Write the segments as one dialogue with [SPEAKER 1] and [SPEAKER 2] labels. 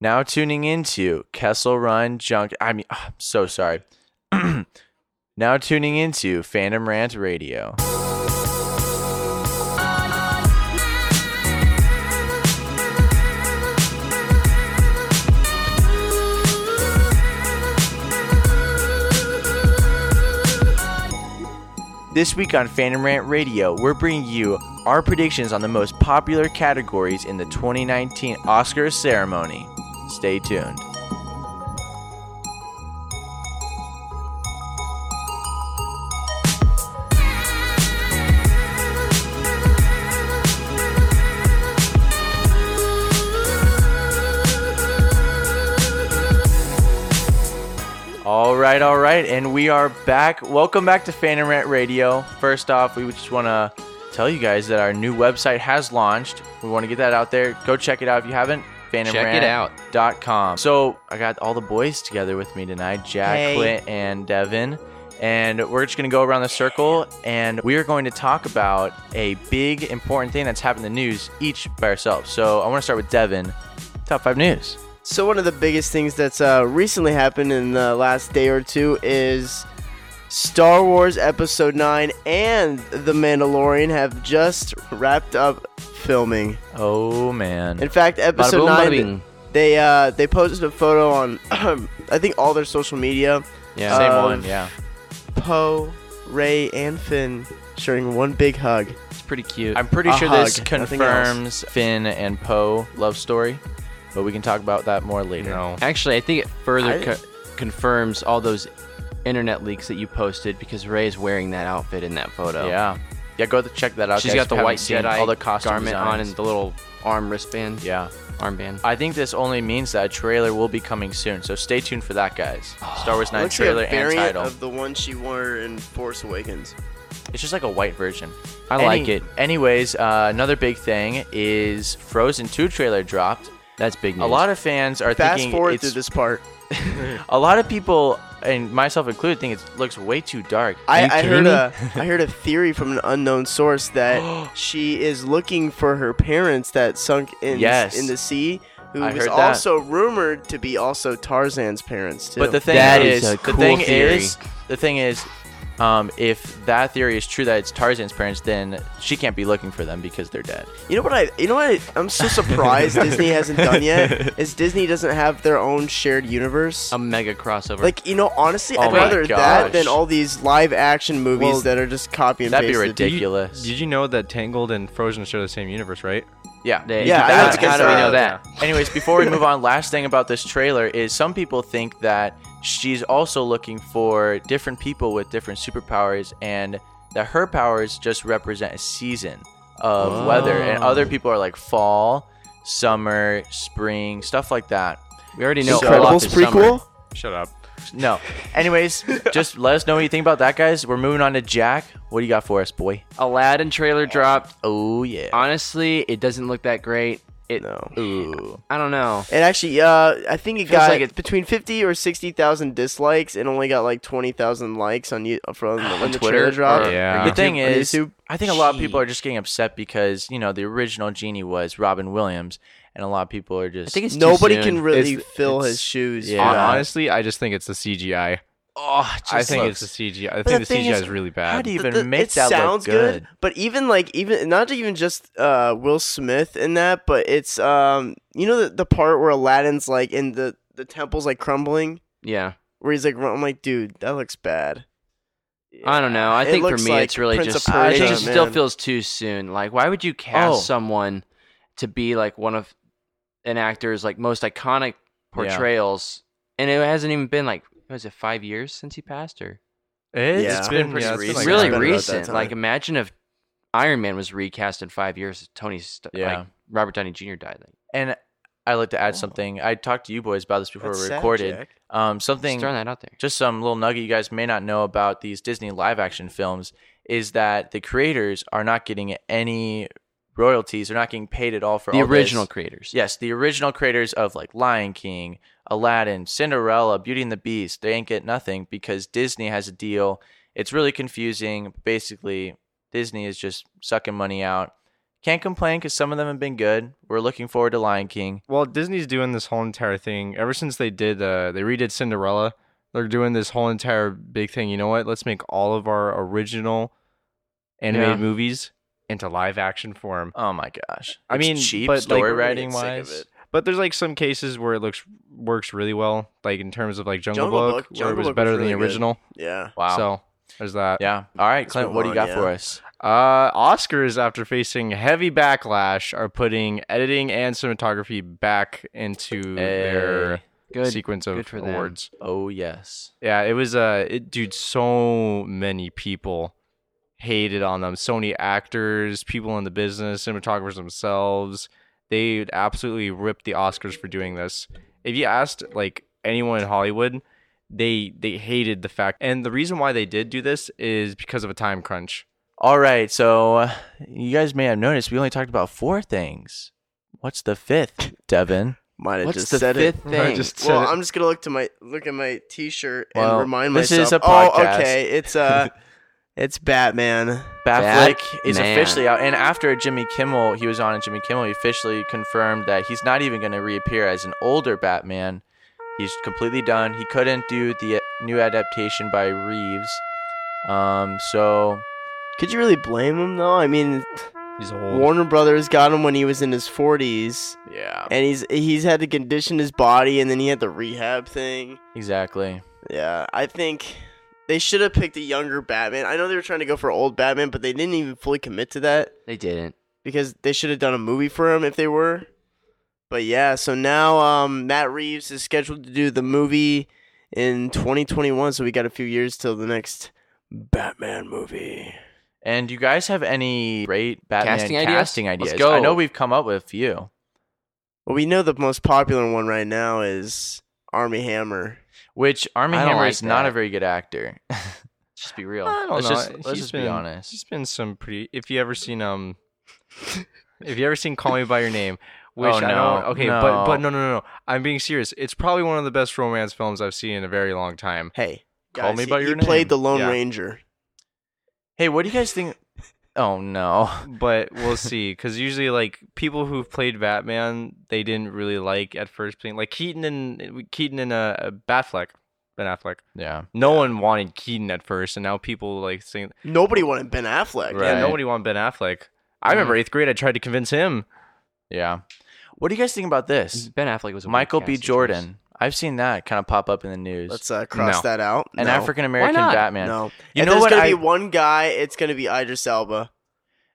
[SPEAKER 1] Now tuning into Kessel Run Junk. I mean, ah, I'm so sorry. now tuning into Phantom Rant Radio. This week on Phantom Rant Radio, we're bringing you our predictions on the most popular categories in the 2019 Oscars ceremony. Stay tuned. All right, all right, and we are back. Welcome back to Fan and Rant Radio. First off, we just want to tell you guys that our new website has launched. We want to get that out there. Go check it out if you haven't.
[SPEAKER 2] Check it out.
[SPEAKER 1] fanandrant.com. So I got all the boys together with me tonight: Jack,
[SPEAKER 2] Hey.
[SPEAKER 1] Clint, and Devin. And we're just gonna go around the circle, and we are going to talk about a big, important thing that's happened in the news, each by ourselves. So I want to start with Devin. Top five news.
[SPEAKER 3] So one of the biggest things that's uh, recently happened in the last day or two is Star Wars Episode 9 and The Mandalorian have just wrapped up filming.
[SPEAKER 1] Oh man.
[SPEAKER 3] In fact, Episode
[SPEAKER 2] boom, bada
[SPEAKER 3] 9
[SPEAKER 2] bing.
[SPEAKER 3] they uh, they posted a photo on I think all their social media.
[SPEAKER 2] Yeah.
[SPEAKER 1] Same
[SPEAKER 3] Uh,
[SPEAKER 1] one. Yeah.
[SPEAKER 3] Poe, Ray, and Finn sharing one big hug.
[SPEAKER 2] it's pretty cute.
[SPEAKER 1] I'm pretty
[SPEAKER 3] A
[SPEAKER 1] sure this
[SPEAKER 3] hug, nothing
[SPEAKER 1] confirms Finn and Poe love story, but we can talk about that more later.
[SPEAKER 2] Actually, I think it further
[SPEAKER 3] I-
[SPEAKER 2] co- confirms all those internet leaks that you posted because Ray is wearing that outfit in that photo.
[SPEAKER 1] Yeah. Yeah, go check that out.
[SPEAKER 2] She's
[SPEAKER 1] guys,
[SPEAKER 2] got
[SPEAKER 1] if
[SPEAKER 2] the
[SPEAKER 1] you haven't
[SPEAKER 2] white
[SPEAKER 1] seen
[SPEAKER 2] Jedi
[SPEAKER 1] all the costume
[SPEAKER 2] garment on
[SPEAKER 1] designs.
[SPEAKER 2] and the little arm wristband.
[SPEAKER 1] yeah.
[SPEAKER 2] Armband.
[SPEAKER 1] I think this only means that a trailer will be coming soon, so stay tuned for that, guys.
[SPEAKER 2] Ah,
[SPEAKER 1] Star Wars 9
[SPEAKER 3] Looks like
[SPEAKER 1] trailer
[SPEAKER 3] a
[SPEAKER 1] and
[SPEAKER 3] variant
[SPEAKER 1] title.
[SPEAKER 3] of the one she wore in Force Awakens.
[SPEAKER 1] it's just like a white version.
[SPEAKER 2] I
[SPEAKER 1] Any-
[SPEAKER 2] like it.
[SPEAKER 1] Anyways, uh, another big thing is Frozen 2 trailer dropped.
[SPEAKER 2] That's big news.
[SPEAKER 1] A lot of fans are
[SPEAKER 3] Fast
[SPEAKER 1] thinking
[SPEAKER 3] forward
[SPEAKER 1] it's,
[SPEAKER 3] through this part.
[SPEAKER 1] a lot of people and myself included think it looks way too dark. Are you
[SPEAKER 3] I, I
[SPEAKER 1] kidding
[SPEAKER 3] heard
[SPEAKER 1] me?
[SPEAKER 3] a I heard a theory from an unknown source that she is looking for her parents that sunk in
[SPEAKER 1] Yes.
[SPEAKER 3] in the sea, who
[SPEAKER 1] I
[SPEAKER 3] was
[SPEAKER 1] heard that.
[SPEAKER 3] also rumored to be also Tarzan's parents too.
[SPEAKER 1] But the thing
[SPEAKER 2] That
[SPEAKER 1] is,
[SPEAKER 2] is a
[SPEAKER 1] the
[SPEAKER 2] cool
[SPEAKER 1] thing
[SPEAKER 2] theory.
[SPEAKER 1] is, the thing is, um, if that theory is true that it's Tarzan's parents, then she can't be looking for them because they're dead.
[SPEAKER 3] you know what I you know what I, I'm so surprised Disney hasn't done yet is Disney doesn't have their own shared universe.
[SPEAKER 2] a mega crossover.
[SPEAKER 3] like you know, honestly, I'd
[SPEAKER 1] Um, oh my
[SPEAKER 3] rather
[SPEAKER 1] gosh.
[SPEAKER 3] that than all these live action movies
[SPEAKER 4] Well,
[SPEAKER 3] that are just copy and
[SPEAKER 1] that'd be
[SPEAKER 3] pasted.
[SPEAKER 1] ridic-
[SPEAKER 4] Did you-
[SPEAKER 1] Ridiculous.
[SPEAKER 4] Did you, know that Tangled and Frozen share the same universe, right?
[SPEAKER 1] Yeah.
[SPEAKER 2] They-
[SPEAKER 3] yeah, I know
[SPEAKER 2] how,
[SPEAKER 3] it's
[SPEAKER 2] how do we
[SPEAKER 3] because,
[SPEAKER 2] know
[SPEAKER 3] uh,
[SPEAKER 2] that?
[SPEAKER 1] Anyways, before we move on, last thing about this trailer is some people think that she's also looking for different people with different superpowers, and that her powers just represent a season of weather, and other people are like fall, summer, spring, stuff like that.
[SPEAKER 2] We already know.
[SPEAKER 1] Incredibles
[SPEAKER 2] Olaf is summer.
[SPEAKER 4] Shut up.
[SPEAKER 1] No. Anyways, just let us know what you think about that, guys. We're moving on to Jack. What do you got for us, boy?
[SPEAKER 2] Aladdin trailer dropped.
[SPEAKER 1] Oh yeah.
[SPEAKER 2] Honestly, it doesn't look that great. It.
[SPEAKER 3] No.
[SPEAKER 1] Ooh.
[SPEAKER 2] I don't know.
[SPEAKER 3] It actually, uh, I think it
[SPEAKER 2] Feels
[SPEAKER 3] got
[SPEAKER 2] like it's-
[SPEAKER 3] between fifty or sixty thousand dislikes, and only got like twenty thousand likes on you uh, from
[SPEAKER 2] Ah,
[SPEAKER 3] the, when the
[SPEAKER 1] Twitter
[SPEAKER 3] trailer dropped.
[SPEAKER 1] or-
[SPEAKER 4] Yeah.
[SPEAKER 1] The thing
[SPEAKER 3] on
[SPEAKER 1] is,
[SPEAKER 3] YouTube?
[SPEAKER 1] I think a lot of people are just getting upset because you know the original genie was Robin Williams, and a lot of people are just.
[SPEAKER 2] I think it's too
[SPEAKER 3] Nobody
[SPEAKER 2] soon.
[SPEAKER 3] can really
[SPEAKER 4] It's-
[SPEAKER 3] fill
[SPEAKER 4] it's-
[SPEAKER 3] his shoes.
[SPEAKER 1] yeah.
[SPEAKER 3] for that.
[SPEAKER 4] Honestly, I just think it's the CGI.
[SPEAKER 1] oh, it
[SPEAKER 4] I
[SPEAKER 1] just
[SPEAKER 4] think
[SPEAKER 1] looks-
[SPEAKER 4] it's the CGI. I
[SPEAKER 3] the
[SPEAKER 4] think the,
[SPEAKER 3] thing
[SPEAKER 4] CGI
[SPEAKER 3] is,
[SPEAKER 4] is, really bad.
[SPEAKER 1] How do you
[SPEAKER 3] The-
[SPEAKER 1] even
[SPEAKER 3] the-
[SPEAKER 1] make
[SPEAKER 3] it
[SPEAKER 1] that
[SPEAKER 3] sounds
[SPEAKER 1] look good?
[SPEAKER 3] but even like even not even just uh, Will Smith in that, but it's um, you know the, the part where Aladdin's like in the the temple's like crumbling,
[SPEAKER 2] Yeah.
[SPEAKER 3] where he's like, run- I'm like, dude, that looks bad.
[SPEAKER 2] I don't know. I
[SPEAKER 3] It
[SPEAKER 2] think for
[SPEAKER 3] looks
[SPEAKER 2] me,
[SPEAKER 3] like
[SPEAKER 2] it's really
[SPEAKER 3] Prince of
[SPEAKER 2] just.
[SPEAKER 3] Persia,
[SPEAKER 2] it just still
[SPEAKER 3] man.
[SPEAKER 2] feels too soon. Like, why would you cast
[SPEAKER 1] Oh.
[SPEAKER 2] someone to be like one of an actor's like most iconic portrayals, and it hasn't even been like what is it five years since he passed, or
[SPEAKER 4] It's,
[SPEAKER 3] Yeah.
[SPEAKER 4] it's
[SPEAKER 1] been
[SPEAKER 4] been
[SPEAKER 1] pretty
[SPEAKER 4] yeah, it's been
[SPEAKER 1] recent.
[SPEAKER 4] like
[SPEAKER 2] really
[SPEAKER 3] it's been about that
[SPEAKER 2] recent?
[SPEAKER 3] time.
[SPEAKER 2] Like, imagine if Iron Man was recast in five years. Tony, St-
[SPEAKER 1] Yeah.
[SPEAKER 2] like Robert Downey Jr. died. Like,
[SPEAKER 1] and I like to add something. I talked to you boys about this before
[SPEAKER 3] Oh. That's
[SPEAKER 1] we
[SPEAKER 3] sad,
[SPEAKER 1] recorded.
[SPEAKER 3] Jack.
[SPEAKER 1] um,
[SPEAKER 2] just
[SPEAKER 1] something
[SPEAKER 2] throwing that out there.
[SPEAKER 1] just some little nugget you guys may not know about these Disney live action films is that the creators are not getting any royalties. They're not getting paid at all for
[SPEAKER 2] The
[SPEAKER 1] all this.
[SPEAKER 2] original creators.
[SPEAKER 1] Yes, the original creators of like Lion King, Aladdin, Cinderella, Beauty and the Beast. They ain't get nothing because Disney has a deal. It's really confusing. Basically, Disney is just sucking money out, Can't complain because some of them have been good. We're looking forward to Lion King.
[SPEAKER 4] Well, Disney's doing this whole entire thing ever since they did uh they redid Cinderella. They're doing this whole entire big thing. You know what? Let's make all of our original animated
[SPEAKER 2] Yeah.
[SPEAKER 4] movies into live action form.
[SPEAKER 1] Oh my gosh.
[SPEAKER 4] I
[SPEAKER 1] It's
[SPEAKER 4] mean,
[SPEAKER 1] cheap
[SPEAKER 4] but, like,
[SPEAKER 1] story
[SPEAKER 4] we're
[SPEAKER 1] writing
[SPEAKER 4] getting sick of
[SPEAKER 1] wise.
[SPEAKER 4] it. But there's like some cases where it looks works really well, like in terms of like Jungle,
[SPEAKER 3] Jungle
[SPEAKER 4] Book,
[SPEAKER 3] Book-
[SPEAKER 4] where
[SPEAKER 3] Jungle
[SPEAKER 4] it was
[SPEAKER 3] Book was
[SPEAKER 4] better
[SPEAKER 3] really
[SPEAKER 4] than
[SPEAKER 3] good.
[SPEAKER 4] the original.
[SPEAKER 3] Yeah.
[SPEAKER 1] Wow.
[SPEAKER 4] So there's that.
[SPEAKER 1] yeah. All right, Clint,
[SPEAKER 3] move
[SPEAKER 1] what do you
[SPEAKER 3] on,
[SPEAKER 1] got
[SPEAKER 3] yeah.
[SPEAKER 1] for us?
[SPEAKER 4] Uh, Oscars, after facing heavy backlash, are putting editing and cinematography back into their
[SPEAKER 2] Good.
[SPEAKER 4] sequence of
[SPEAKER 2] Good for them.
[SPEAKER 4] awards.
[SPEAKER 1] Eh, Oh yes.
[SPEAKER 4] Yeah, it was uh, it, dude, so many people hated on them. So many actors, people in the business, cinematographers themselves, they absolutely ripped the Oscars for doing this. If you asked like anyone in Hollywood, they they hated the fact, and the reason why they did do this is because of a time crunch.
[SPEAKER 1] All right, so uh, you guys may have noticed we only talked about four things. What's the fifth, Devin?
[SPEAKER 3] Might have
[SPEAKER 1] What's
[SPEAKER 3] just
[SPEAKER 1] the
[SPEAKER 3] said
[SPEAKER 1] fifth
[SPEAKER 3] it.
[SPEAKER 1] thing?
[SPEAKER 4] I just said
[SPEAKER 3] Well,
[SPEAKER 4] it.
[SPEAKER 3] I'm just gonna look to my look at my T-shirt and
[SPEAKER 1] Well,
[SPEAKER 3] remind
[SPEAKER 1] this
[SPEAKER 3] myself.
[SPEAKER 1] is a
[SPEAKER 3] Oh,
[SPEAKER 1] podcast.
[SPEAKER 3] okay. It's uh, it's Batman.
[SPEAKER 1] Batfleck is
[SPEAKER 2] Batman.
[SPEAKER 1] officially out, and after Jimmy Kimmel, he was on Jimmy Kimmel. He officially confirmed that he's not even going to reappear as an older Batman. He's completely done. He couldn't do the uh, new adaptation by Reeves. Um, so
[SPEAKER 3] Could you really blame him though? I mean,
[SPEAKER 4] He's old.
[SPEAKER 3] Warner Brothers got him when he was in his 40s,
[SPEAKER 4] yeah.
[SPEAKER 3] and he's he's had to condition his body, and then he had the rehab thing.
[SPEAKER 1] exactly,
[SPEAKER 3] Yeah, I think they should have picked a younger Batman. I know they were trying to go for old Batman, but they didn't even fully commit to that
[SPEAKER 2] They didn't.
[SPEAKER 3] because they should have done a movie for him if they were. But yeah, so now um, Matt Reeves is scheduled to do the movie in 2021, so we got a few years till the next Batman movie.
[SPEAKER 1] and you guys have any great Batman casting
[SPEAKER 2] Casting ideas?
[SPEAKER 1] ideas?
[SPEAKER 2] Let's
[SPEAKER 1] I
[SPEAKER 2] go.
[SPEAKER 1] know we've come up with a few.
[SPEAKER 3] Well, we know the most popular one right now is Army Hammer.
[SPEAKER 1] Which Army
[SPEAKER 2] I don't
[SPEAKER 1] Hammer
[SPEAKER 2] like
[SPEAKER 1] is not
[SPEAKER 2] that.
[SPEAKER 1] a very good actor.
[SPEAKER 2] Just be real.
[SPEAKER 4] I don't
[SPEAKER 1] Let's
[SPEAKER 4] know.
[SPEAKER 1] just let's
[SPEAKER 4] He's
[SPEAKER 1] just be
[SPEAKER 4] been-
[SPEAKER 1] honest.
[SPEAKER 4] He's been some pretty. If you ever seen um, if you ever seen Call Me by Your Name, which
[SPEAKER 1] Oh,
[SPEAKER 4] I don't.
[SPEAKER 1] no.
[SPEAKER 4] Okay, but but
[SPEAKER 1] No.
[SPEAKER 4] no no no no. I'm being serious. It's probably one of the best romance films I've seen in a very long time.
[SPEAKER 3] Hey,
[SPEAKER 4] Call
[SPEAKER 3] guys,
[SPEAKER 4] me
[SPEAKER 3] he-
[SPEAKER 4] by your
[SPEAKER 3] He played
[SPEAKER 4] name.
[SPEAKER 3] the Lone
[SPEAKER 4] Yeah.
[SPEAKER 3] Ranger.
[SPEAKER 1] Hey, what do you guys think? Oh no.
[SPEAKER 4] But we'll see, because usually like people who've played Batman, they didn't really like at first playing like Keaton and Keaton and uh, uh, Batfleck, Ben Affleck.
[SPEAKER 1] Yeah.
[SPEAKER 4] No one wanted Keaton at first, and now people like think
[SPEAKER 3] Nobody wanted Ben Affleck.
[SPEAKER 1] Right. Mm-hmm.
[SPEAKER 4] yeah, nobody wanted Ben Affleck. I remember eighth grade, I tried to convince him.
[SPEAKER 1] Yeah. What do you guys think about this?
[SPEAKER 2] Ben Affleck was a weird
[SPEAKER 1] Michael B.
[SPEAKER 2] casting choice.
[SPEAKER 1] Jordan. I've seen that kind of pop up in the news.
[SPEAKER 3] Let's uh, cross
[SPEAKER 4] No.
[SPEAKER 3] that out.
[SPEAKER 1] An
[SPEAKER 3] No.
[SPEAKER 1] African American
[SPEAKER 2] Why not?
[SPEAKER 1] Batman.
[SPEAKER 3] No.
[SPEAKER 1] You
[SPEAKER 3] if
[SPEAKER 1] know
[SPEAKER 3] there's
[SPEAKER 1] what
[SPEAKER 3] gonna
[SPEAKER 1] I-
[SPEAKER 3] be one guy, it's gonna be Idris Elba.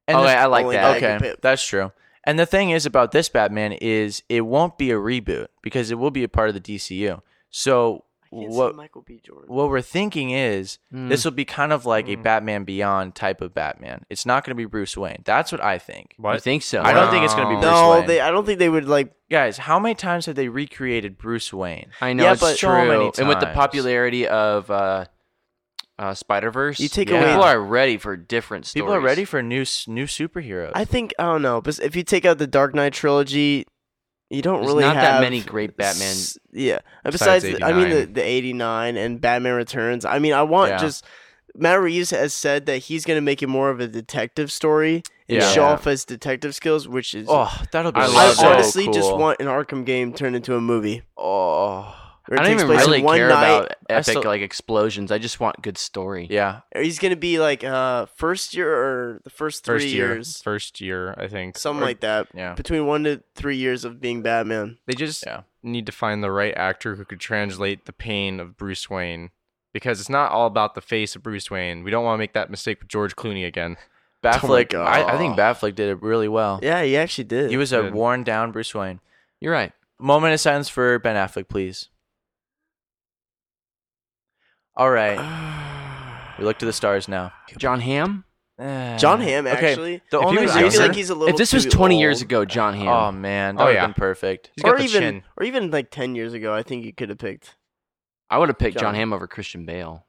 [SPEAKER 1] And
[SPEAKER 2] okay,
[SPEAKER 1] this-
[SPEAKER 2] I like
[SPEAKER 3] only
[SPEAKER 2] that.
[SPEAKER 3] guy
[SPEAKER 1] okay,
[SPEAKER 3] could pick-
[SPEAKER 1] that's true. And the thing is about this Batman is it won't be a reboot because it will be a part of the DCU. So what
[SPEAKER 3] Michael B. Jordan.
[SPEAKER 1] what we're thinking is
[SPEAKER 2] Mm.
[SPEAKER 1] this will be kind of like a
[SPEAKER 4] Mm.
[SPEAKER 1] Batman Beyond type of Batman. It's not going to be Bruce Wayne. That's what I think.
[SPEAKER 2] Hmm. You think so?
[SPEAKER 1] I don't think it's going to be
[SPEAKER 4] Wow.
[SPEAKER 1] Bruce
[SPEAKER 3] no,
[SPEAKER 1] Wayne.
[SPEAKER 3] they. I don't think they would like.
[SPEAKER 1] Guys, how many times have they recreated Bruce Wayne?
[SPEAKER 2] I know
[SPEAKER 1] Yeah,
[SPEAKER 2] it's
[SPEAKER 1] but-
[SPEAKER 2] true.
[SPEAKER 1] So many
[SPEAKER 2] and with the
[SPEAKER 1] times.
[SPEAKER 2] popularity of uh, uh, Spider Verse,
[SPEAKER 3] You take
[SPEAKER 1] away-
[SPEAKER 2] people are ready for different stories.
[SPEAKER 1] People are ready for new s- new superheroes.
[SPEAKER 3] I think I don't know, but if you take out the Dark Knight trilogy, you don't
[SPEAKER 2] There's
[SPEAKER 3] really
[SPEAKER 2] not that
[SPEAKER 3] have
[SPEAKER 2] many great Batman.
[SPEAKER 3] s- Yeah. And
[SPEAKER 4] Besides
[SPEAKER 3] besides, the- I mean the
[SPEAKER 4] 89.
[SPEAKER 3] the eighty nine and Batman Returns. I mean, I want
[SPEAKER 1] Yeah.
[SPEAKER 3] just. Matt Reeves has said that he's going to make it more of a detective story and
[SPEAKER 1] Yeah.
[SPEAKER 3] show off his detective skills, which is.
[SPEAKER 1] oh, that'll be
[SPEAKER 4] I
[SPEAKER 1] so
[SPEAKER 3] I
[SPEAKER 4] love that.
[SPEAKER 3] honestly
[SPEAKER 1] cool.
[SPEAKER 3] just want an Arkham game turned into a movie.
[SPEAKER 1] Oh,
[SPEAKER 3] Where it
[SPEAKER 2] I don't
[SPEAKER 3] takes
[SPEAKER 2] even
[SPEAKER 3] place in
[SPEAKER 2] really
[SPEAKER 3] one
[SPEAKER 2] care
[SPEAKER 3] night,
[SPEAKER 2] about
[SPEAKER 1] I
[SPEAKER 2] epic
[SPEAKER 1] still-
[SPEAKER 2] like explosions. I just want good story.
[SPEAKER 1] yeah.
[SPEAKER 3] Or He's gonna be like uh first year or the first three
[SPEAKER 4] first year,
[SPEAKER 3] years,
[SPEAKER 4] first year, I think.
[SPEAKER 3] something
[SPEAKER 4] Or-
[SPEAKER 3] like that.
[SPEAKER 1] Yeah.
[SPEAKER 3] Between one to three years of being Batman.
[SPEAKER 4] They just
[SPEAKER 1] Yeah.
[SPEAKER 4] need to find the right actor who could translate the pain of Bruce Wayne because it's not all about the face of Bruce Wayne. We don't want to make that mistake with George Clooney again.
[SPEAKER 1] Batfleck,
[SPEAKER 3] Oh God.
[SPEAKER 1] I, I think Batfleck did it really well.
[SPEAKER 3] Yeah, he actually did.
[SPEAKER 1] He was a
[SPEAKER 4] Good.
[SPEAKER 1] worn down Bruce Wayne.
[SPEAKER 2] You're right.
[SPEAKER 1] Moment of silence for Ben Affleck, please. All right, we look to the stars now.
[SPEAKER 2] John Hamm.
[SPEAKER 1] Eh.
[SPEAKER 3] John Hamm
[SPEAKER 1] Okay,
[SPEAKER 3] actually.
[SPEAKER 1] The
[SPEAKER 4] If he
[SPEAKER 1] only
[SPEAKER 4] was
[SPEAKER 3] I feel
[SPEAKER 4] younger-
[SPEAKER 3] like he's a little.
[SPEAKER 2] If this was
[SPEAKER 3] too
[SPEAKER 2] 20
[SPEAKER 3] old.
[SPEAKER 2] years ago, John Hamm.
[SPEAKER 1] oh man, that
[SPEAKER 4] Oh,
[SPEAKER 1] would have
[SPEAKER 4] yeah.
[SPEAKER 1] been perfect.
[SPEAKER 4] He's got
[SPEAKER 3] or
[SPEAKER 4] the
[SPEAKER 3] even
[SPEAKER 4] chin.
[SPEAKER 3] or even like ten years ago, I think you could have picked.
[SPEAKER 2] I would have picked John,
[SPEAKER 3] John-
[SPEAKER 2] Hamm over Christian Bale.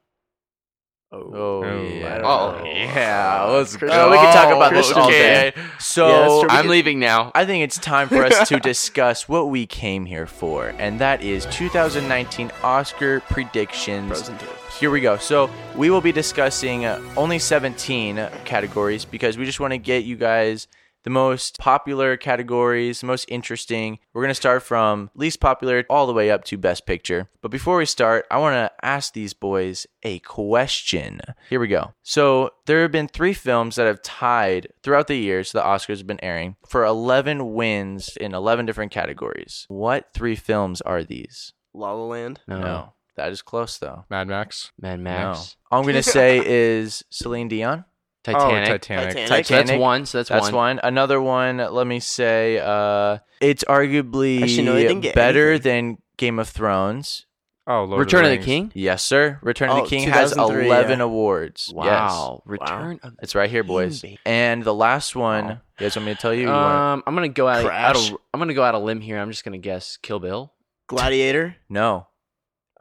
[SPEAKER 1] Oh,
[SPEAKER 4] Oh,
[SPEAKER 1] yeah.
[SPEAKER 4] I don't
[SPEAKER 2] Oh,
[SPEAKER 4] know.
[SPEAKER 1] yeah, let's
[SPEAKER 3] Uh, Christian-
[SPEAKER 1] go. We can talk about this
[SPEAKER 3] Christian
[SPEAKER 1] all
[SPEAKER 2] Bale.
[SPEAKER 1] day. So
[SPEAKER 3] Yeah, that's true.
[SPEAKER 2] I'm leaving now.
[SPEAKER 1] I think it's time for us to discuss what we came here for, and that is 2019 Oscar predictions.
[SPEAKER 3] Frozen two.
[SPEAKER 1] Here we go. So we will be discussing uh, only 17 categories because we just want to get you guys the most popular categories, the most interesting. We're going to start from least popular all the way up to best picture. But before we start, I want to ask these boys a question. Here we go. So, there have been three films that have tied throughout the years the Oscars have been airing for 11 wins in 11 different categories. What three films are these?
[SPEAKER 3] La La Land.
[SPEAKER 2] No.
[SPEAKER 1] No. That is close though.
[SPEAKER 4] Mad Max.
[SPEAKER 2] Mad Max.
[SPEAKER 1] No. All I'm going to say is Celine Dion.
[SPEAKER 2] Titanic.
[SPEAKER 4] Oh, Titanic.
[SPEAKER 3] Titanic.
[SPEAKER 2] So that's
[SPEAKER 1] Titanic.
[SPEAKER 2] one. So that's,
[SPEAKER 1] That's
[SPEAKER 2] one.
[SPEAKER 1] one. Another one, let me say, uh, it's arguably
[SPEAKER 3] Actually, no, they didn't get
[SPEAKER 1] better than Game of Thrones.
[SPEAKER 4] Oh, Lord
[SPEAKER 2] Return of the
[SPEAKER 4] Rings.
[SPEAKER 2] King.
[SPEAKER 1] Yes, sir. Return of
[SPEAKER 3] Oh,
[SPEAKER 1] the King has
[SPEAKER 3] 2003,
[SPEAKER 1] 11
[SPEAKER 3] yeah.
[SPEAKER 1] awards. Yes.
[SPEAKER 2] Wow. Return of the
[SPEAKER 1] It's right here, boys.
[SPEAKER 2] King, baby.
[SPEAKER 1] And the last one, you guys want me to tell you? You wanna-
[SPEAKER 2] Um, I'm gonna go out, out
[SPEAKER 3] Crash.
[SPEAKER 2] of, I'm gonna go out of limb here. I'm just gonna guess Kill Bill.
[SPEAKER 3] Gladiator.
[SPEAKER 1] no.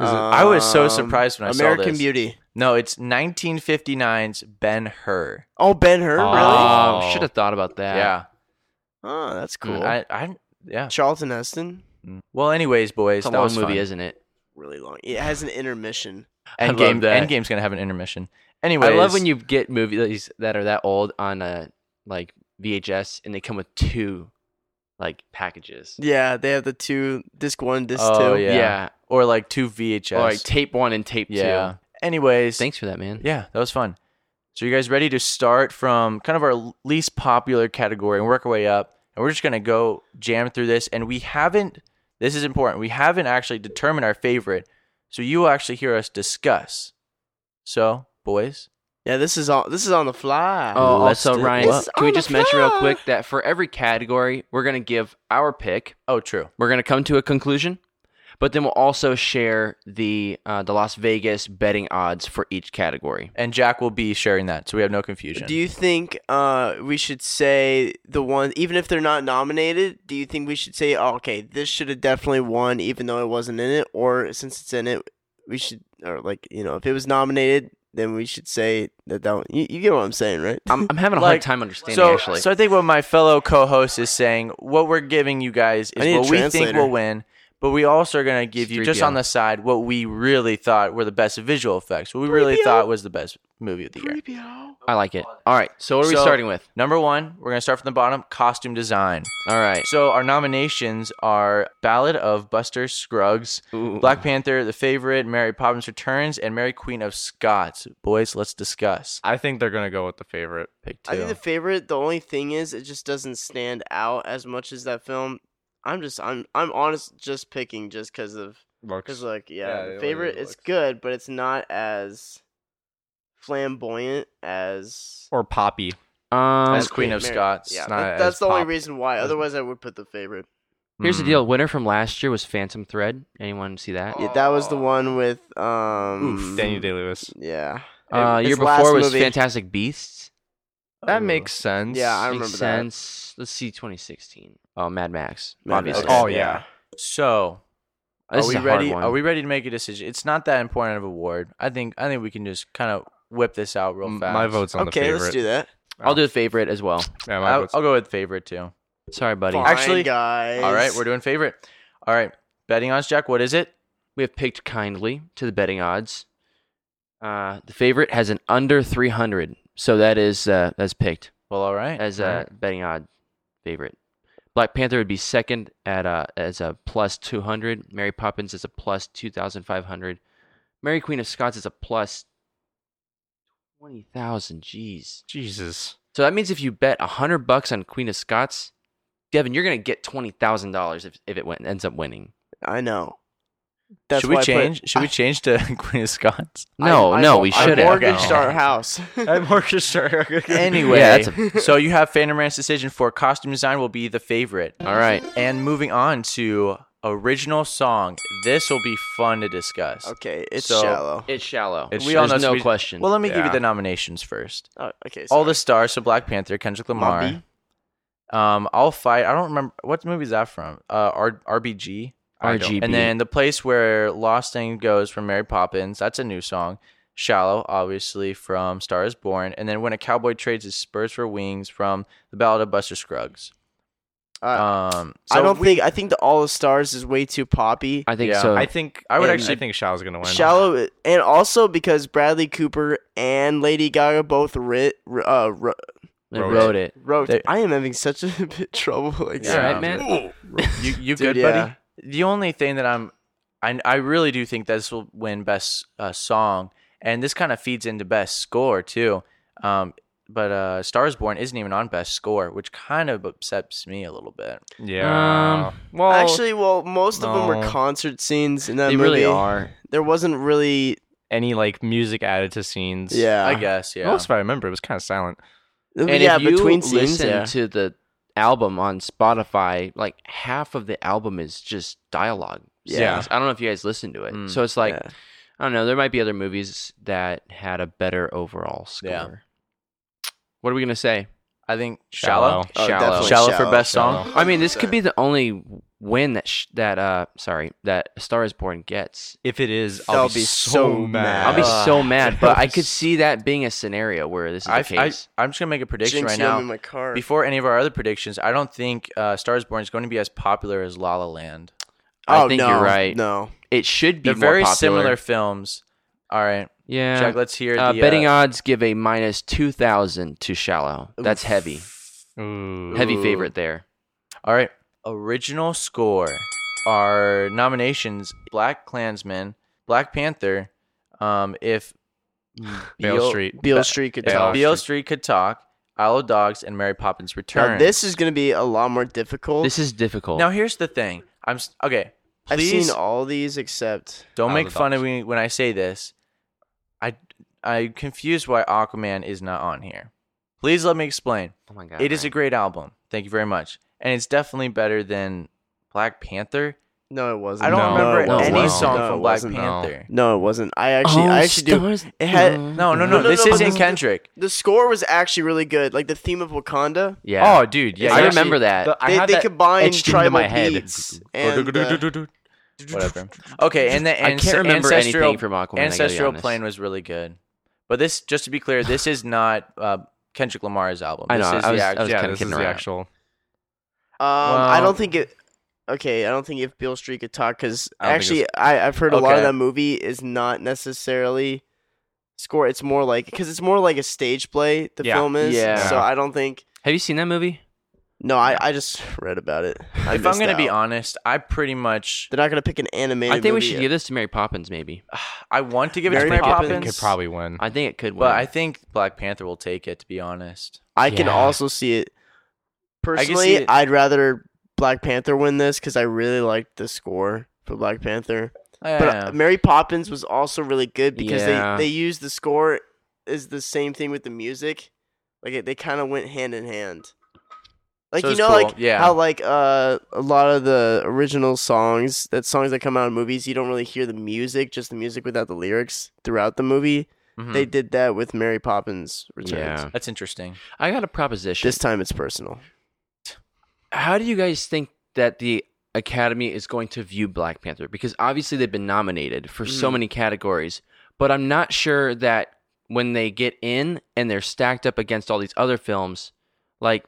[SPEAKER 1] I was so surprised when I
[SPEAKER 3] American
[SPEAKER 1] saw
[SPEAKER 3] uh, American
[SPEAKER 1] this.
[SPEAKER 3] Beauty.
[SPEAKER 1] No, it's 1959's Ben Hur.
[SPEAKER 3] Oh, Ben
[SPEAKER 1] Ah.
[SPEAKER 3] Hur.
[SPEAKER 4] Oh.
[SPEAKER 1] Mm,
[SPEAKER 3] Really?
[SPEAKER 4] Oh.
[SPEAKER 2] should have Um, thought about that.
[SPEAKER 1] Yeah.
[SPEAKER 3] Oh, that's cool.
[SPEAKER 1] Mm, I, I, yeah. Mm.
[SPEAKER 3] Charlton Heston.
[SPEAKER 1] Well, anyways, boys,
[SPEAKER 2] It's a
[SPEAKER 1] that
[SPEAKER 2] long
[SPEAKER 1] was
[SPEAKER 2] movie,
[SPEAKER 1] fun.
[SPEAKER 2] isn't it?
[SPEAKER 3] Really long. It has an intermission.
[SPEAKER 2] I love
[SPEAKER 1] Endgame.
[SPEAKER 2] that.
[SPEAKER 1] Endgame's gonna have an intermission. Anyways,
[SPEAKER 2] I love when you get movies that are that old on a like VHS and they come with two like packages.
[SPEAKER 3] Yeah, they have the two disc one, disc
[SPEAKER 1] Oh,
[SPEAKER 3] two.
[SPEAKER 1] yeah. or like two VHS.
[SPEAKER 2] Or like tape one and tape
[SPEAKER 1] yeah.
[SPEAKER 2] two.
[SPEAKER 1] Anyways,
[SPEAKER 2] Thanks for that, man.
[SPEAKER 1] yeah, that was fun. So you guys ready to start from kind of our least popular category and work our way up? And we're just gonna go jam through this. And we haven't. This is important. We haven't actually determined our favorite, so you will actually hear us discuss. So, boys,
[SPEAKER 3] Yeah, this is all. This is on the fly.
[SPEAKER 2] Oh,
[SPEAKER 1] Let's
[SPEAKER 2] also
[SPEAKER 1] do-
[SPEAKER 2] Ryan,
[SPEAKER 1] It's
[SPEAKER 2] can we
[SPEAKER 3] on the
[SPEAKER 2] just mention real
[SPEAKER 3] fly.
[SPEAKER 2] quick that for every category, we're gonna give our pick.
[SPEAKER 1] oh, true.
[SPEAKER 2] We're gonna come to a conclusion, but then we'll also share the uh, the Las Vegas betting odds for each category.
[SPEAKER 1] And Jack will be sharing that, so we have no confusion.
[SPEAKER 3] Do you think uh, we should say the one, even if they're not nominated? Do you think we should say, oh, okay, this should have definitely won, even though it wasn't in it, or since it's in it, we should, or like you know, if it was nominated, then we should say that that one. You, you get what I'm saying, right?
[SPEAKER 2] I'm, I'm having a
[SPEAKER 1] Like,
[SPEAKER 2] hard time understanding
[SPEAKER 1] so,
[SPEAKER 2] actually.
[SPEAKER 1] so I think what my fellow co-host is saying, what we're giving you guys
[SPEAKER 3] I need
[SPEAKER 1] is
[SPEAKER 3] a
[SPEAKER 1] what we think
[SPEAKER 3] translator.
[SPEAKER 1] will win, but we also are going to give you just
[SPEAKER 2] 3PO.
[SPEAKER 1] on the side what we really thought were the best visual effects, what we really thought was the best movie of the year.
[SPEAKER 2] I like it. All right. So what are we
[SPEAKER 1] So-
[SPEAKER 2] starting with?
[SPEAKER 1] Number one, we're going to start from the bottom: costume design.
[SPEAKER 2] All right.
[SPEAKER 1] So our nominations are Ballad of Buster Scruggs,
[SPEAKER 2] Ooh.
[SPEAKER 1] Black Panther, The Favorite, Mary Poppins Returns, and Mary Queen of Scots. Boys, let's discuss.
[SPEAKER 4] I think they're gonna go with the favorite.
[SPEAKER 1] Pick two.
[SPEAKER 3] I think the favorite. The only thing is, it just doesn't stand out as much as that film. I'm just, I'm, I'm honest, just picking just because of, because
[SPEAKER 4] Looks.
[SPEAKER 3] like,
[SPEAKER 4] Yeah,
[SPEAKER 3] yeah,
[SPEAKER 4] they
[SPEAKER 3] the
[SPEAKER 4] only
[SPEAKER 3] favorite.
[SPEAKER 4] did
[SPEAKER 3] It's
[SPEAKER 4] looks.
[SPEAKER 3] good, but it's not as flamboyant as
[SPEAKER 4] Or Poppy.
[SPEAKER 2] Um,
[SPEAKER 1] As Queen of
[SPEAKER 3] Mary-
[SPEAKER 1] Scots.
[SPEAKER 3] Yeah,
[SPEAKER 4] not
[SPEAKER 3] that-
[SPEAKER 4] as
[SPEAKER 3] that's the only
[SPEAKER 4] pop-
[SPEAKER 3] reason why. Otherwise, I would put the favorite.
[SPEAKER 2] here's the
[SPEAKER 4] Mm.
[SPEAKER 2] deal. Winner from last year was Phantom Thread. Anyone see that?
[SPEAKER 3] Yeah, that was the one with um.
[SPEAKER 4] Daniel Day Lewis.
[SPEAKER 3] Yeah,
[SPEAKER 2] Uh,
[SPEAKER 3] His
[SPEAKER 2] year
[SPEAKER 3] last
[SPEAKER 2] before was
[SPEAKER 3] movie.
[SPEAKER 2] Fantastic Beasts.
[SPEAKER 4] That makes sense.
[SPEAKER 3] Yeah, I
[SPEAKER 2] Makes
[SPEAKER 3] remember that.
[SPEAKER 2] sense. Let's see, 2016. Oh, Mad Max.
[SPEAKER 3] Mad
[SPEAKER 2] obviously.
[SPEAKER 3] Max.
[SPEAKER 4] Oh, yeah.
[SPEAKER 1] So
[SPEAKER 2] This
[SPEAKER 1] are
[SPEAKER 2] is
[SPEAKER 1] we
[SPEAKER 2] a hard
[SPEAKER 1] ready?
[SPEAKER 2] one.
[SPEAKER 1] Are we ready to make a decision? It's not that important of a award. I think I think we can just kind of whip this out real
[SPEAKER 4] M-
[SPEAKER 1] fast.
[SPEAKER 4] My vote's on the
[SPEAKER 3] Okay,
[SPEAKER 4] favorite.
[SPEAKER 3] let's do that.
[SPEAKER 2] I'll do the favorite as well.
[SPEAKER 4] Yeah, my
[SPEAKER 1] I'll,
[SPEAKER 4] vote's-
[SPEAKER 1] I'll go with favorite too.
[SPEAKER 2] Sorry, buddy.
[SPEAKER 3] Fine,
[SPEAKER 1] Actually-
[SPEAKER 3] guys.
[SPEAKER 1] All right, we're doing favorite. All right, betting odds, Jack. What is it?
[SPEAKER 2] We have picked kindly to the betting odds. Uh, the favorite has an under 300, so that is uh, that's picked
[SPEAKER 1] Well, all right.
[SPEAKER 2] as uh,
[SPEAKER 1] all
[SPEAKER 2] a betting odd favorite. Black Panther would be second at uh, as a plus 200. Mary Poppins is a plus 2,500. Mary Queen of Scots is a plus 20,000. Jeez.
[SPEAKER 4] Jesus.
[SPEAKER 2] So that means if you bet 100 bucks on Queen of Scots, Devin, you're going to get $20,000 if, if it win- ends up winning.
[SPEAKER 3] I know.
[SPEAKER 1] right.
[SPEAKER 3] That's
[SPEAKER 1] should we
[SPEAKER 3] why I put-
[SPEAKER 1] change? should we
[SPEAKER 3] I-
[SPEAKER 1] change to Queen of Scots?
[SPEAKER 2] No,
[SPEAKER 3] I- I
[SPEAKER 2] no,
[SPEAKER 3] mor-
[SPEAKER 2] we
[SPEAKER 3] I
[SPEAKER 2] shouldn't.
[SPEAKER 3] mortgaged
[SPEAKER 1] Okay.
[SPEAKER 3] our house.
[SPEAKER 4] I'm orchestra.
[SPEAKER 1] Anyway,
[SPEAKER 2] Yeah, that's
[SPEAKER 1] so you have Phantom Rant's decision for costume design will be the favorite.
[SPEAKER 2] All right.
[SPEAKER 1] And moving on to original song. This will be fun to discuss.
[SPEAKER 3] okay, it's
[SPEAKER 1] So-
[SPEAKER 3] shallow.
[SPEAKER 2] It's shallow.
[SPEAKER 1] It's-
[SPEAKER 2] we all know
[SPEAKER 1] there's
[SPEAKER 2] no
[SPEAKER 1] no-
[SPEAKER 2] question.
[SPEAKER 1] Well, let me give you
[SPEAKER 4] Yeah.
[SPEAKER 1] the nominations first.
[SPEAKER 3] Oh, okay,
[SPEAKER 1] All
[SPEAKER 3] sorry.
[SPEAKER 1] the stars, so Black Panther, Kendrick Lamar.
[SPEAKER 3] Mumby.
[SPEAKER 1] Um, I'll fight. I don't remember what movie is that from. Uh, R- RBG.
[SPEAKER 4] I don't-
[SPEAKER 2] RGB.
[SPEAKER 1] And then the place where Lost Thing goes from Mary Poppins. That's a new song. Shallow, obviously from Star Is Born, and then when a cowboy trades his spurs for wings from The Ballad of Buster Scruggs.
[SPEAKER 3] Uh,
[SPEAKER 1] um,
[SPEAKER 3] I
[SPEAKER 1] so
[SPEAKER 3] don't
[SPEAKER 1] we-
[SPEAKER 3] think. I think the All the Stars is way too poppy.
[SPEAKER 2] I think
[SPEAKER 1] Yeah.
[SPEAKER 2] so.
[SPEAKER 4] I think
[SPEAKER 1] I would
[SPEAKER 4] I
[SPEAKER 1] actually-
[SPEAKER 4] think Shao's gonna win.
[SPEAKER 3] Shallow, and also because Bradley Cooper and Lady Gaga both writ, uh, ru-
[SPEAKER 2] They
[SPEAKER 4] Wrote
[SPEAKER 2] wrote,
[SPEAKER 4] it.
[SPEAKER 2] it.
[SPEAKER 3] Wrote.
[SPEAKER 1] They-
[SPEAKER 3] I am having such a bit trouble. Like,
[SPEAKER 2] It's all right, man.
[SPEAKER 1] You you
[SPEAKER 3] Dude,
[SPEAKER 1] good,
[SPEAKER 3] yeah.
[SPEAKER 1] buddy? The only thing that I'm, I I really do think this will win best uh, song, and this kind of feeds into best score too. Um, but uh, Stars Born isn't even on best score, which kind of upsets me a little bit.
[SPEAKER 4] Yeah.
[SPEAKER 2] Um,
[SPEAKER 4] well,
[SPEAKER 3] Actually, well, most of them were
[SPEAKER 4] No.
[SPEAKER 3] concert scenes in that
[SPEAKER 2] They
[SPEAKER 3] movie.
[SPEAKER 2] really are.
[SPEAKER 3] There wasn't really,
[SPEAKER 4] any like music added to scenes.
[SPEAKER 3] yeah,
[SPEAKER 2] Ah.
[SPEAKER 1] I guess, yeah.
[SPEAKER 4] Most if I remember, it was kind of silent.
[SPEAKER 2] And
[SPEAKER 3] yeah,
[SPEAKER 2] if you
[SPEAKER 3] between scenes,
[SPEAKER 2] listen
[SPEAKER 3] yeah.
[SPEAKER 2] to the album on Spotify, like half of the album is just dialogue.
[SPEAKER 4] Yeah.
[SPEAKER 2] scenes. I don't know if you guys listen to it.
[SPEAKER 1] Mm,
[SPEAKER 2] so it's like
[SPEAKER 3] yeah.
[SPEAKER 2] I don't know. There might be other movies that had a better overall score.
[SPEAKER 1] Yeah.
[SPEAKER 2] What are we gonna say?
[SPEAKER 1] I think shallow,
[SPEAKER 4] Shallow.
[SPEAKER 3] Oh,
[SPEAKER 2] Shallow.
[SPEAKER 3] definitely
[SPEAKER 1] shallow, for best song.
[SPEAKER 2] I mean, this could be the only win that sh- that uh sorry that A Star Is Born gets.
[SPEAKER 4] If it is,
[SPEAKER 3] I'll
[SPEAKER 4] I'll be,
[SPEAKER 3] be
[SPEAKER 4] so,
[SPEAKER 3] so
[SPEAKER 4] mad.
[SPEAKER 3] mad.
[SPEAKER 2] I'll be
[SPEAKER 1] Uh,
[SPEAKER 2] so mad, but I could see that being a scenario where this is the
[SPEAKER 1] I, I
[SPEAKER 2] case.
[SPEAKER 1] I'm just gonna make a prediction
[SPEAKER 3] Jinx
[SPEAKER 1] right
[SPEAKER 3] you, I'm
[SPEAKER 1] now.
[SPEAKER 3] in my car.
[SPEAKER 1] Before any of our other predictions, I don't think uh, Stars Born is going to be as popular as La La Land.
[SPEAKER 2] I
[SPEAKER 3] oh,
[SPEAKER 2] think
[SPEAKER 3] no,
[SPEAKER 2] you're right.
[SPEAKER 3] No,
[SPEAKER 2] it should be
[SPEAKER 1] They're
[SPEAKER 2] more
[SPEAKER 1] very
[SPEAKER 2] popular.
[SPEAKER 1] similar films. All right,
[SPEAKER 2] Yeah.
[SPEAKER 1] Jack. Let's hear
[SPEAKER 2] uh,
[SPEAKER 1] the
[SPEAKER 2] betting
[SPEAKER 1] uh,
[SPEAKER 2] odds give a minus two thousand to Shallow. That's heavy,
[SPEAKER 4] Ooh.
[SPEAKER 2] heavy
[SPEAKER 3] Ooh.
[SPEAKER 2] favorite there.
[SPEAKER 1] All right. Original score. Our nominations: Black Klansman, Black Panther. Um, if
[SPEAKER 4] Beale
[SPEAKER 1] Beale-
[SPEAKER 4] Street.
[SPEAKER 3] Beale Street could
[SPEAKER 4] Yeah.
[SPEAKER 3] tell.
[SPEAKER 1] Beale Street could talk, Isle of Dogs, and Mary Poppins Return.
[SPEAKER 3] Now, this is going to be a lot more difficult.
[SPEAKER 2] This is difficult.
[SPEAKER 1] Now here's the thing. I'm s- okay.
[SPEAKER 3] I've
[SPEAKER 1] Please
[SPEAKER 3] seen all these except
[SPEAKER 1] don't
[SPEAKER 4] Isle
[SPEAKER 1] make
[SPEAKER 4] of
[SPEAKER 1] fun of
[SPEAKER 4] Dogs.
[SPEAKER 1] me when I say this. I I'm confused why Aquaman is not on here. Please let me explain.
[SPEAKER 2] oh my god,
[SPEAKER 1] It is a great album. Thank you very much. And it's definitely better than Black Panther.
[SPEAKER 3] no, it wasn't.
[SPEAKER 1] I don't
[SPEAKER 4] No,
[SPEAKER 1] remember
[SPEAKER 4] no,
[SPEAKER 1] any
[SPEAKER 4] no,
[SPEAKER 1] song
[SPEAKER 3] no, it
[SPEAKER 1] from Black
[SPEAKER 3] wasn't. Oh,
[SPEAKER 4] no.
[SPEAKER 1] Panther.
[SPEAKER 3] No, it wasn't. I
[SPEAKER 2] Oh,
[SPEAKER 3] actually, I actually do. It had
[SPEAKER 1] No, no,
[SPEAKER 3] No,
[SPEAKER 1] no.
[SPEAKER 3] no,
[SPEAKER 1] This
[SPEAKER 3] no,
[SPEAKER 1] isn't
[SPEAKER 3] but-
[SPEAKER 1] Kendrick.
[SPEAKER 3] the score was actually really good. Like the theme of Wakanda.
[SPEAKER 2] Yeah.
[SPEAKER 4] Oh, dude. Yeah,
[SPEAKER 2] I
[SPEAKER 4] yeah.
[SPEAKER 2] remember that.
[SPEAKER 4] The- I
[SPEAKER 3] They,
[SPEAKER 4] have
[SPEAKER 3] they
[SPEAKER 4] that
[SPEAKER 3] combined
[SPEAKER 4] etched into
[SPEAKER 3] tribal
[SPEAKER 4] my head.
[SPEAKER 3] beats and uh,
[SPEAKER 1] Whatever. Okay, and the
[SPEAKER 2] I
[SPEAKER 1] ans-
[SPEAKER 2] can't remember
[SPEAKER 1] ancestral,
[SPEAKER 2] anything from Aquaman.
[SPEAKER 1] ancestral plane was really good. But this, just to be clear, this is not uh, Kendrick Lamar's album.
[SPEAKER 2] I
[SPEAKER 1] This
[SPEAKER 2] know,
[SPEAKER 1] is
[SPEAKER 2] I
[SPEAKER 1] the
[SPEAKER 2] was-
[SPEAKER 1] act-
[SPEAKER 2] I was
[SPEAKER 4] yeah,
[SPEAKER 2] kinda
[SPEAKER 4] this
[SPEAKER 2] kidding
[SPEAKER 4] is the
[SPEAKER 2] around.
[SPEAKER 4] actual.
[SPEAKER 3] Um, I
[SPEAKER 1] Well-
[SPEAKER 3] don't think it. Okay, I don't think if Beale Street could talk because
[SPEAKER 4] I don't think
[SPEAKER 3] actually I, I've heard a lot
[SPEAKER 1] Okay.
[SPEAKER 3] of that movie is not necessarily score. It's more like because it's more like a stage play. The
[SPEAKER 4] Yeah.
[SPEAKER 3] film is.
[SPEAKER 2] Yeah.
[SPEAKER 3] So I don't think.
[SPEAKER 2] Have you seen that movie?
[SPEAKER 3] No, I, I just read about it. I
[SPEAKER 1] if I'm
[SPEAKER 3] missed
[SPEAKER 1] gonna be
[SPEAKER 3] out.
[SPEAKER 1] honest, I pretty much
[SPEAKER 3] they're not gonna pick an animated.
[SPEAKER 2] I think we
[SPEAKER 3] movie
[SPEAKER 2] should
[SPEAKER 3] yet.
[SPEAKER 2] give this to Mary Poppins. Maybe
[SPEAKER 1] I want to give it to
[SPEAKER 3] Mary
[SPEAKER 1] Mary
[SPEAKER 3] Poppins
[SPEAKER 1] Poppins,
[SPEAKER 4] Could probably win.
[SPEAKER 2] I think it could win.
[SPEAKER 1] but I think Black Panther will take it. To be honest,
[SPEAKER 3] I can
[SPEAKER 4] Yeah.
[SPEAKER 3] also see it.
[SPEAKER 1] see
[SPEAKER 3] Personally,
[SPEAKER 1] it-
[SPEAKER 3] I'd rather Black Panther win this because I really liked the score for Black Panther. But
[SPEAKER 2] um,
[SPEAKER 3] uh, Mary Poppins was also really good because
[SPEAKER 2] Yeah.
[SPEAKER 3] they they used the score is the same thing with the music, like it, they kind of went hand in hand. Like
[SPEAKER 1] So
[SPEAKER 3] you
[SPEAKER 1] it's
[SPEAKER 3] know,
[SPEAKER 1] cool,
[SPEAKER 3] like
[SPEAKER 1] yeah.
[SPEAKER 3] how like uh, a lot of the original songs, that songs that come out in movies, you don't really hear the music, just the music without the lyrics throughout the movie.
[SPEAKER 1] Mhm.
[SPEAKER 3] They did that with Mary Poppins Returns.
[SPEAKER 2] yeah,
[SPEAKER 1] that's interesting.
[SPEAKER 2] I got a proposition.
[SPEAKER 3] This time it's personal.
[SPEAKER 2] How do you guys think that the Academy is going to view Black Panther? Because obviously they've been nominated for so
[SPEAKER 3] Mhm.
[SPEAKER 2] many categories, but I'm not sure that when they get in and they're stacked up against all these other films, like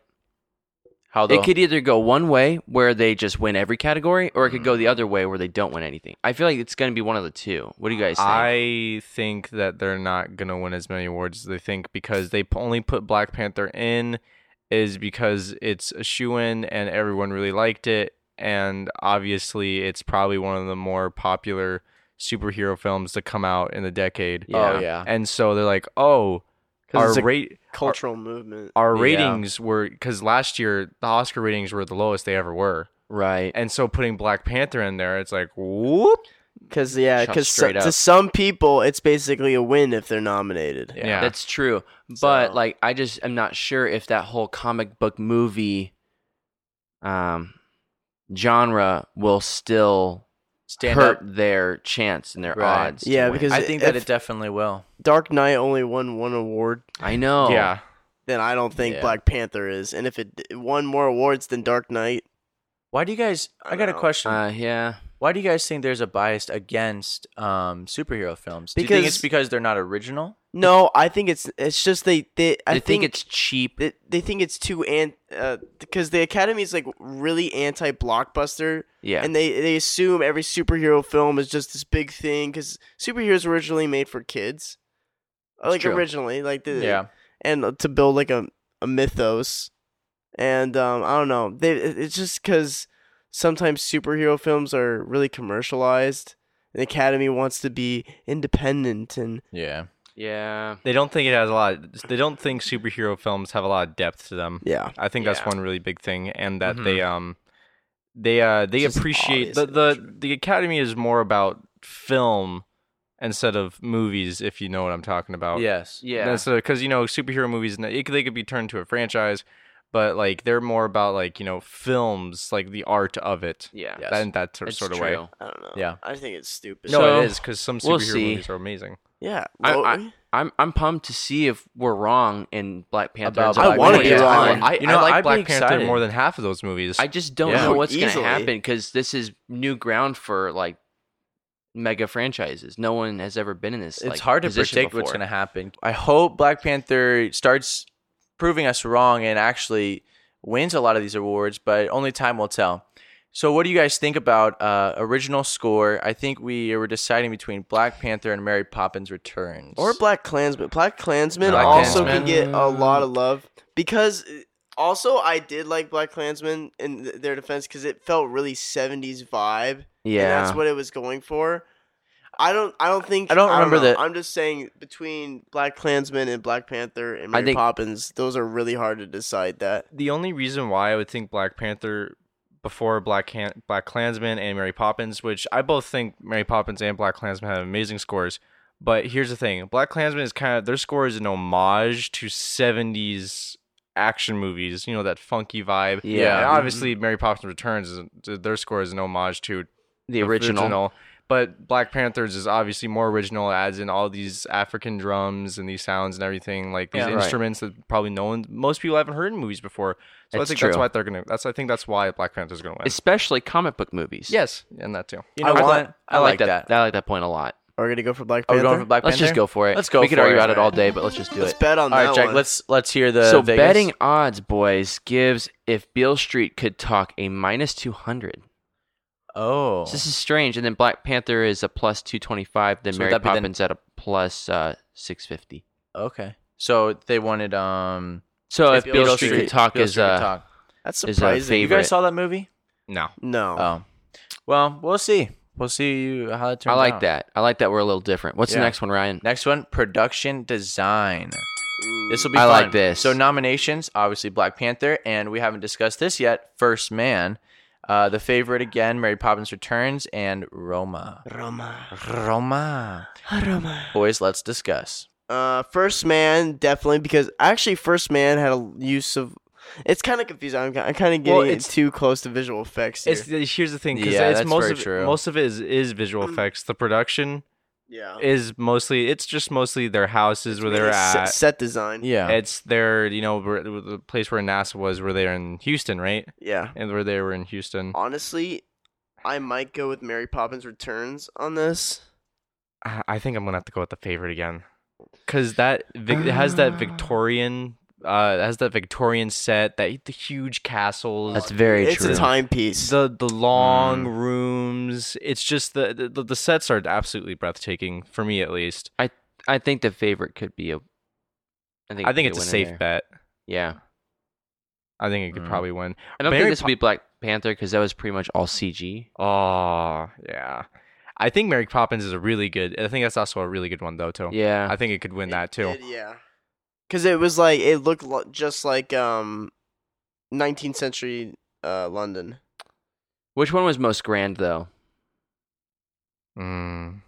[SPEAKER 1] How
[SPEAKER 2] it could either go one way where they just win every category, or it could go the other way where they don't win anything. I feel like it's going to be one of the two. What do you guys think?
[SPEAKER 4] I think that they're not gonna win as many awards as they think because they p- only put Black Panther in is because it's a shoe in and everyone really liked it, and obviously it's probably one of the more popular superhero films to come out in the decade.
[SPEAKER 1] Oh yeah.
[SPEAKER 4] And so they're like, oh,
[SPEAKER 3] 'Cause
[SPEAKER 4] our
[SPEAKER 3] it's a
[SPEAKER 4] rate
[SPEAKER 3] Cultural movement.
[SPEAKER 4] our
[SPEAKER 1] Yeah.
[SPEAKER 4] ratings were because last year the Oscar ratings were the lowest they ever were,
[SPEAKER 2] right.
[SPEAKER 4] and so putting Black Panther in there, it's like whoop,
[SPEAKER 3] Because yeah,
[SPEAKER 2] Shot
[SPEAKER 3] because
[SPEAKER 2] straight
[SPEAKER 3] to
[SPEAKER 2] up.
[SPEAKER 3] some people it's basically a win if they're nominated.
[SPEAKER 4] yeah.
[SPEAKER 2] That's true. But
[SPEAKER 3] So-
[SPEAKER 2] like I just am not sure if that whole comic book movie um genre will still
[SPEAKER 1] Stand
[SPEAKER 2] hurt
[SPEAKER 1] up.
[SPEAKER 2] their chance and their
[SPEAKER 1] Right.
[SPEAKER 2] odds. to
[SPEAKER 3] Yeah,
[SPEAKER 2] win.
[SPEAKER 3] because
[SPEAKER 1] I think that
[SPEAKER 3] if
[SPEAKER 1] it definitely will.
[SPEAKER 3] Dark Knight only won one award,
[SPEAKER 2] I know.
[SPEAKER 4] yeah.
[SPEAKER 3] then I don't think
[SPEAKER 1] Yeah.
[SPEAKER 3] Black Panther is. And if it d- won more awards than Dark Knight,
[SPEAKER 1] Why do you guys?
[SPEAKER 3] I
[SPEAKER 1] I got a
[SPEAKER 3] know.
[SPEAKER 1] question.
[SPEAKER 2] Uh, yeah.
[SPEAKER 1] Why do you guys think there's a bias against um, superhero films? Do you think it's
[SPEAKER 3] Because-
[SPEAKER 1] because they're not original?
[SPEAKER 3] no, I think it's it's just they they I
[SPEAKER 2] I think, it's cheap.
[SPEAKER 3] they, they think it's too and because the Academy is like really anti blockbuster.
[SPEAKER 2] yeah.
[SPEAKER 3] and they they assume every superhero film is just this big thing because superheroes were originally made for kids, like
[SPEAKER 2] true.
[SPEAKER 3] originally, like the,
[SPEAKER 1] Yeah.
[SPEAKER 3] and to build like a a mythos, and um, I don't know. They, it- it's just because sometimes superhero films are really commercialized. The Academy wants to be independent, and
[SPEAKER 1] Yeah.
[SPEAKER 2] Yeah.
[SPEAKER 4] They don't think it has a lot. They don't think superhero films have a lot of depth to them.
[SPEAKER 3] yeah,
[SPEAKER 4] I think that's
[SPEAKER 2] Yeah.
[SPEAKER 4] one really big thing, and that
[SPEAKER 2] Mhm.
[SPEAKER 4] they um they uh they
[SPEAKER 3] It's just
[SPEAKER 4] appreciate
[SPEAKER 3] obvious
[SPEAKER 4] the
[SPEAKER 3] in
[SPEAKER 4] the
[SPEAKER 3] nature.
[SPEAKER 4] the academy is more about film instead of movies, if you know what I'm talking about.
[SPEAKER 1] Yes.
[SPEAKER 2] Yeah.
[SPEAKER 4] because uh, you know superhero movies, it, could- they could be turned to a franchise, but like they're more about like you know films, like the art of it,
[SPEAKER 2] Yeah.
[SPEAKER 1] Yes.
[SPEAKER 4] and that sort,
[SPEAKER 2] It's
[SPEAKER 4] sort of
[SPEAKER 2] true.
[SPEAKER 4] way.
[SPEAKER 3] I don't know.
[SPEAKER 1] Yeah.
[SPEAKER 3] I think it's stupid.
[SPEAKER 4] No,
[SPEAKER 2] So,
[SPEAKER 4] it is because some superhero
[SPEAKER 2] we'll see.
[SPEAKER 4] movies are amazing.
[SPEAKER 3] yeah,
[SPEAKER 2] I-
[SPEAKER 3] well,
[SPEAKER 2] I'm I'm pumped to see if we're wrong in Black Panther.
[SPEAKER 1] About
[SPEAKER 2] and
[SPEAKER 1] Black
[SPEAKER 2] Black
[SPEAKER 3] I wanna
[SPEAKER 2] Widow.
[SPEAKER 3] be
[SPEAKER 2] Yeah,
[SPEAKER 3] wrong.
[SPEAKER 4] I,
[SPEAKER 1] You know,
[SPEAKER 4] I like
[SPEAKER 1] I'd be
[SPEAKER 4] Black Panther
[SPEAKER 1] excited.
[SPEAKER 4] more than half of those movies.
[SPEAKER 2] I just don't
[SPEAKER 1] Yeah.
[SPEAKER 2] know what's
[SPEAKER 3] Easily.
[SPEAKER 2] gonna happen because this is new ground for like mega franchises. No one has ever been in this.
[SPEAKER 1] it's hard to predict what's going to happen. I hope Black Panther starts proving us wrong and actually wins a lot of these awards, but only time will tell. So, what do you guys think about uh, original score? I think we were deciding between Black Panther and Mary Poppins Returns.
[SPEAKER 3] Or Black Klansman. Black Klansman
[SPEAKER 4] Black
[SPEAKER 3] also can
[SPEAKER 4] Klansman.
[SPEAKER 3] get a lot of love
[SPEAKER 1] Mm.
[SPEAKER 3] because also I did like Black Klansman in th- their defense because it felt really '70s vibe.
[SPEAKER 2] Yeah.
[SPEAKER 3] and that's what it was going for. I don't. I don't think.
[SPEAKER 1] I don't remember
[SPEAKER 3] know.
[SPEAKER 1] the-
[SPEAKER 3] I'm just saying between Black Klansman and Black Panther and
[SPEAKER 2] I
[SPEAKER 3] Mary
[SPEAKER 2] think-
[SPEAKER 3] Poppins, those are really hard to decide. That
[SPEAKER 4] the only reason why I would think Black Panther before Black Han- Black Klansman and Mary Poppins, which I both think Mary Poppins and Black Klansman have amazing scores. But here's the thing: Black Klansman is kind of their score is an homage to '70s action movies. You know that funky vibe.
[SPEAKER 2] Yeah.
[SPEAKER 4] And obviously, Mary Poppins Returns is their score is an homage to
[SPEAKER 2] the original.
[SPEAKER 4] But Black Panthers is obviously more original, adds in all these African drums and these sounds and everything, like these
[SPEAKER 1] Yeah, right.
[SPEAKER 4] instruments that probably no one, most people haven't heard in movies before. So I
[SPEAKER 2] It's
[SPEAKER 4] think that's
[SPEAKER 2] true.
[SPEAKER 4] why they're gonna. That's I think that's why Black Panther's gonna win.
[SPEAKER 2] especially comic book movies.
[SPEAKER 4] yes, and that too.
[SPEAKER 1] you know,
[SPEAKER 3] I
[SPEAKER 1] what?
[SPEAKER 3] want-
[SPEAKER 1] I, like that.
[SPEAKER 2] I like that point a lot.
[SPEAKER 3] are we gonna go for Black
[SPEAKER 1] Are we
[SPEAKER 3] Panther?
[SPEAKER 1] going for Black
[SPEAKER 2] Let's
[SPEAKER 1] Panther?
[SPEAKER 2] just go for it.
[SPEAKER 1] Let's go
[SPEAKER 2] We could
[SPEAKER 1] for
[SPEAKER 2] argue
[SPEAKER 1] it.
[SPEAKER 2] about it all day, but let's just do
[SPEAKER 3] Let's
[SPEAKER 2] it.
[SPEAKER 3] bet on
[SPEAKER 1] All
[SPEAKER 3] that
[SPEAKER 1] right, Jack.
[SPEAKER 3] one.
[SPEAKER 1] Let's let's hear the
[SPEAKER 2] so
[SPEAKER 1] Vegas.
[SPEAKER 2] betting odds, boys, gives if Beale Street could talk a minus two hundred.
[SPEAKER 1] Oh,
[SPEAKER 2] So this is strange. And then Black Panther is a plus two twenty five. Then
[SPEAKER 1] So would
[SPEAKER 2] Mary
[SPEAKER 1] that be the-
[SPEAKER 2] Poppins at a plus uh, six fifty.
[SPEAKER 1] okay. So they wanted um.
[SPEAKER 2] So if
[SPEAKER 1] Beale
[SPEAKER 2] Beale Street,
[SPEAKER 1] Street-
[SPEAKER 2] could talk
[SPEAKER 1] Beale
[SPEAKER 2] is
[SPEAKER 1] Street Could
[SPEAKER 2] uh,
[SPEAKER 1] Talk.
[SPEAKER 3] That's
[SPEAKER 2] is a
[SPEAKER 3] surprising.
[SPEAKER 1] You
[SPEAKER 2] favorite.
[SPEAKER 1] guys saw that movie?
[SPEAKER 4] No,
[SPEAKER 3] No.
[SPEAKER 1] Oh. Well, we'll see. We'll see how it turns
[SPEAKER 2] I like
[SPEAKER 1] out.
[SPEAKER 2] that. I like that we're a little different. What's
[SPEAKER 1] Yeah.
[SPEAKER 2] the next one, Ryan?
[SPEAKER 1] Next one, production design. This will be
[SPEAKER 2] I
[SPEAKER 1] fun.
[SPEAKER 2] like this.
[SPEAKER 1] So nominations, obviously Black Panther, and we haven't discussed this yet. First Man, uh, the favorite again, Mary Poppins Returns, and Roma.
[SPEAKER 3] Roma.
[SPEAKER 1] Roma.
[SPEAKER 3] Roma.
[SPEAKER 1] Boys, let's discuss.
[SPEAKER 3] Uh, First Man definitely because actually First Man had a use of. It's kind of confusing. I'm, I'm kind of getting
[SPEAKER 4] Well,
[SPEAKER 3] it
[SPEAKER 4] it's-
[SPEAKER 3] too close to visual effects. Here.
[SPEAKER 4] it's here's the thing because
[SPEAKER 1] Yeah,
[SPEAKER 4] it's
[SPEAKER 1] that's
[SPEAKER 4] most
[SPEAKER 1] very
[SPEAKER 4] of it-
[SPEAKER 1] true.
[SPEAKER 4] most of it is, is visual effects. The production
[SPEAKER 3] yeah.
[SPEAKER 4] is mostly it's just mostly their houses where they're
[SPEAKER 3] Really se-
[SPEAKER 4] at.
[SPEAKER 3] set design.
[SPEAKER 1] Yeah.
[SPEAKER 4] It's their you know where- the place where NASA was where they're in Houston, right?
[SPEAKER 3] Yeah.
[SPEAKER 4] And where they were in Houston.
[SPEAKER 3] Honestly, I might go with Mary Poppins Returns on this.
[SPEAKER 4] I I think I'm gonna have to go with the favorite again, cause that Vic- it has that
[SPEAKER 2] Ah.
[SPEAKER 4] Victorian, uh, it has that Victorian set, that the huge castles,
[SPEAKER 2] That's Mm. very
[SPEAKER 3] it's
[SPEAKER 2] true.
[SPEAKER 3] a timepiece.
[SPEAKER 4] the the long rooms. It's just the, the the sets are absolutely breathtaking for me at least.
[SPEAKER 2] I think the favorite could be a. think,
[SPEAKER 4] I
[SPEAKER 2] it
[SPEAKER 4] think
[SPEAKER 2] could
[SPEAKER 4] it's a
[SPEAKER 2] win in
[SPEAKER 4] safe
[SPEAKER 2] there.
[SPEAKER 4] bet.
[SPEAKER 2] Yeah,
[SPEAKER 4] I think it could
[SPEAKER 1] Mm.
[SPEAKER 4] probably win.
[SPEAKER 2] I don't
[SPEAKER 4] Mary
[SPEAKER 2] think this would be Black Panther because that was pretty much all CG.
[SPEAKER 4] Oh yeah, I think Mary Poppins is a really good. I think that's also a really good one though too.
[SPEAKER 2] Yeah,
[SPEAKER 4] Oh. I think it could win that too.
[SPEAKER 3] It- yeah. Cause it was like it looked lo- just like um, 19th century uh London.
[SPEAKER 2] which one was most grand though
[SPEAKER 4] Mm.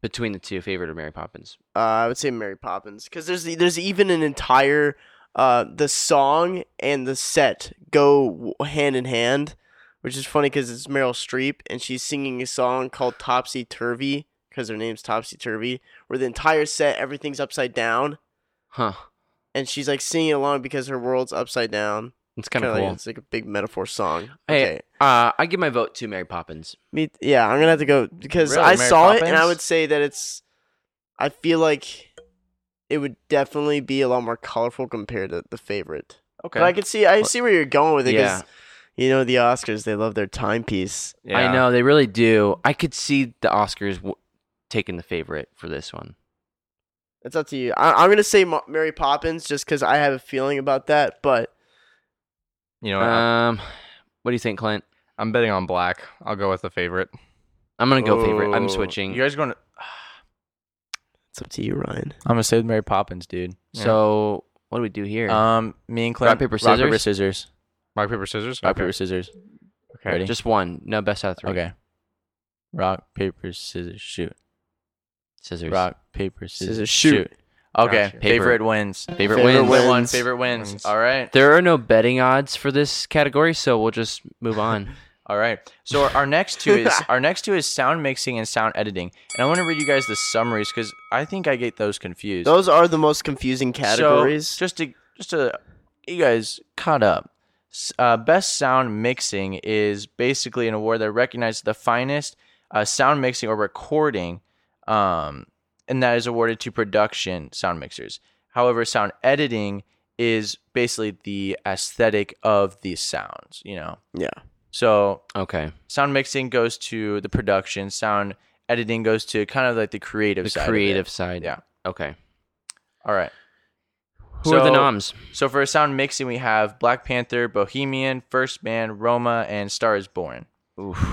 [SPEAKER 2] between the two? Favorite of Mary Poppins?
[SPEAKER 3] Uh, I would say Mary Poppins because there's there's even an entire uh the song and the set go w- hand in hand, which is funny because it's Meryl Streep and she's singing a song called Topsy Turvy because her name's Topsy Turvy, where the entire set everything's upside down
[SPEAKER 2] Huh?
[SPEAKER 3] and she's like singing along because her world's upside down.
[SPEAKER 2] It's kind of
[SPEAKER 3] Kinda like-
[SPEAKER 2] cool.
[SPEAKER 3] It's like a big metaphor song.
[SPEAKER 2] Hey,
[SPEAKER 3] okay.
[SPEAKER 2] Uh, I give my vote to Mary Poppins.
[SPEAKER 3] Me, yeah, I'm gonna have to go because
[SPEAKER 4] Really?
[SPEAKER 3] I
[SPEAKER 4] Mary
[SPEAKER 3] saw it, and I
[SPEAKER 4] Poppins?
[SPEAKER 3] would say that it's. I feel like it would definitely be a lot more colorful compared to the favorite.
[SPEAKER 1] Okay.
[SPEAKER 3] But I can see, I see where you're going with it.
[SPEAKER 2] Yeah.
[SPEAKER 3] because You know the Oscars, they love their timepiece.
[SPEAKER 2] I
[SPEAKER 4] Yeah.
[SPEAKER 2] know they really do. I could see the Oscars w- taking the favorite for this one.
[SPEAKER 3] It's up to you. I, I'm gonna say Ma- Mary Poppins just because I have a feeling about that, but
[SPEAKER 4] You know, I-
[SPEAKER 2] Um, what do you think, Clint?
[SPEAKER 4] I'm betting on black. I'll go with the favorite.
[SPEAKER 2] I'm gonna go favorite.
[SPEAKER 1] Ooh.
[SPEAKER 2] I'm switching.
[SPEAKER 1] You guys going? to
[SPEAKER 3] it's up to you, Ryan.
[SPEAKER 1] I'm gonna say Mary Poppins, dude.
[SPEAKER 4] Yeah.
[SPEAKER 2] So what do we do here?
[SPEAKER 1] Um, me and Clint.
[SPEAKER 2] Rock, paper,
[SPEAKER 1] Rock, paper,
[SPEAKER 2] scissors?
[SPEAKER 1] scissors.
[SPEAKER 4] Rock paper scissors.
[SPEAKER 1] Rock,
[SPEAKER 4] Okay.
[SPEAKER 1] paper, scissors.
[SPEAKER 4] Okay.
[SPEAKER 1] Ready?
[SPEAKER 2] Just one. No, best out of three.
[SPEAKER 1] Okay. Rock, paper, scissors, shoot.
[SPEAKER 2] Scissors.
[SPEAKER 1] Rock, paper, scissors,
[SPEAKER 3] Scissors,
[SPEAKER 1] shoot.
[SPEAKER 3] shoot.
[SPEAKER 1] Okay.
[SPEAKER 4] Gotcha.
[SPEAKER 1] Favorite
[SPEAKER 2] Favorite.
[SPEAKER 1] wins.
[SPEAKER 2] Favorite,
[SPEAKER 3] Favorite
[SPEAKER 2] wins.
[SPEAKER 1] Favorite
[SPEAKER 3] wins.
[SPEAKER 1] one. Favorite wins.
[SPEAKER 4] Wins.
[SPEAKER 1] All right.
[SPEAKER 2] There are no betting odds for this category, so we'll just move on.
[SPEAKER 1] All right. So our- our next two is our next two is sound mixing and sound editing, and I want to read you guys the summaries because I think I get those confused.
[SPEAKER 3] Those are the most confusing categories.
[SPEAKER 1] So, just to just to get you guys caught up. s- Uh, best sound mixing is basically an award that recognizes the finest uh, sound mixing or recording, um, and that is awarded to production sound mixers. However, sound editing is basically the aesthetic of these sounds. You know.
[SPEAKER 3] Yeah.
[SPEAKER 1] So
[SPEAKER 2] Okay.
[SPEAKER 1] sound mixing goes to the production. Sound editing goes to kind of like the creative
[SPEAKER 2] The
[SPEAKER 1] side. of it.
[SPEAKER 2] creative side.
[SPEAKER 1] Yeah.
[SPEAKER 2] Okay.
[SPEAKER 1] All right.
[SPEAKER 2] Who are the
[SPEAKER 1] So-
[SPEAKER 2] noms?
[SPEAKER 1] So for sound mixing, we have Black Panther, Bohemian, First Man, Roma, and Star is Born.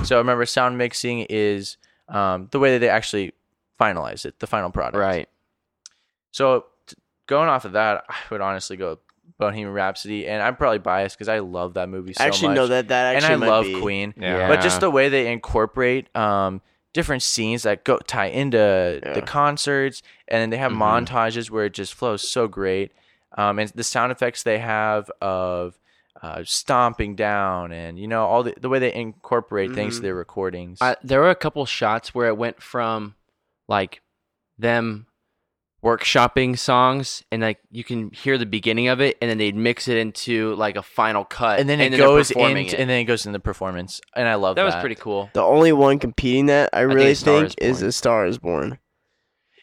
[SPEAKER 1] So remember, sound mixing is um, the way that they actually finalize it, the final product.
[SPEAKER 2] Right.
[SPEAKER 1] So t- going off of that, I would honestly go Bohemian Rhapsody, and I'm probably biased because I love that movie so
[SPEAKER 3] actually,
[SPEAKER 1] much.
[SPEAKER 3] no, that that
[SPEAKER 1] and
[SPEAKER 3] actually
[SPEAKER 1] I
[SPEAKER 3] might
[SPEAKER 1] love
[SPEAKER 3] be-
[SPEAKER 1] Queen,
[SPEAKER 4] Yeah.
[SPEAKER 1] but just
[SPEAKER 2] Yeah.
[SPEAKER 1] the way they incorporate um, different scenes that go tie into
[SPEAKER 3] Yeah.
[SPEAKER 1] the concerts, and then they have
[SPEAKER 2] Mhm.
[SPEAKER 1] montages where it just flows so great, um, and the sound effects they have of uh, stomping down, and you know all the, the way they incorporate things to
[SPEAKER 3] Mhm.
[SPEAKER 1] their recordings.
[SPEAKER 2] I, there were a couple shots where it went from like them workshopping songs and like you can hear the beginning of it and then they'd mix it into like a final cut
[SPEAKER 1] and then it
[SPEAKER 2] they're
[SPEAKER 1] goes in,
[SPEAKER 2] performing it.
[SPEAKER 1] and then it goes in the performance, and I love
[SPEAKER 2] that
[SPEAKER 1] that.
[SPEAKER 2] was pretty cool
[SPEAKER 3] The only one competing that I really
[SPEAKER 2] A Star
[SPEAKER 3] think,
[SPEAKER 2] Is
[SPEAKER 3] is
[SPEAKER 2] Born.
[SPEAKER 3] A Star Is Born.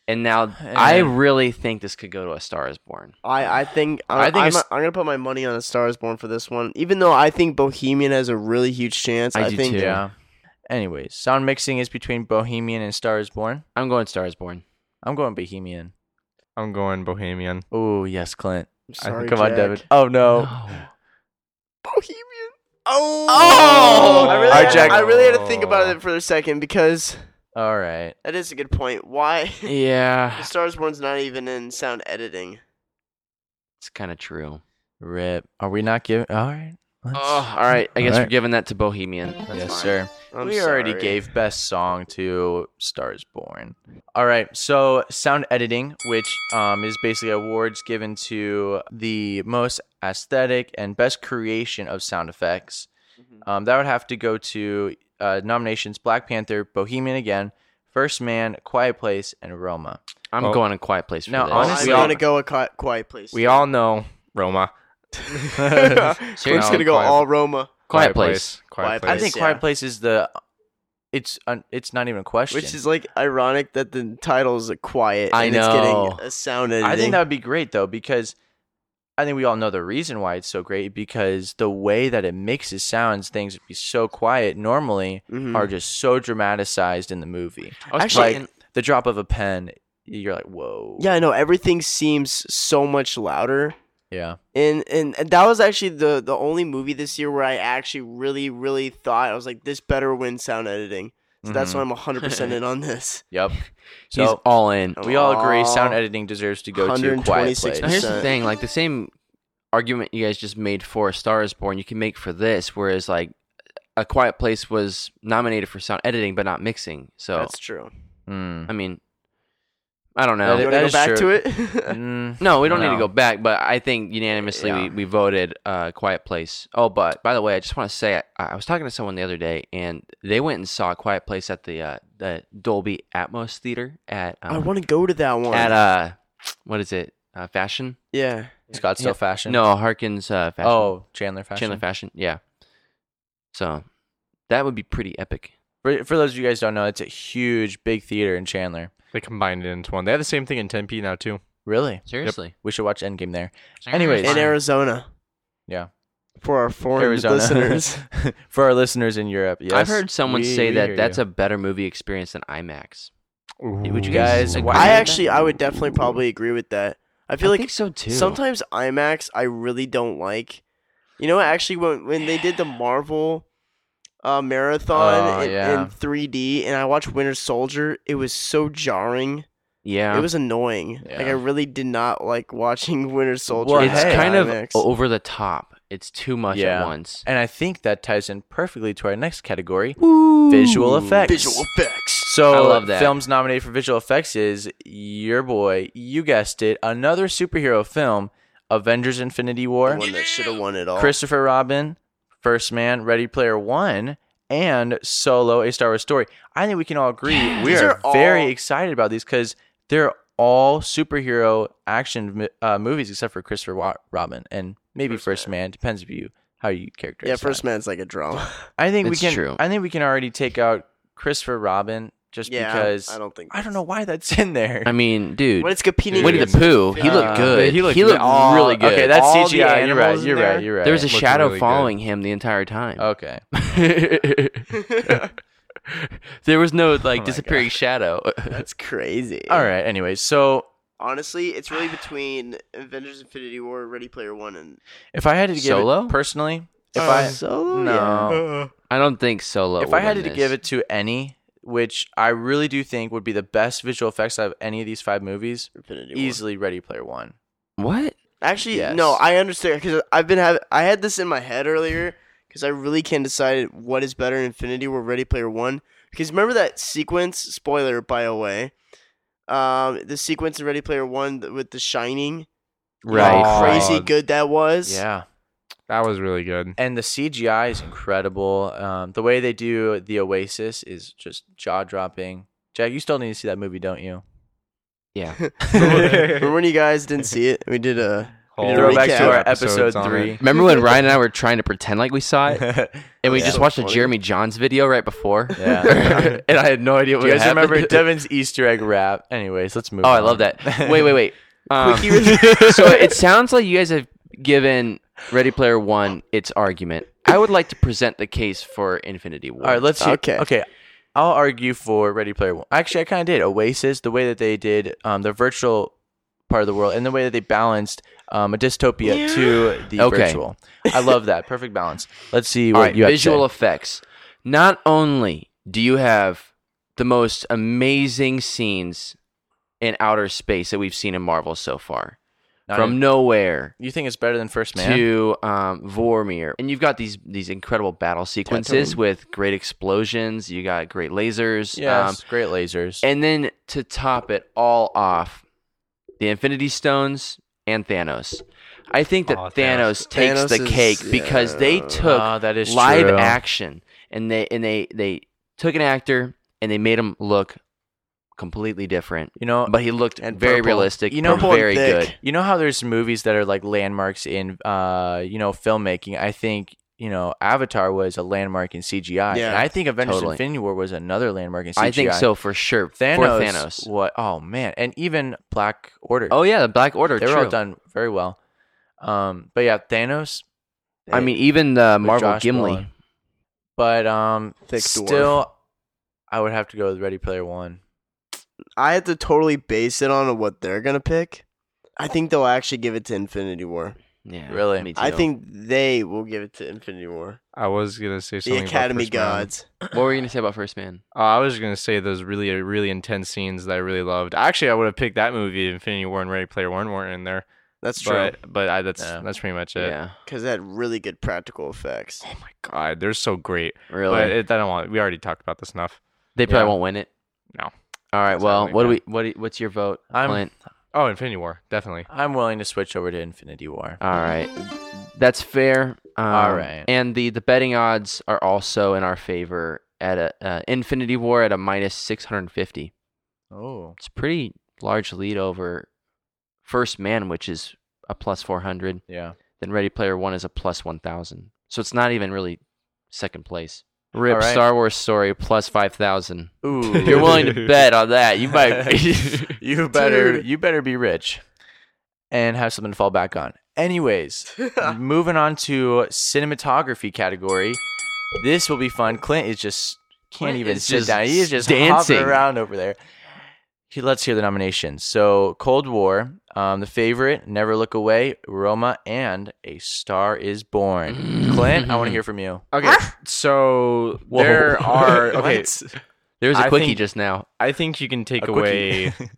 [SPEAKER 2] and now
[SPEAKER 1] And-
[SPEAKER 2] i really think this could go to a star is born
[SPEAKER 3] I, I think I,
[SPEAKER 1] I
[SPEAKER 3] am
[SPEAKER 1] think it's-
[SPEAKER 3] I'm gonna put my money on A Star Is Born for this one, even though I think Bohemian has a really huge chance.
[SPEAKER 2] I
[SPEAKER 3] I,
[SPEAKER 2] do
[SPEAKER 3] think
[SPEAKER 2] too.
[SPEAKER 1] Yeah. Anyways, sound mixing is between Bohemian and Star Is Born.
[SPEAKER 2] i'm going star is born
[SPEAKER 1] I'm going Bohemian.
[SPEAKER 4] I'm going Bohemian.
[SPEAKER 1] Oh yes, Clint.
[SPEAKER 3] I'm
[SPEAKER 4] I think-
[SPEAKER 3] sorry,
[SPEAKER 1] Come on,
[SPEAKER 3] Jack.
[SPEAKER 1] David. Oh no.
[SPEAKER 3] Bohemian. Oh,
[SPEAKER 1] Oh!
[SPEAKER 3] I, really
[SPEAKER 1] Alright,
[SPEAKER 3] had,
[SPEAKER 1] Jack.
[SPEAKER 3] I really had to think about it for a second because
[SPEAKER 1] All right.
[SPEAKER 3] that is a good point. Why A
[SPEAKER 2] yeah
[SPEAKER 3] Star Is Born's not even in sound editing?
[SPEAKER 2] it's kind of true
[SPEAKER 1] Rip. Are we not giving? All right. Let's-
[SPEAKER 2] oh, all right i guess
[SPEAKER 1] All
[SPEAKER 2] we're giving that to bohemian
[SPEAKER 1] yes,
[SPEAKER 3] fine.
[SPEAKER 1] sir.
[SPEAKER 3] I'm
[SPEAKER 1] we already
[SPEAKER 3] sorry.
[SPEAKER 1] gave best song to Stars Born. All right. So sound editing, which um, is basically awards given to the most aesthetic and best creation of sound effects.
[SPEAKER 3] Mm-hmm.
[SPEAKER 1] Um, that would have to go to uh, nominations: Black Panther, Bohemian again, First Man, Quiet Place, and Roma.
[SPEAKER 2] i'm
[SPEAKER 4] Well-
[SPEAKER 2] going in quiet place for
[SPEAKER 1] No,
[SPEAKER 2] this.
[SPEAKER 3] I'm
[SPEAKER 1] honestly-
[SPEAKER 3] gonna go a qui- quiet place.
[SPEAKER 4] We all know Roma.
[SPEAKER 3] We're just gonna go
[SPEAKER 4] Quiet-
[SPEAKER 3] all Roma.
[SPEAKER 2] quiet place
[SPEAKER 4] Quiet
[SPEAKER 3] Quiet
[SPEAKER 4] place.
[SPEAKER 1] I think
[SPEAKER 3] yeah.
[SPEAKER 1] Quiet Place is the. It's un, it's not even a question.
[SPEAKER 3] Which is like ironic that the title is a quiet.
[SPEAKER 2] I
[SPEAKER 3] and It's
[SPEAKER 2] know.
[SPEAKER 3] getting a sound editing.
[SPEAKER 1] I think that would be great though because I think we all know the reason why it's so great because the way that it mixes sounds, things would be so quiet normally
[SPEAKER 3] Mhm.
[SPEAKER 1] are just so dramatized in the movie.
[SPEAKER 2] I was
[SPEAKER 3] Actually,
[SPEAKER 2] like-
[SPEAKER 1] like the drop of a pen, you're like, whoa.
[SPEAKER 3] Yeah, I know. Everything seems so much louder.
[SPEAKER 1] Yeah.
[SPEAKER 3] And, and and that was actually the the only movie this year where I actually really really thought I was like this better win sound editing. So that's
[SPEAKER 1] Mhm.
[SPEAKER 3] why I'm 100% in on this.
[SPEAKER 1] Yep.
[SPEAKER 2] he's
[SPEAKER 1] So
[SPEAKER 2] all in
[SPEAKER 1] we all agree
[SPEAKER 3] Aw.
[SPEAKER 1] sound editing deserves to go to Quiet
[SPEAKER 3] 126%.
[SPEAKER 1] Place.
[SPEAKER 2] Now, here's the
[SPEAKER 3] percent.
[SPEAKER 2] thing, like the same argument you guys just made for A Star Is Born, you can make for this, whereas like A Quiet Place was nominated for sound editing but not mixing. So
[SPEAKER 3] That's true.
[SPEAKER 4] Hmm.
[SPEAKER 1] Mm.
[SPEAKER 2] I mean, I don't
[SPEAKER 3] You
[SPEAKER 1] Uh, That
[SPEAKER 2] know.
[SPEAKER 1] is-
[SPEAKER 3] want to go
[SPEAKER 1] is
[SPEAKER 3] back
[SPEAKER 1] true.
[SPEAKER 3] to it?
[SPEAKER 1] Mm.
[SPEAKER 2] No, we don't need
[SPEAKER 1] No.
[SPEAKER 2] to go back, but I think unanimously
[SPEAKER 1] Yeah.
[SPEAKER 2] we, we voted uh, Quiet Place. Oh, but by the way, I just want to say I, I was talking to someone the other day, and they went and saw Quiet Place at the uh, the Dolby Atmos theater at um,
[SPEAKER 3] I want to go to that one.
[SPEAKER 2] at uh what is it uh, Fashion?
[SPEAKER 3] yeah.
[SPEAKER 1] Scottsdale
[SPEAKER 2] Yeah.
[SPEAKER 1] fashion.
[SPEAKER 2] No, Harkins uh, Fashion.
[SPEAKER 1] Oh, Chandler fashion.
[SPEAKER 2] Chandler Fashion. Yeah. So that would be pretty epic.
[SPEAKER 1] for, for those of you guys who don't know, it's a huge, big theater in Chandler.
[SPEAKER 4] They combined it into one. They have the same thing in 10p now too.
[SPEAKER 1] Really?
[SPEAKER 2] Seriously.
[SPEAKER 1] We should watch Endgame there. Anyways.
[SPEAKER 3] In
[SPEAKER 1] Fine.
[SPEAKER 3] Arizona.
[SPEAKER 1] uh, Yeah.
[SPEAKER 3] For our foreign
[SPEAKER 1] Arizona.
[SPEAKER 3] listeners.
[SPEAKER 1] for our listeners in Europe. Yes,
[SPEAKER 2] I've heard someone
[SPEAKER 1] we-
[SPEAKER 2] say
[SPEAKER 1] we
[SPEAKER 2] that
[SPEAKER 1] hear
[SPEAKER 2] that's
[SPEAKER 1] you.
[SPEAKER 2] a better movie experience than IMAX. Would you
[SPEAKER 1] Guys,
[SPEAKER 2] guys?
[SPEAKER 1] why-
[SPEAKER 2] agree
[SPEAKER 3] I
[SPEAKER 2] with
[SPEAKER 3] actually, I would definitely probably agree with that. I
[SPEAKER 2] that? I
[SPEAKER 3] feel like
[SPEAKER 2] think so too.
[SPEAKER 3] sometimes IMAX I really don't like. You know, what, actually, when when they did the Marvel uh, marathon
[SPEAKER 1] Oh,
[SPEAKER 3] in,
[SPEAKER 1] yeah.
[SPEAKER 3] in 3D, and I watched Winter Soldier, it was so jarring.
[SPEAKER 2] yeah,
[SPEAKER 3] It was annoying. Like I
[SPEAKER 1] Yeah.
[SPEAKER 3] really did not like watching Winter Soldier.
[SPEAKER 1] Well,
[SPEAKER 3] in
[SPEAKER 2] it's
[SPEAKER 1] hey.
[SPEAKER 2] kind of
[SPEAKER 3] IMAX.
[SPEAKER 2] over the top. It's too much
[SPEAKER 1] Yeah.
[SPEAKER 2] at once.
[SPEAKER 1] And I think that ties in perfectly to our next category visual effects.
[SPEAKER 3] visual effects.
[SPEAKER 1] So,
[SPEAKER 2] I love that.
[SPEAKER 1] films nominated for visual effects is your boy, you guessed it, another superhero film, Avengers Infinity
[SPEAKER 3] The
[SPEAKER 1] War,
[SPEAKER 3] one that should have won it all.
[SPEAKER 1] Christopher Robin, First Man, Ready Player One, and Solo, A Star Wars Story. I think we can all agree we
[SPEAKER 3] These
[SPEAKER 1] are,
[SPEAKER 3] are all-
[SPEAKER 1] very excited about these because they're all superhero action mi- uh, movies except for Christopher Wa- Robin and maybe First, Man. Depends if you how you characterize.
[SPEAKER 3] yeah,
[SPEAKER 1] that.
[SPEAKER 3] First Man's like a drama.
[SPEAKER 1] I think we
[SPEAKER 2] It's
[SPEAKER 1] can.
[SPEAKER 2] true.
[SPEAKER 1] I think we can already take out Christopher Robin just
[SPEAKER 3] yeah,
[SPEAKER 1] because
[SPEAKER 3] I don't think
[SPEAKER 1] I don't know why that's in there.
[SPEAKER 2] I mean, dude,
[SPEAKER 3] when it's competing.
[SPEAKER 2] Winnie the
[SPEAKER 3] against-
[SPEAKER 2] Pooh, he
[SPEAKER 1] Uh,
[SPEAKER 2] looked good.
[SPEAKER 4] he
[SPEAKER 2] He
[SPEAKER 4] looked
[SPEAKER 2] looked,
[SPEAKER 4] all-
[SPEAKER 2] really good.
[SPEAKER 1] Okay, that's
[SPEAKER 4] All the
[SPEAKER 1] CGI. You're right.
[SPEAKER 4] animals in
[SPEAKER 1] You're
[SPEAKER 4] there?
[SPEAKER 1] right. You're right.
[SPEAKER 2] there was a
[SPEAKER 4] looked
[SPEAKER 2] shadow
[SPEAKER 4] really good.
[SPEAKER 2] following him the entire time.
[SPEAKER 1] okay.
[SPEAKER 2] there was no like
[SPEAKER 1] Oh my
[SPEAKER 2] disappearing shadow.
[SPEAKER 3] That's crazy.
[SPEAKER 1] All right. Anyway, so
[SPEAKER 3] Honestly, it's really between Avengers: Infinity War, Ready Player One, and
[SPEAKER 1] if I had to give
[SPEAKER 2] Solo?
[SPEAKER 1] it personally, if
[SPEAKER 3] Uh,
[SPEAKER 1] I
[SPEAKER 3] Solo.
[SPEAKER 1] no.
[SPEAKER 3] Uh-uh.
[SPEAKER 2] I don't think Solo.
[SPEAKER 1] if
[SPEAKER 2] will
[SPEAKER 1] I had
[SPEAKER 2] win
[SPEAKER 1] to
[SPEAKER 2] this.
[SPEAKER 1] give it to any, which I really do think would be the best visual effects out of any of these five movies,
[SPEAKER 3] Infinity War.
[SPEAKER 1] easily Ready Player One.
[SPEAKER 2] what?
[SPEAKER 3] Actually,
[SPEAKER 1] Yes.
[SPEAKER 3] no, I understand because I've been have I had this in my head earlier because I really can't decide what is better, Infinity War, Ready Player One. Because remember that sequence? Spoiler, by the way. Um, the sequence in Ready Player One th- with The Shining,
[SPEAKER 2] Right,
[SPEAKER 3] how
[SPEAKER 2] right.
[SPEAKER 3] crazy good that was.
[SPEAKER 1] Yeah.
[SPEAKER 4] That was really good.
[SPEAKER 1] And the CGI is incredible. Um, the way they do the Oasis is just jaw dropping. Jack, you still need to see that movie, don't you?
[SPEAKER 2] Yeah.
[SPEAKER 3] Remember when you guys didn't see it? We did a
[SPEAKER 4] Whole
[SPEAKER 1] Throwback to our
[SPEAKER 4] episodes
[SPEAKER 1] episode
[SPEAKER 4] on
[SPEAKER 1] three.
[SPEAKER 4] it.
[SPEAKER 2] Remember when Ryan and I were trying to pretend like we saw it, and we
[SPEAKER 3] Yeah.
[SPEAKER 2] just
[SPEAKER 3] So
[SPEAKER 2] watched a
[SPEAKER 3] funny.
[SPEAKER 2] Jeremy Johns video right before?
[SPEAKER 1] Yeah.
[SPEAKER 2] and I had no idea what
[SPEAKER 1] Do you guys
[SPEAKER 2] happened.
[SPEAKER 1] remember Devin's Easter egg rap? Anyways, let's move.
[SPEAKER 2] Oh, I
[SPEAKER 1] on.
[SPEAKER 2] love that. Wait, wait, wait. Um,
[SPEAKER 3] Quickie review.
[SPEAKER 2] so it sounds like you guys have given Ready Player One its argument. I would like to present the case for Infinity War.
[SPEAKER 1] All right, let's hear-
[SPEAKER 3] Okay.
[SPEAKER 1] Okay, I'll argue for Ready Player One. Actually, I kind of did Oasis. The way that they did um, the virtual part of the world and the way that they balanced um, a dystopia
[SPEAKER 3] Yeah.
[SPEAKER 1] to the
[SPEAKER 2] Okay.
[SPEAKER 1] virtual. I love that. Perfect balance. Let's see what
[SPEAKER 2] All right,
[SPEAKER 1] you have
[SPEAKER 2] visual
[SPEAKER 1] To
[SPEAKER 2] effects. Not only do you have the most amazing scenes in outer space that we've seen in Marvel so far,
[SPEAKER 1] say.
[SPEAKER 2] from
[SPEAKER 1] From
[SPEAKER 2] nowhere
[SPEAKER 1] you think it's better than First Man?
[SPEAKER 2] to um, Vormir, and you've got these these incredible battle sequences with great explosions. You got great lasers.
[SPEAKER 1] yeah,
[SPEAKER 2] um,
[SPEAKER 1] great lasers.
[SPEAKER 2] And then to top it all off, the Infinity Stones and Thanos. I think that
[SPEAKER 4] Aw,
[SPEAKER 2] Thanos.
[SPEAKER 4] Thanos.
[SPEAKER 2] takes
[SPEAKER 3] Thanos
[SPEAKER 2] the
[SPEAKER 3] is-
[SPEAKER 2] cake because they
[SPEAKER 3] yeah.
[SPEAKER 2] took
[SPEAKER 1] Ah, that is
[SPEAKER 2] live
[SPEAKER 1] true.
[SPEAKER 2] action and they and they they took an actor and they made him look completely different.
[SPEAKER 1] You know,
[SPEAKER 2] But he looked
[SPEAKER 3] And
[SPEAKER 2] very
[SPEAKER 3] purple.
[SPEAKER 2] realistic.
[SPEAKER 1] You know,
[SPEAKER 2] but
[SPEAKER 3] purple and
[SPEAKER 2] very
[SPEAKER 3] thick.
[SPEAKER 2] good.
[SPEAKER 1] You know how there's movies that are like landmarks in uh, you know, filmmaking. I think, you know, Avatar was a landmark in CGI.
[SPEAKER 3] Yeah.
[SPEAKER 1] and I think Avengers
[SPEAKER 2] Totally.
[SPEAKER 1] Infinity War was another landmark in CGI.
[SPEAKER 2] I think so for sure.
[SPEAKER 1] Thanos,
[SPEAKER 2] for Thanos.
[SPEAKER 1] What oh man. And even Black Order.
[SPEAKER 2] Oh yeah, the Black Order.
[SPEAKER 1] they were
[SPEAKER 2] true.
[SPEAKER 1] all done very well. Um but yeah, Thanos
[SPEAKER 2] I
[SPEAKER 1] they-
[SPEAKER 2] mean, even the
[SPEAKER 1] with
[SPEAKER 2] Marvel
[SPEAKER 1] Josh
[SPEAKER 2] Gimli.
[SPEAKER 1] Brolin. but um
[SPEAKER 3] Thick dwarf.
[SPEAKER 1] still I would have to go with Ready Player One.
[SPEAKER 3] I had to totally base it on what they're gonna pick. I think they'll actually give it to Infinity War.
[SPEAKER 2] Yeah,
[SPEAKER 1] Really?
[SPEAKER 2] me
[SPEAKER 3] I
[SPEAKER 2] too.
[SPEAKER 3] think they will give it to Infinity War.
[SPEAKER 4] I was gonna say
[SPEAKER 3] The
[SPEAKER 4] something. about
[SPEAKER 3] Academy
[SPEAKER 4] First Man.
[SPEAKER 3] gods.
[SPEAKER 2] What were you gonna say about First Man?
[SPEAKER 4] Uh, I was gonna say those really, really intense scenes that I really loved. Actually, I would have picked that movie, if Infinity War and Ready Player One, weren't in there.
[SPEAKER 3] That's true.
[SPEAKER 4] But, but I, that's
[SPEAKER 1] Yeah.
[SPEAKER 4] that's pretty much it.
[SPEAKER 2] Yeah,
[SPEAKER 3] Because that had really good practical effects.
[SPEAKER 4] Oh my god, they're so great.
[SPEAKER 2] really.
[SPEAKER 4] But it, I don't want. We already talked about this enough.
[SPEAKER 2] they probably
[SPEAKER 4] yeah.
[SPEAKER 2] won't win it.
[SPEAKER 4] No.
[SPEAKER 2] All right. Well,
[SPEAKER 4] Exactly,
[SPEAKER 2] what do
[SPEAKER 4] yeah.
[SPEAKER 2] we? What? do- What's your vote,
[SPEAKER 1] I'm-
[SPEAKER 2] Clint?
[SPEAKER 4] Oh, Infinity War, definitely.
[SPEAKER 1] I'm willing to switch over to Infinity War.
[SPEAKER 2] All right. That's fair. Um,
[SPEAKER 1] All right.
[SPEAKER 2] And the, the betting odds are also in our favor at a uh, Infinity War at a minus 650.
[SPEAKER 1] Oh.
[SPEAKER 2] It's a pretty large lead over First Man, which is a plus 400.
[SPEAKER 1] Yeah.
[SPEAKER 2] Then Ready Player One is a plus 1,000. So it's not even really second place. Rip
[SPEAKER 1] All right.
[SPEAKER 2] Star Wars story plus 5,000.
[SPEAKER 1] Ooh.
[SPEAKER 2] If you're willing to bet on that, you might.
[SPEAKER 1] you better
[SPEAKER 3] Dude.
[SPEAKER 1] you better be rich and have something to fall back on. Anyways, moving on to cinematography category. This will be fun. Clint is just can't
[SPEAKER 2] Clint
[SPEAKER 1] even
[SPEAKER 2] is
[SPEAKER 1] sit
[SPEAKER 2] just
[SPEAKER 1] down. He is just
[SPEAKER 2] dancing.
[SPEAKER 1] hopping around over there. He- Let's hear the nominations. So, Cold War, um, The Favorite, Never Look Away, Roma, and A Star Is Born. Clint, I want to hear from you.
[SPEAKER 4] Okay, so
[SPEAKER 2] Whoa.
[SPEAKER 4] there are okay.
[SPEAKER 2] There was a
[SPEAKER 4] I
[SPEAKER 2] quickie
[SPEAKER 4] think-
[SPEAKER 2] just now.
[SPEAKER 4] I think you can take
[SPEAKER 1] A
[SPEAKER 4] away
[SPEAKER 1] quickie.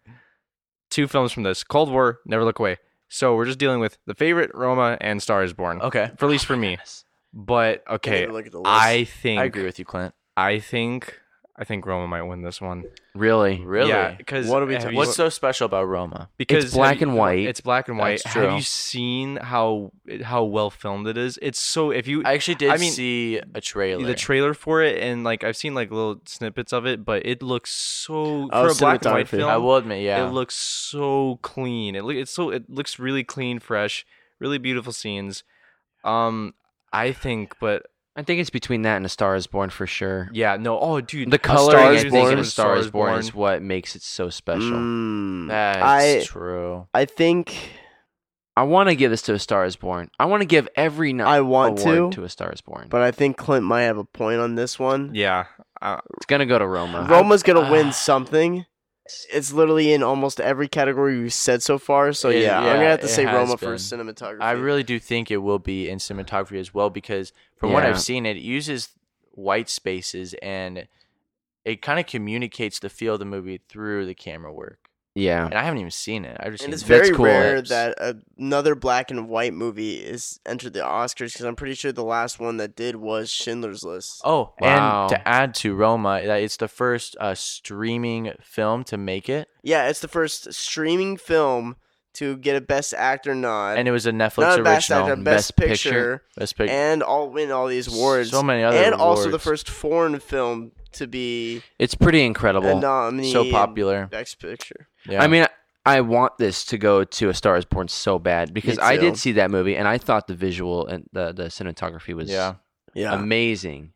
[SPEAKER 4] two films from this: Cold War, Never Look Away. So we're just dealing with the favorite, Roma, and Star Is Born.
[SPEAKER 1] okay,
[SPEAKER 4] for at least for me. But okay,
[SPEAKER 3] Look at the list.
[SPEAKER 4] I think
[SPEAKER 1] I agree with you, Clint.
[SPEAKER 4] I think I think Roma might win this one.
[SPEAKER 2] Really?
[SPEAKER 1] Really?
[SPEAKER 4] Yeah, because
[SPEAKER 3] What are we
[SPEAKER 4] have
[SPEAKER 3] talking-
[SPEAKER 4] you-
[SPEAKER 1] What's so special about Roma?
[SPEAKER 4] because
[SPEAKER 2] It's black
[SPEAKER 4] have you-
[SPEAKER 2] and white.
[SPEAKER 4] It's black and white.
[SPEAKER 1] That's
[SPEAKER 4] Have
[SPEAKER 1] true.
[SPEAKER 4] you seen how how well filmed it is? It's so if you
[SPEAKER 1] I actually did
[SPEAKER 4] I mean,
[SPEAKER 1] see a trailer.
[SPEAKER 4] the trailer for it and like I've seen like little snippets of it, but it looks so
[SPEAKER 3] Oh,
[SPEAKER 4] for a black and white
[SPEAKER 3] cinematography.
[SPEAKER 4] film.
[SPEAKER 1] I will admit, yeah.
[SPEAKER 4] It looks so clean. It loo- it's so it looks really clean, fresh, really beautiful scenes. Um, I think, but
[SPEAKER 2] I think it's between that and A Star Is Born for sure.
[SPEAKER 4] yeah, no. Oh, dude,
[SPEAKER 2] The color
[SPEAKER 4] Star
[SPEAKER 2] I
[SPEAKER 4] Is
[SPEAKER 2] think
[SPEAKER 4] Born-
[SPEAKER 2] in A Star Is Born is what makes it so special.
[SPEAKER 3] Mm,
[SPEAKER 1] That's
[SPEAKER 3] I
[SPEAKER 1] true.
[SPEAKER 3] I think
[SPEAKER 2] I want to give this to A Star Is Born. I want to give every no-
[SPEAKER 3] I want
[SPEAKER 2] award
[SPEAKER 3] to,
[SPEAKER 2] A Star Is Born. But
[SPEAKER 3] but I think Clint might have a point on this one.
[SPEAKER 4] Yeah, uh,
[SPEAKER 2] it's gonna go to Roma.
[SPEAKER 3] Roma's gonna
[SPEAKER 1] Ah.
[SPEAKER 3] win something. It's literally in almost every category we've said so far. So yeah,
[SPEAKER 1] It-
[SPEAKER 3] I'm
[SPEAKER 1] yeah,
[SPEAKER 3] gonna have to
[SPEAKER 1] it
[SPEAKER 3] say
[SPEAKER 1] has
[SPEAKER 3] Roma for
[SPEAKER 1] been.
[SPEAKER 3] cinematography.
[SPEAKER 1] I really do think it will be in cinematography as well because from what
[SPEAKER 2] Yeah.
[SPEAKER 1] I've seen, it uses white spaces and it kind of communicates the feel of the movie through the camera work.
[SPEAKER 2] yeah,
[SPEAKER 1] And I haven't even seen it. I just
[SPEAKER 3] and
[SPEAKER 1] seen
[SPEAKER 3] it's
[SPEAKER 2] That's
[SPEAKER 3] very
[SPEAKER 2] cool.
[SPEAKER 3] rare that another black and white movie is entered the Oscars because I'm pretty sure the last one that did was Schindler's List.
[SPEAKER 1] Oh,
[SPEAKER 2] Wow.
[SPEAKER 1] and to add to Roma, that it's the first uh, streaming film to make it,
[SPEAKER 3] Yeah, it's the first streaming film to get a Best Actor nod,
[SPEAKER 1] and it was a Netflix
[SPEAKER 3] not a Best
[SPEAKER 1] original.
[SPEAKER 3] Actor, Best,
[SPEAKER 2] Best Picture,
[SPEAKER 3] Picture,
[SPEAKER 1] Best pic-
[SPEAKER 3] and all win all these awards.
[SPEAKER 1] So many other
[SPEAKER 3] and also the
[SPEAKER 1] awards.
[SPEAKER 3] first foreign film to be
[SPEAKER 2] it's pretty incredible.
[SPEAKER 3] a nominee.
[SPEAKER 1] so
[SPEAKER 3] in
[SPEAKER 1] popular.
[SPEAKER 3] Best Picture.
[SPEAKER 1] Yeah.
[SPEAKER 2] I mean, I want this to go to A Star Is Born so bad because I
[SPEAKER 3] too.
[SPEAKER 2] did see that movie and I thought the visual and the the cinematography was
[SPEAKER 1] yeah.
[SPEAKER 3] Yeah,
[SPEAKER 1] Um,
[SPEAKER 2] amazing.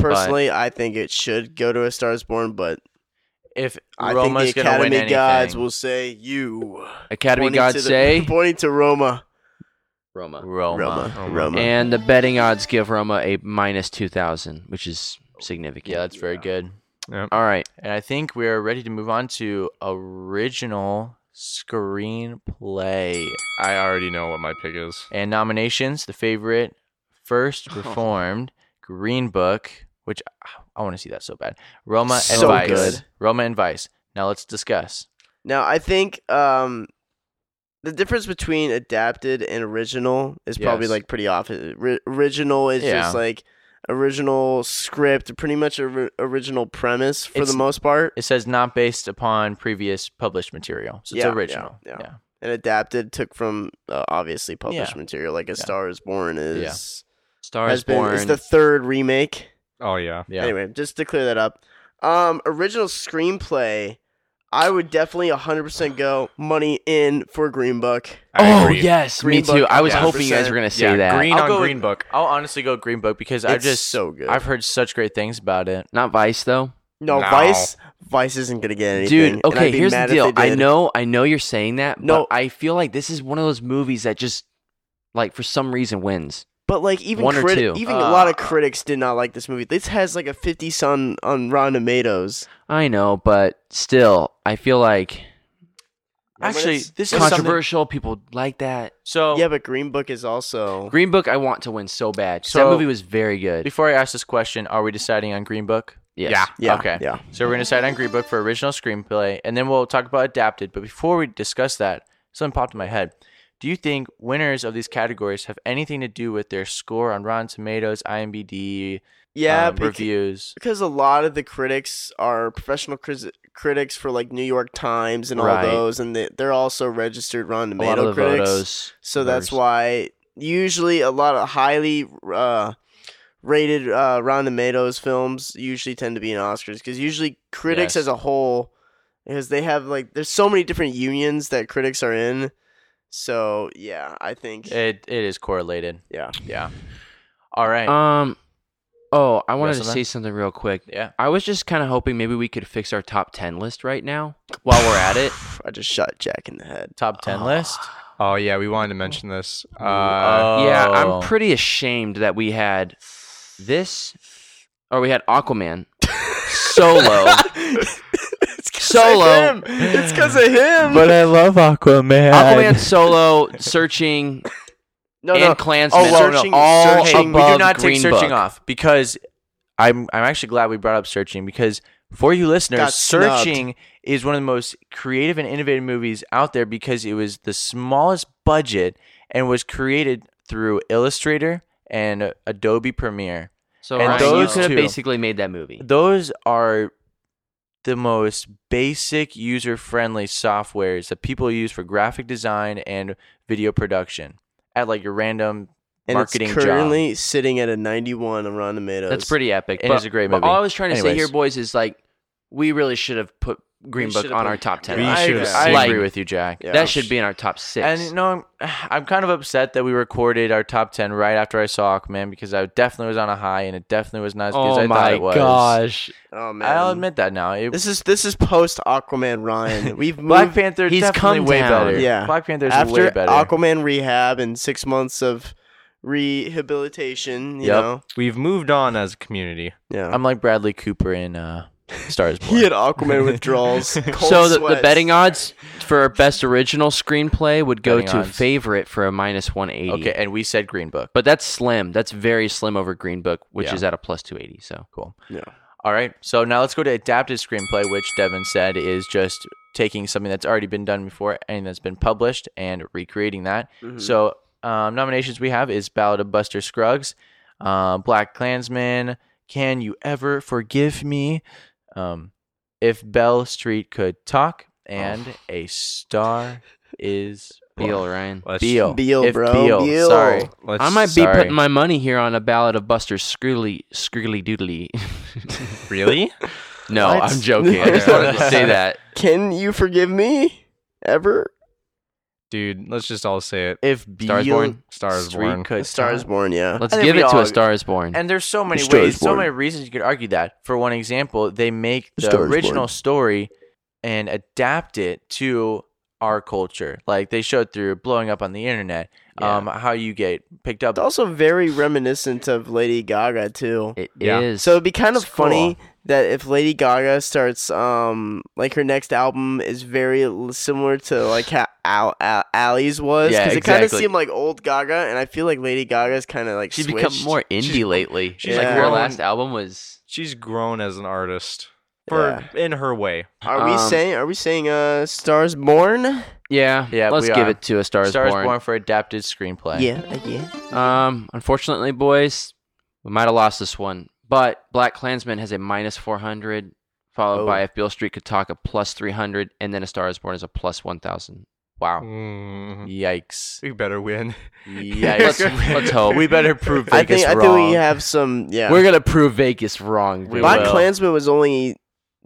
[SPEAKER 3] personally, I think it should go to A Star Is Born, but
[SPEAKER 1] If
[SPEAKER 3] I
[SPEAKER 1] Roma's
[SPEAKER 3] think the
[SPEAKER 1] going to win
[SPEAKER 3] Academy
[SPEAKER 1] anything,
[SPEAKER 3] gods will say you.
[SPEAKER 2] Academy
[SPEAKER 3] Pointing to
[SPEAKER 2] gods
[SPEAKER 3] the-
[SPEAKER 2] say
[SPEAKER 3] pointing to Roma.
[SPEAKER 2] Roma,
[SPEAKER 1] Roma.
[SPEAKER 3] Roma. Roma.
[SPEAKER 4] Roma.
[SPEAKER 2] and the betting odds give Roma a minus two thousand, which is significant.
[SPEAKER 1] Yeah, that's very good.
[SPEAKER 2] All right,
[SPEAKER 1] And I think we are ready to move on to original screenplay
[SPEAKER 4] I already know what my pick is.
[SPEAKER 1] and nominations. The favorite, first performed, Green Book, which ah, I want to see that so bad. Roma and
[SPEAKER 3] So
[SPEAKER 1] Vice.
[SPEAKER 3] good.
[SPEAKER 1] Roma and Vice. Now let's discuss.
[SPEAKER 3] Now, I think um, the difference between adapted and original is probably
[SPEAKER 1] Yes.
[SPEAKER 3] like pretty off. Ri- original is
[SPEAKER 1] Yeah.
[SPEAKER 3] just like original script, pretty much a ri- original premise for
[SPEAKER 1] It's-
[SPEAKER 3] the most part,
[SPEAKER 1] It says not based upon previous published material, so it's
[SPEAKER 3] Yeah, yeah,
[SPEAKER 1] original.
[SPEAKER 3] yeah. and adapted took from uh, obviously published material. Like A
[SPEAKER 1] Yeah.
[SPEAKER 3] Star Is Born is
[SPEAKER 2] Star
[SPEAKER 3] has
[SPEAKER 2] Is
[SPEAKER 3] been
[SPEAKER 2] Born.
[SPEAKER 3] it's the third remake.
[SPEAKER 4] Oh yeah,
[SPEAKER 1] yeah.
[SPEAKER 3] Anyway, just to clear that up. Um, original screenplay, I would definitely 100% go money in for Green Book.
[SPEAKER 4] I
[SPEAKER 2] oh
[SPEAKER 4] agree.
[SPEAKER 2] yes,
[SPEAKER 3] Green
[SPEAKER 2] me too.
[SPEAKER 3] Book,
[SPEAKER 2] I was hoping you guys
[SPEAKER 3] 100%.
[SPEAKER 2] were gonna say
[SPEAKER 4] yeah,
[SPEAKER 2] that.
[SPEAKER 4] green
[SPEAKER 1] I'll
[SPEAKER 4] on
[SPEAKER 1] go with-
[SPEAKER 4] green book.
[SPEAKER 1] I'll honestly go Green Book because I've
[SPEAKER 3] It's
[SPEAKER 1] just
[SPEAKER 3] so good.
[SPEAKER 1] I've heard such great things about it.
[SPEAKER 2] Not Vice though.
[SPEAKER 3] No,
[SPEAKER 4] No.
[SPEAKER 3] Vice Vice isn't gonna get anything.
[SPEAKER 2] Dude,
[SPEAKER 3] and I'd
[SPEAKER 2] okay,
[SPEAKER 3] be
[SPEAKER 2] here's the
[SPEAKER 3] mad if they
[SPEAKER 2] deal. I
[SPEAKER 3] did.
[SPEAKER 2] know, I know you're saying that,
[SPEAKER 3] No.
[SPEAKER 2] but I feel like this is one of those movies that just, like, for some reason wins.
[SPEAKER 3] but like even
[SPEAKER 2] One or
[SPEAKER 3] crit-
[SPEAKER 2] two.
[SPEAKER 3] even a lot of
[SPEAKER 1] Uh.
[SPEAKER 3] critics did not like this movie. This has like a 50 on on Rotten Tomatoes.
[SPEAKER 2] I know, but still, I feel like
[SPEAKER 3] Yeah, but
[SPEAKER 1] Actually,
[SPEAKER 3] it's-
[SPEAKER 1] this is something.
[SPEAKER 2] controversial. People like that.
[SPEAKER 1] So
[SPEAKER 3] Yeah, but Green Book is also
[SPEAKER 2] Green Book, I want to win so bad. 'cause
[SPEAKER 1] So-
[SPEAKER 2] that movie was very good.
[SPEAKER 1] Before I ask this question, are we deciding on Green Book?
[SPEAKER 2] Yes.
[SPEAKER 4] Yeah.
[SPEAKER 3] yeah
[SPEAKER 1] okay.
[SPEAKER 3] yeah.
[SPEAKER 1] So we're going to decide on Green Book for original screenplay, and then we'll talk about adapted. But before we discuss that, something popped in my head. Do you think winners of these categories have anything to do with their score on Rotten Tomatoes, IMDb,
[SPEAKER 3] Yeah,
[SPEAKER 1] um,
[SPEAKER 3] beca-
[SPEAKER 1] reviews?
[SPEAKER 3] because a lot of the critics are professional cris- critics for like New York Times and all
[SPEAKER 2] Right.
[SPEAKER 3] those, and they, they're also registered Rotten
[SPEAKER 2] A lot
[SPEAKER 3] Tomato
[SPEAKER 2] of the
[SPEAKER 3] critics.
[SPEAKER 2] photos.
[SPEAKER 3] So that's why usually a lot of highly uh, rated uh, Rotten Tomatoes films usually tend to be in Oscars because usually critics
[SPEAKER 1] Yes.
[SPEAKER 3] as a whole, because they have like there's so many different unions that critics are in. So yeah, I think
[SPEAKER 1] It it is correlated.
[SPEAKER 3] Yeah.
[SPEAKER 1] Yeah. All right.
[SPEAKER 2] Um, oh, I wanted
[SPEAKER 1] have
[SPEAKER 2] to
[SPEAKER 1] something?
[SPEAKER 2] say something real quick.
[SPEAKER 1] yeah.
[SPEAKER 2] I was just kind of hoping maybe we could fix our top 10 list right now while we're at it.
[SPEAKER 3] I just shot Jack in the head.
[SPEAKER 1] Top ten list.
[SPEAKER 4] Oh yeah, we wanted to mention this. Uh,
[SPEAKER 2] Yeah,
[SPEAKER 1] Oh.
[SPEAKER 2] I'm pretty ashamed that we had this, or we had Aquaman, Solo, Solo.
[SPEAKER 3] It's because of him.
[SPEAKER 1] But uh, I love Aquaman.
[SPEAKER 2] Aquaman Solo searching
[SPEAKER 3] no,
[SPEAKER 2] and
[SPEAKER 3] no.
[SPEAKER 2] Klansman.
[SPEAKER 3] Oh, well,
[SPEAKER 2] searching,
[SPEAKER 3] no.
[SPEAKER 2] all
[SPEAKER 3] Searching-
[SPEAKER 1] Hey, we do
[SPEAKER 2] above
[SPEAKER 1] not take
[SPEAKER 2] Green
[SPEAKER 1] searching
[SPEAKER 2] Book.
[SPEAKER 1] off because I'm I'm actually glad we brought up searching because for you listeners,
[SPEAKER 3] Got snubbed.
[SPEAKER 1] searching is one of the most creative and innovative movies out there because it was the smallest budget and was created through Illustrator and Adobe Premiere.
[SPEAKER 2] So
[SPEAKER 1] And
[SPEAKER 2] Ryan,
[SPEAKER 1] those
[SPEAKER 2] you could have
[SPEAKER 1] two-
[SPEAKER 2] basically made that movie.
[SPEAKER 1] Those are the most basic user-friendly softwares that people use for graphic design and video production at like your random
[SPEAKER 3] and
[SPEAKER 1] marketing
[SPEAKER 3] it's
[SPEAKER 1] job.
[SPEAKER 3] currently sitting at a 91 on Rotten Tomatoes.
[SPEAKER 2] That's pretty epic.
[SPEAKER 1] It
[SPEAKER 2] but,
[SPEAKER 1] is a great
[SPEAKER 2] but
[SPEAKER 1] movie.
[SPEAKER 2] all I was trying to say
[SPEAKER 1] Anyways.
[SPEAKER 2] here, boys, is like we really should have put Green
[SPEAKER 3] We
[SPEAKER 2] Book
[SPEAKER 3] should've
[SPEAKER 2] on
[SPEAKER 3] put-
[SPEAKER 2] our top ten.
[SPEAKER 4] We
[SPEAKER 3] Yeah, I
[SPEAKER 4] should
[SPEAKER 3] agree.
[SPEAKER 4] have
[SPEAKER 1] I
[SPEAKER 4] seen
[SPEAKER 2] Like-
[SPEAKER 1] agree with you, Jack.
[SPEAKER 3] Yeah.
[SPEAKER 2] That should be in our top six.
[SPEAKER 1] And no, I'm, I'm kind of upset that we recorded our top ten right after I saw Aquaman because I definitely was on a high and it definitely was not as good as
[SPEAKER 2] oh
[SPEAKER 1] I thought
[SPEAKER 2] my
[SPEAKER 1] it was.
[SPEAKER 2] gosh,
[SPEAKER 3] Oh man.
[SPEAKER 1] I'll admit that now. It,
[SPEAKER 3] this is this is post Aquaman Ryan. We've moved
[SPEAKER 1] Black Panther
[SPEAKER 2] he's
[SPEAKER 1] definitely
[SPEAKER 2] come
[SPEAKER 1] way
[SPEAKER 2] down.
[SPEAKER 1] better.
[SPEAKER 3] Yeah.
[SPEAKER 1] Black Panther's way
[SPEAKER 3] after
[SPEAKER 1] better.
[SPEAKER 3] Aquaman rehab and six months of rehabilitation. You
[SPEAKER 1] Yep.
[SPEAKER 3] know.
[SPEAKER 4] We've moved on as a community.
[SPEAKER 3] Yeah.
[SPEAKER 1] I'm like Bradley Cooper in uh, Stars
[SPEAKER 3] he had Aquaman withdrawals. cold
[SPEAKER 2] so the, the
[SPEAKER 3] sweats.
[SPEAKER 2] betting odds for best original screenplay would go
[SPEAKER 1] Betting
[SPEAKER 2] to
[SPEAKER 1] odds.
[SPEAKER 2] favorite for a minus one eighty.
[SPEAKER 1] okay, and we said Green Book.
[SPEAKER 2] but that's slim. That's very slim over Green Book, which
[SPEAKER 1] Yeah.
[SPEAKER 2] is at a plus two eighty. So
[SPEAKER 1] Cool.
[SPEAKER 3] Yeah.
[SPEAKER 1] All right. So now let's go to adapted screenplay, which Devin said is just taking something that's already been done before and that's been published and recreating that.
[SPEAKER 2] Mm-hmm.
[SPEAKER 3] Mhm.
[SPEAKER 1] So um, nominations we have is Ballad of Buster Scruggs, uh, Black Klansman, Can You Ever Forgive Me, um, If Bell Street Could Talk, and A Star Is
[SPEAKER 2] Beal Ryan.
[SPEAKER 4] Let's,
[SPEAKER 1] Beal.
[SPEAKER 3] Beal,
[SPEAKER 1] If
[SPEAKER 3] bro.
[SPEAKER 1] Beal.
[SPEAKER 3] Beal.
[SPEAKER 1] Sorry.
[SPEAKER 4] Let's,
[SPEAKER 2] I might be
[SPEAKER 1] sorry.
[SPEAKER 2] putting my money here on a ballad of Buster Scrugly Scrugly Doodly.
[SPEAKER 4] really?
[SPEAKER 2] no,
[SPEAKER 3] What?
[SPEAKER 2] I'm joking. I just wanted to say that.
[SPEAKER 3] Can you forgive me? Ever?
[SPEAKER 4] Dude, let's just all say it.
[SPEAKER 1] If
[SPEAKER 2] Stars
[SPEAKER 1] Beale
[SPEAKER 2] Born.
[SPEAKER 4] Stars
[SPEAKER 1] Street
[SPEAKER 4] born.
[SPEAKER 1] Could
[SPEAKER 3] Stars
[SPEAKER 1] Talk.
[SPEAKER 3] born. Yeah.
[SPEAKER 2] Let's
[SPEAKER 1] I think
[SPEAKER 2] give
[SPEAKER 1] we
[SPEAKER 2] it to
[SPEAKER 1] all-
[SPEAKER 2] a Star is Born.
[SPEAKER 1] And there's so many
[SPEAKER 3] The Star is
[SPEAKER 1] ways, so
[SPEAKER 3] Born.
[SPEAKER 1] many reasons you could argue that. For one example, they make
[SPEAKER 3] The
[SPEAKER 1] the,
[SPEAKER 3] Star is
[SPEAKER 1] original
[SPEAKER 3] Born.
[SPEAKER 1] story and adapt it to our culture. Like they showed through blowing up on the internet, um, how you get picked up.
[SPEAKER 3] It's also very reminiscent of Lady Gaga too.
[SPEAKER 2] It is
[SPEAKER 4] Yeah.
[SPEAKER 3] So it'd be kind of
[SPEAKER 1] It's cool.
[SPEAKER 3] funny that if Lady Gaga starts, um, like her next album is very l- similar to like how Al- Al- Ali's was,
[SPEAKER 1] Yeah,
[SPEAKER 3] it kind of
[SPEAKER 1] exactly.
[SPEAKER 3] seemed like old Gaga, and I feel like Lady Gaga's kind of like
[SPEAKER 2] she's
[SPEAKER 3] switched.
[SPEAKER 2] become more indie lately.
[SPEAKER 4] she's
[SPEAKER 2] like
[SPEAKER 3] like
[SPEAKER 2] her
[SPEAKER 4] grown-
[SPEAKER 2] last album was.
[SPEAKER 4] She's grown as an artist. For in her way.
[SPEAKER 3] Are we
[SPEAKER 2] um,
[SPEAKER 3] saying? Are we saying? Uh, Stars Born.
[SPEAKER 2] Yeah,
[SPEAKER 1] Yeah,
[SPEAKER 2] Let's
[SPEAKER 1] we
[SPEAKER 2] give
[SPEAKER 1] are.
[SPEAKER 2] it to a Star is
[SPEAKER 1] Stars
[SPEAKER 2] Born.
[SPEAKER 1] Born for adapted screenplay.
[SPEAKER 3] Yeah, yeah.
[SPEAKER 2] Um, unfortunately, boys, we might have lost this one. But Black Klansman has a minus four hundred, followed
[SPEAKER 1] Oh.
[SPEAKER 2] by If Beale Street Could Talk a plus three hundred, and then A Star is Born is a plus one thousand. Wow.
[SPEAKER 3] Mm-hmm.
[SPEAKER 1] Mm-hmm.
[SPEAKER 4] Mm,
[SPEAKER 1] Yikes.
[SPEAKER 4] we better win.
[SPEAKER 1] Yikes.
[SPEAKER 2] Let's- let's hope.
[SPEAKER 1] We better prove
[SPEAKER 3] I
[SPEAKER 1] Vegas
[SPEAKER 3] think I
[SPEAKER 1] wrong.
[SPEAKER 3] think we have some. Yeah,
[SPEAKER 2] We're gonna prove Vegas wrong.
[SPEAKER 1] We
[SPEAKER 3] Black
[SPEAKER 1] will.
[SPEAKER 3] Klansman was only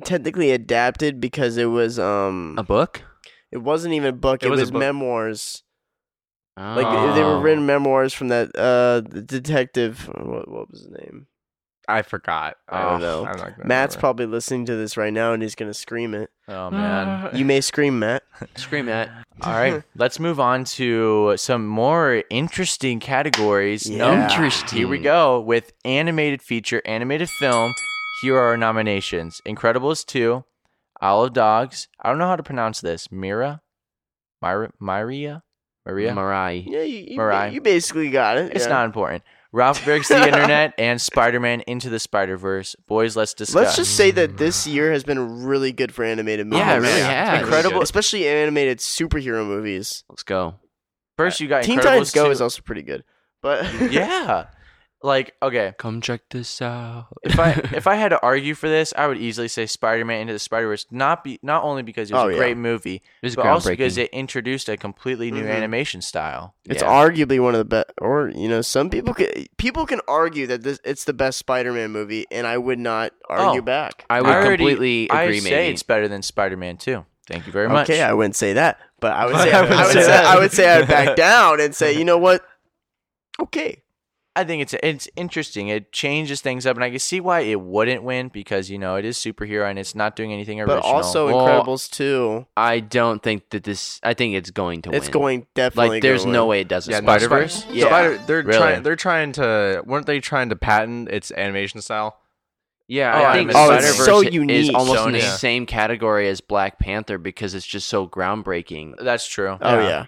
[SPEAKER 3] technically adapted because it was um,
[SPEAKER 2] a book.
[SPEAKER 3] it wasn't even a book.
[SPEAKER 4] It
[SPEAKER 3] It,
[SPEAKER 4] was a
[SPEAKER 3] was
[SPEAKER 4] book.
[SPEAKER 3] memoirs. Like they were
[SPEAKER 2] Oh.
[SPEAKER 3] written memoirs from that uh the detective. What, what was his name?
[SPEAKER 4] I forgot. Oh,
[SPEAKER 3] I don't know.
[SPEAKER 4] I'm not gonna
[SPEAKER 3] Matt's
[SPEAKER 4] remember.
[SPEAKER 3] probably listening to this right now, and he's gonna scream it.
[SPEAKER 1] oh man.
[SPEAKER 3] You may scream, Matt.
[SPEAKER 2] Oh, Scream that.
[SPEAKER 1] All right. Let's move on to some more interesting categories.
[SPEAKER 3] Yeah.
[SPEAKER 2] Interesting.
[SPEAKER 1] Here we
[SPEAKER 3] Hmm.
[SPEAKER 1] go with animated feature, animated film. Here are our nominations: Incredibles two, Isle of Dogs. I don't know how to pronounce this. Mira, Myra, Maria, Maria.
[SPEAKER 2] Mariah.
[SPEAKER 3] Yeah, you, you,
[SPEAKER 1] Mariah.
[SPEAKER 3] you basically got it.
[SPEAKER 1] it's
[SPEAKER 3] yeah.
[SPEAKER 1] not important. Ralph breaks the internet and Spider-Man into the Spider-Verse. Boys, let's discuss.
[SPEAKER 3] Let's just say that this year has been really good for animated movies.
[SPEAKER 2] Yeah, it really
[SPEAKER 1] Yeah.
[SPEAKER 2] has.
[SPEAKER 1] Incredible.
[SPEAKER 3] especially animated superhero movies.
[SPEAKER 2] Let's go.
[SPEAKER 1] First, you got
[SPEAKER 3] Teen
[SPEAKER 1] Incredibles
[SPEAKER 3] Titans Go
[SPEAKER 1] 2.
[SPEAKER 3] is also pretty good, but
[SPEAKER 1] yeah. Like okay,
[SPEAKER 2] Come check this out.
[SPEAKER 1] if I if I had to argue for this, I would easily say Spider-Man into the Spider-Verse. Not be not only because it was
[SPEAKER 3] Oh,
[SPEAKER 1] a
[SPEAKER 3] yeah.
[SPEAKER 1] great movie,
[SPEAKER 2] This is
[SPEAKER 1] but also because
[SPEAKER 2] groundbreaking.
[SPEAKER 1] it introduced a completely new
[SPEAKER 3] Mhm.
[SPEAKER 1] animation style.
[SPEAKER 3] It's
[SPEAKER 2] Yeah.
[SPEAKER 3] arguably one of the best, or you know, some people can people can argue that this it's the best Spider-Man movie, and I would not
[SPEAKER 1] Oh.
[SPEAKER 3] argue back.
[SPEAKER 2] I would
[SPEAKER 1] I already-
[SPEAKER 2] completely
[SPEAKER 1] I
[SPEAKER 2] agree.
[SPEAKER 1] say
[SPEAKER 2] maybe.
[SPEAKER 1] it's better than Spider-Man 2. Thank you very much.
[SPEAKER 3] Okay, I wouldn't say that, but I would say
[SPEAKER 4] I
[SPEAKER 3] I would,
[SPEAKER 4] wouldn't
[SPEAKER 3] say,
[SPEAKER 4] say that.
[SPEAKER 3] I would say I'd back down and say, you know what? Okay,
[SPEAKER 1] I think it's it's interesting. It changes things up, and I can see why it wouldn't win because you know it is superhero and it's not doing anything original.
[SPEAKER 3] but also
[SPEAKER 2] Well,
[SPEAKER 3] Incredibles two,
[SPEAKER 2] I don't think that this. I think it's going to win.
[SPEAKER 3] it's going definitely.
[SPEAKER 2] Like, there's
[SPEAKER 3] gonna
[SPEAKER 2] no
[SPEAKER 3] win.
[SPEAKER 2] way it doesn't.
[SPEAKER 4] Yeah,
[SPEAKER 2] Spider
[SPEAKER 1] Spider-Verse?
[SPEAKER 2] Verse.
[SPEAKER 3] Yeah.
[SPEAKER 4] Spider, they're
[SPEAKER 1] Really?
[SPEAKER 4] trying. They're trying to. Weren't they trying to patent its animation style?
[SPEAKER 2] Yeah,
[SPEAKER 1] Oh,
[SPEAKER 2] I think
[SPEAKER 1] Adam
[SPEAKER 3] is
[SPEAKER 2] Spider Verse
[SPEAKER 3] so
[SPEAKER 2] is
[SPEAKER 3] unique.
[SPEAKER 2] almost in the
[SPEAKER 1] Sony.
[SPEAKER 2] same category as Black Panther because it's just so groundbreaking.
[SPEAKER 1] That's true.
[SPEAKER 3] Oh
[SPEAKER 4] Yeah.
[SPEAKER 3] yeah.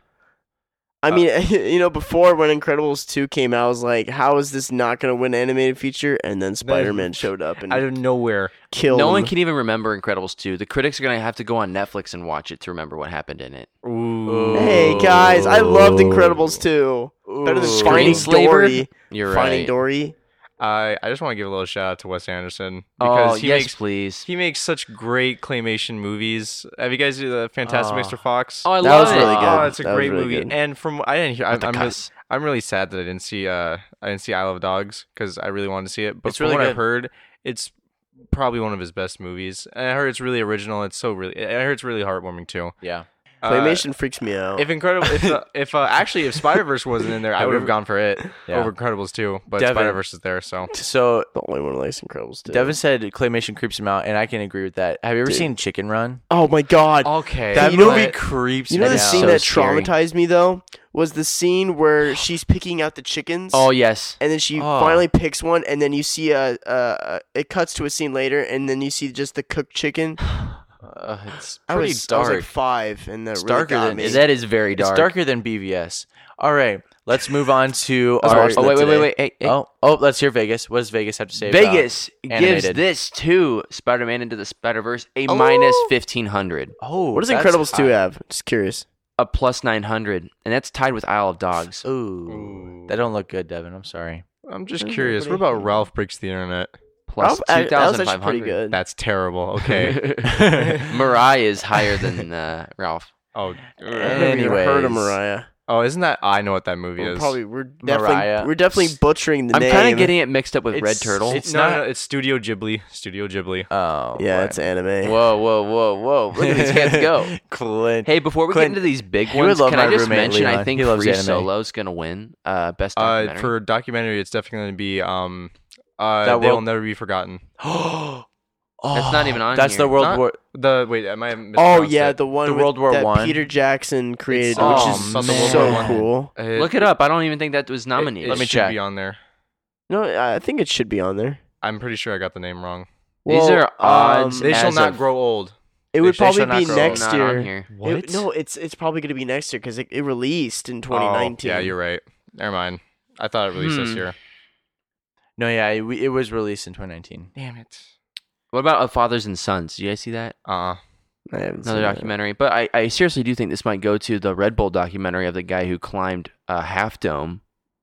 [SPEAKER 3] I
[SPEAKER 1] Uh,
[SPEAKER 3] mean, you know, before when Incredibles two came out, I was like, "How is this not going to win animated feature?" And then Spider Man showed up
[SPEAKER 4] out
[SPEAKER 3] and
[SPEAKER 4] of nowhere.
[SPEAKER 3] killed.
[SPEAKER 2] No one can even remember Incredibles 2. The critics are going to have to go on Netflix and watch it to remember what happened in it.
[SPEAKER 1] Ooh.
[SPEAKER 3] Hey guys, I loved Incredibles two. Better than
[SPEAKER 1] Ooh.
[SPEAKER 3] Finding
[SPEAKER 2] Screen
[SPEAKER 3] Dory.
[SPEAKER 2] You're
[SPEAKER 3] Finding
[SPEAKER 2] right.
[SPEAKER 3] Dory.
[SPEAKER 4] I I just want to give a little shout out to Wes Anderson because
[SPEAKER 2] Oh,
[SPEAKER 4] he
[SPEAKER 2] yes,
[SPEAKER 4] makes
[SPEAKER 2] please.
[SPEAKER 4] he makes such great claymation movies. Have you guys seen the Fantastic
[SPEAKER 1] Oh.
[SPEAKER 4] Mr. Fox?
[SPEAKER 2] Oh, I
[SPEAKER 3] That
[SPEAKER 2] love
[SPEAKER 3] was
[SPEAKER 2] it.
[SPEAKER 3] really good.
[SPEAKER 4] Oh, it's a
[SPEAKER 3] That was
[SPEAKER 4] great
[SPEAKER 3] really
[SPEAKER 4] movie.
[SPEAKER 3] good.
[SPEAKER 4] And from I didn't hear. I,
[SPEAKER 2] With the
[SPEAKER 4] I'm really,
[SPEAKER 2] cuss.
[SPEAKER 4] I'm really sad that I didn't see. Uh, I didn't see I Love Dogs because I really wanted to see it. But
[SPEAKER 1] It's
[SPEAKER 4] from
[SPEAKER 1] really
[SPEAKER 4] what I've
[SPEAKER 1] good.
[SPEAKER 4] heard, it's probably one of his best movies. And I heard it's really original. It's so really. I heard it's really heartwarming too.
[SPEAKER 1] Yeah.
[SPEAKER 4] Uh,
[SPEAKER 3] Claymation freaks me out.
[SPEAKER 4] if incredible, if, uh, if uh, actually if Spider Verse wasn't in there, I would have gone for it
[SPEAKER 1] Yeah.
[SPEAKER 4] over Incredibles too. But
[SPEAKER 1] Devin.
[SPEAKER 4] Spider Verse is there, so
[SPEAKER 1] So
[SPEAKER 3] the only one who likes Incredibles two.
[SPEAKER 1] Devin said claymation creeps him out, and I can agree with that. Have you ever
[SPEAKER 3] Dude.
[SPEAKER 1] seen Chicken Run?
[SPEAKER 3] oh my god.
[SPEAKER 4] okay.
[SPEAKER 1] That
[SPEAKER 3] you know
[SPEAKER 1] movie
[SPEAKER 3] what-
[SPEAKER 1] creeps
[SPEAKER 3] you know
[SPEAKER 1] me
[SPEAKER 3] the
[SPEAKER 1] out.
[SPEAKER 3] scene
[SPEAKER 2] So
[SPEAKER 3] that
[SPEAKER 2] scary.
[SPEAKER 3] traumatized me though was the scene where she's picking out the chickens.
[SPEAKER 2] Oh, yes.
[SPEAKER 3] and then she
[SPEAKER 1] Oh.
[SPEAKER 3] finally picks one, and then you see a, a, a it cuts to a scene later, and then you see just the cooked chicken.
[SPEAKER 1] Uh, it's
[SPEAKER 3] I
[SPEAKER 1] pretty
[SPEAKER 3] was, I
[SPEAKER 1] dark.
[SPEAKER 3] was like five, and that
[SPEAKER 1] It's
[SPEAKER 3] really
[SPEAKER 1] darker
[SPEAKER 3] got
[SPEAKER 1] than-
[SPEAKER 3] me.
[SPEAKER 1] is
[SPEAKER 2] That is very dark.
[SPEAKER 1] It's darker than BVS. All right, let's move on to
[SPEAKER 3] I was
[SPEAKER 1] our.
[SPEAKER 3] watching
[SPEAKER 2] Oh,
[SPEAKER 1] Oh,
[SPEAKER 2] wait, wait,
[SPEAKER 3] today.
[SPEAKER 2] wait, wait. Hey, hey.
[SPEAKER 1] oh, oh, let's hear Vegas. What does Vegas have to say? about-
[SPEAKER 2] Vegas gives
[SPEAKER 1] animated.
[SPEAKER 2] this to Spider Man Into the Spider Verse a minus 1500,
[SPEAKER 1] oh,
[SPEAKER 3] What does
[SPEAKER 1] that's
[SPEAKER 3] Incredibles two
[SPEAKER 1] hot.
[SPEAKER 3] have? Just curious.
[SPEAKER 2] a plus 900, and that's tied with Isle of Dogs.
[SPEAKER 1] Ooh, that don't look good, Devin. I'm sorry.
[SPEAKER 4] I'm just
[SPEAKER 3] Ooh,
[SPEAKER 4] curious. What
[SPEAKER 3] pretty-
[SPEAKER 4] about Ralph breaks the internet?
[SPEAKER 2] Plus
[SPEAKER 3] Ralph- Oh, I- that was
[SPEAKER 2] 2500.
[SPEAKER 3] actually pretty good.
[SPEAKER 4] That's terrible. Okay.
[SPEAKER 2] Mariah is higher than uh, Ralph.
[SPEAKER 4] oh.
[SPEAKER 3] I haven't even heard
[SPEAKER 1] Anyways.
[SPEAKER 3] of Mariah.
[SPEAKER 4] Oh, isn't that I know what that movie
[SPEAKER 3] We're
[SPEAKER 4] is?
[SPEAKER 3] probably we're
[SPEAKER 1] Mariah.
[SPEAKER 3] definitely we're definitely butchering the
[SPEAKER 2] I'm
[SPEAKER 3] name.
[SPEAKER 2] kind of getting it mixed up with Red
[SPEAKER 1] It's-
[SPEAKER 2] Turtle.
[SPEAKER 1] it's
[SPEAKER 4] no,
[SPEAKER 1] not-
[SPEAKER 4] no, it's Studio Ghibli. Studio Ghibli.
[SPEAKER 1] Oh,
[SPEAKER 3] Yeah,
[SPEAKER 1] boy.
[SPEAKER 3] it's anime.
[SPEAKER 2] whoa, whoa, whoa, whoa! Look at these hands go.
[SPEAKER 1] Clint.
[SPEAKER 2] Hey, before we
[SPEAKER 1] Clint,
[SPEAKER 2] get into these big
[SPEAKER 1] you would
[SPEAKER 2] ones,
[SPEAKER 1] love
[SPEAKER 2] can I
[SPEAKER 1] my
[SPEAKER 2] just
[SPEAKER 1] roommate,
[SPEAKER 2] mention I
[SPEAKER 1] Leon.
[SPEAKER 2] think
[SPEAKER 1] He loves
[SPEAKER 2] Free
[SPEAKER 1] anime.
[SPEAKER 2] Solo's gonna win uh, best
[SPEAKER 4] Uh,
[SPEAKER 2] documentary.
[SPEAKER 4] for documentary, it's definitely going to be um,
[SPEAKER 1] That
[SPEAKER 4] uh, they will
[SPEAKER 1] world-
[SPEAKER 4] never be forgotten.
[SPEAKER 1] oh,
[SPEAKER 2] not even on
[SPEAKER 1] That's
[SPEAKER 2] here.
[SPEAKER 1] the World
[SPEAKER 4] Not-
[SPEAKER 1] War.
[SPEAKER 4] The wait, am I?
[SPEAKER 3] Oh
[SPEAKER 4] mispronounced
[SPEAKER 3] yeah,
[SPEAKER 4] it?
[SPEAKER 3] the one
[SPEAKER 1] The
[SPEAKER 3] with-
[SPEAKER 1] World War
[SPEAKER 3] that
[SPEAKER 1] One.
[SPEAKER 3] Peter Jackson created,
[SPEAKER 1] It's-
[SPEAKER 3] which
[SPEAKER 1] oh,
[SPEAKER 3] is
[SPEAKER 1] man.
[SPEAKER 3] so
[SPEAKER 1] man.
[SPEAKER 3] cool.
[SPEAKER 4] It-
[SPEAKER 2] Look it up. I don't even think that was
[SPEAKER 4] it-
[SPEAKER 2] nominated.
[SPEAKER 4] It,
[SPEAKER 1] Let me
[SPEAKER 4] should
[SPEAKER 1] check.
[SPEAKER 4] Be on there.
[SPEAKER 3] No, I I think it should be on there.
[SPEAKER 4] I'm pretty sure I got the name wrong. Uh,
[SPEAKER 2] These
[SPEAKER 3] Well,
[SPEAKER 2] are odds.
[SPEAKER 3] um,
[SPEAKER 4] They shall
[SPEAKER 2] as
[SPEAKER 4] not
[SPEAKER 2] of-
[SPEAKER 4] grow old.
[SPEAKER 3] It would
[SPEAKER 1] they shall
[SPEAKER 3] probably
[SPEAKER 1] not
[SPEAKER 3] be
[SPEAKER 1] grow
[SPEAKER 2] They're
[SPEAKER 3] next
[SPEAKER 2] not
[SPEAKER 3] year.
[SPEAKER 2] on here.
[SPEAKER 3] It- no, it's it's probably going to be next year because it, it released in 2019.
[SPEAKER 4] Oh, yeah, you're right. Never mind. I thought it released this
[SPEAKER 2] Hmm.
[SPEAKER 4] year.
[SPEAKER 1] No, yeah, it, it was released in 2019.
[SPEAKER 4] Damn it.
[SPEAKER 2] What about A Fathers and Sons? Do you guys see that?
[SPEAKER 4] Uh,
[SPEAKER 3] I haven't
[SPEAKER 2] Another
[SPEAKER 3] seen it.
[SPEAKER 2] documentary. But I, I seriously do think this might go to the Red Bull documentary of the guy who climbed a half dome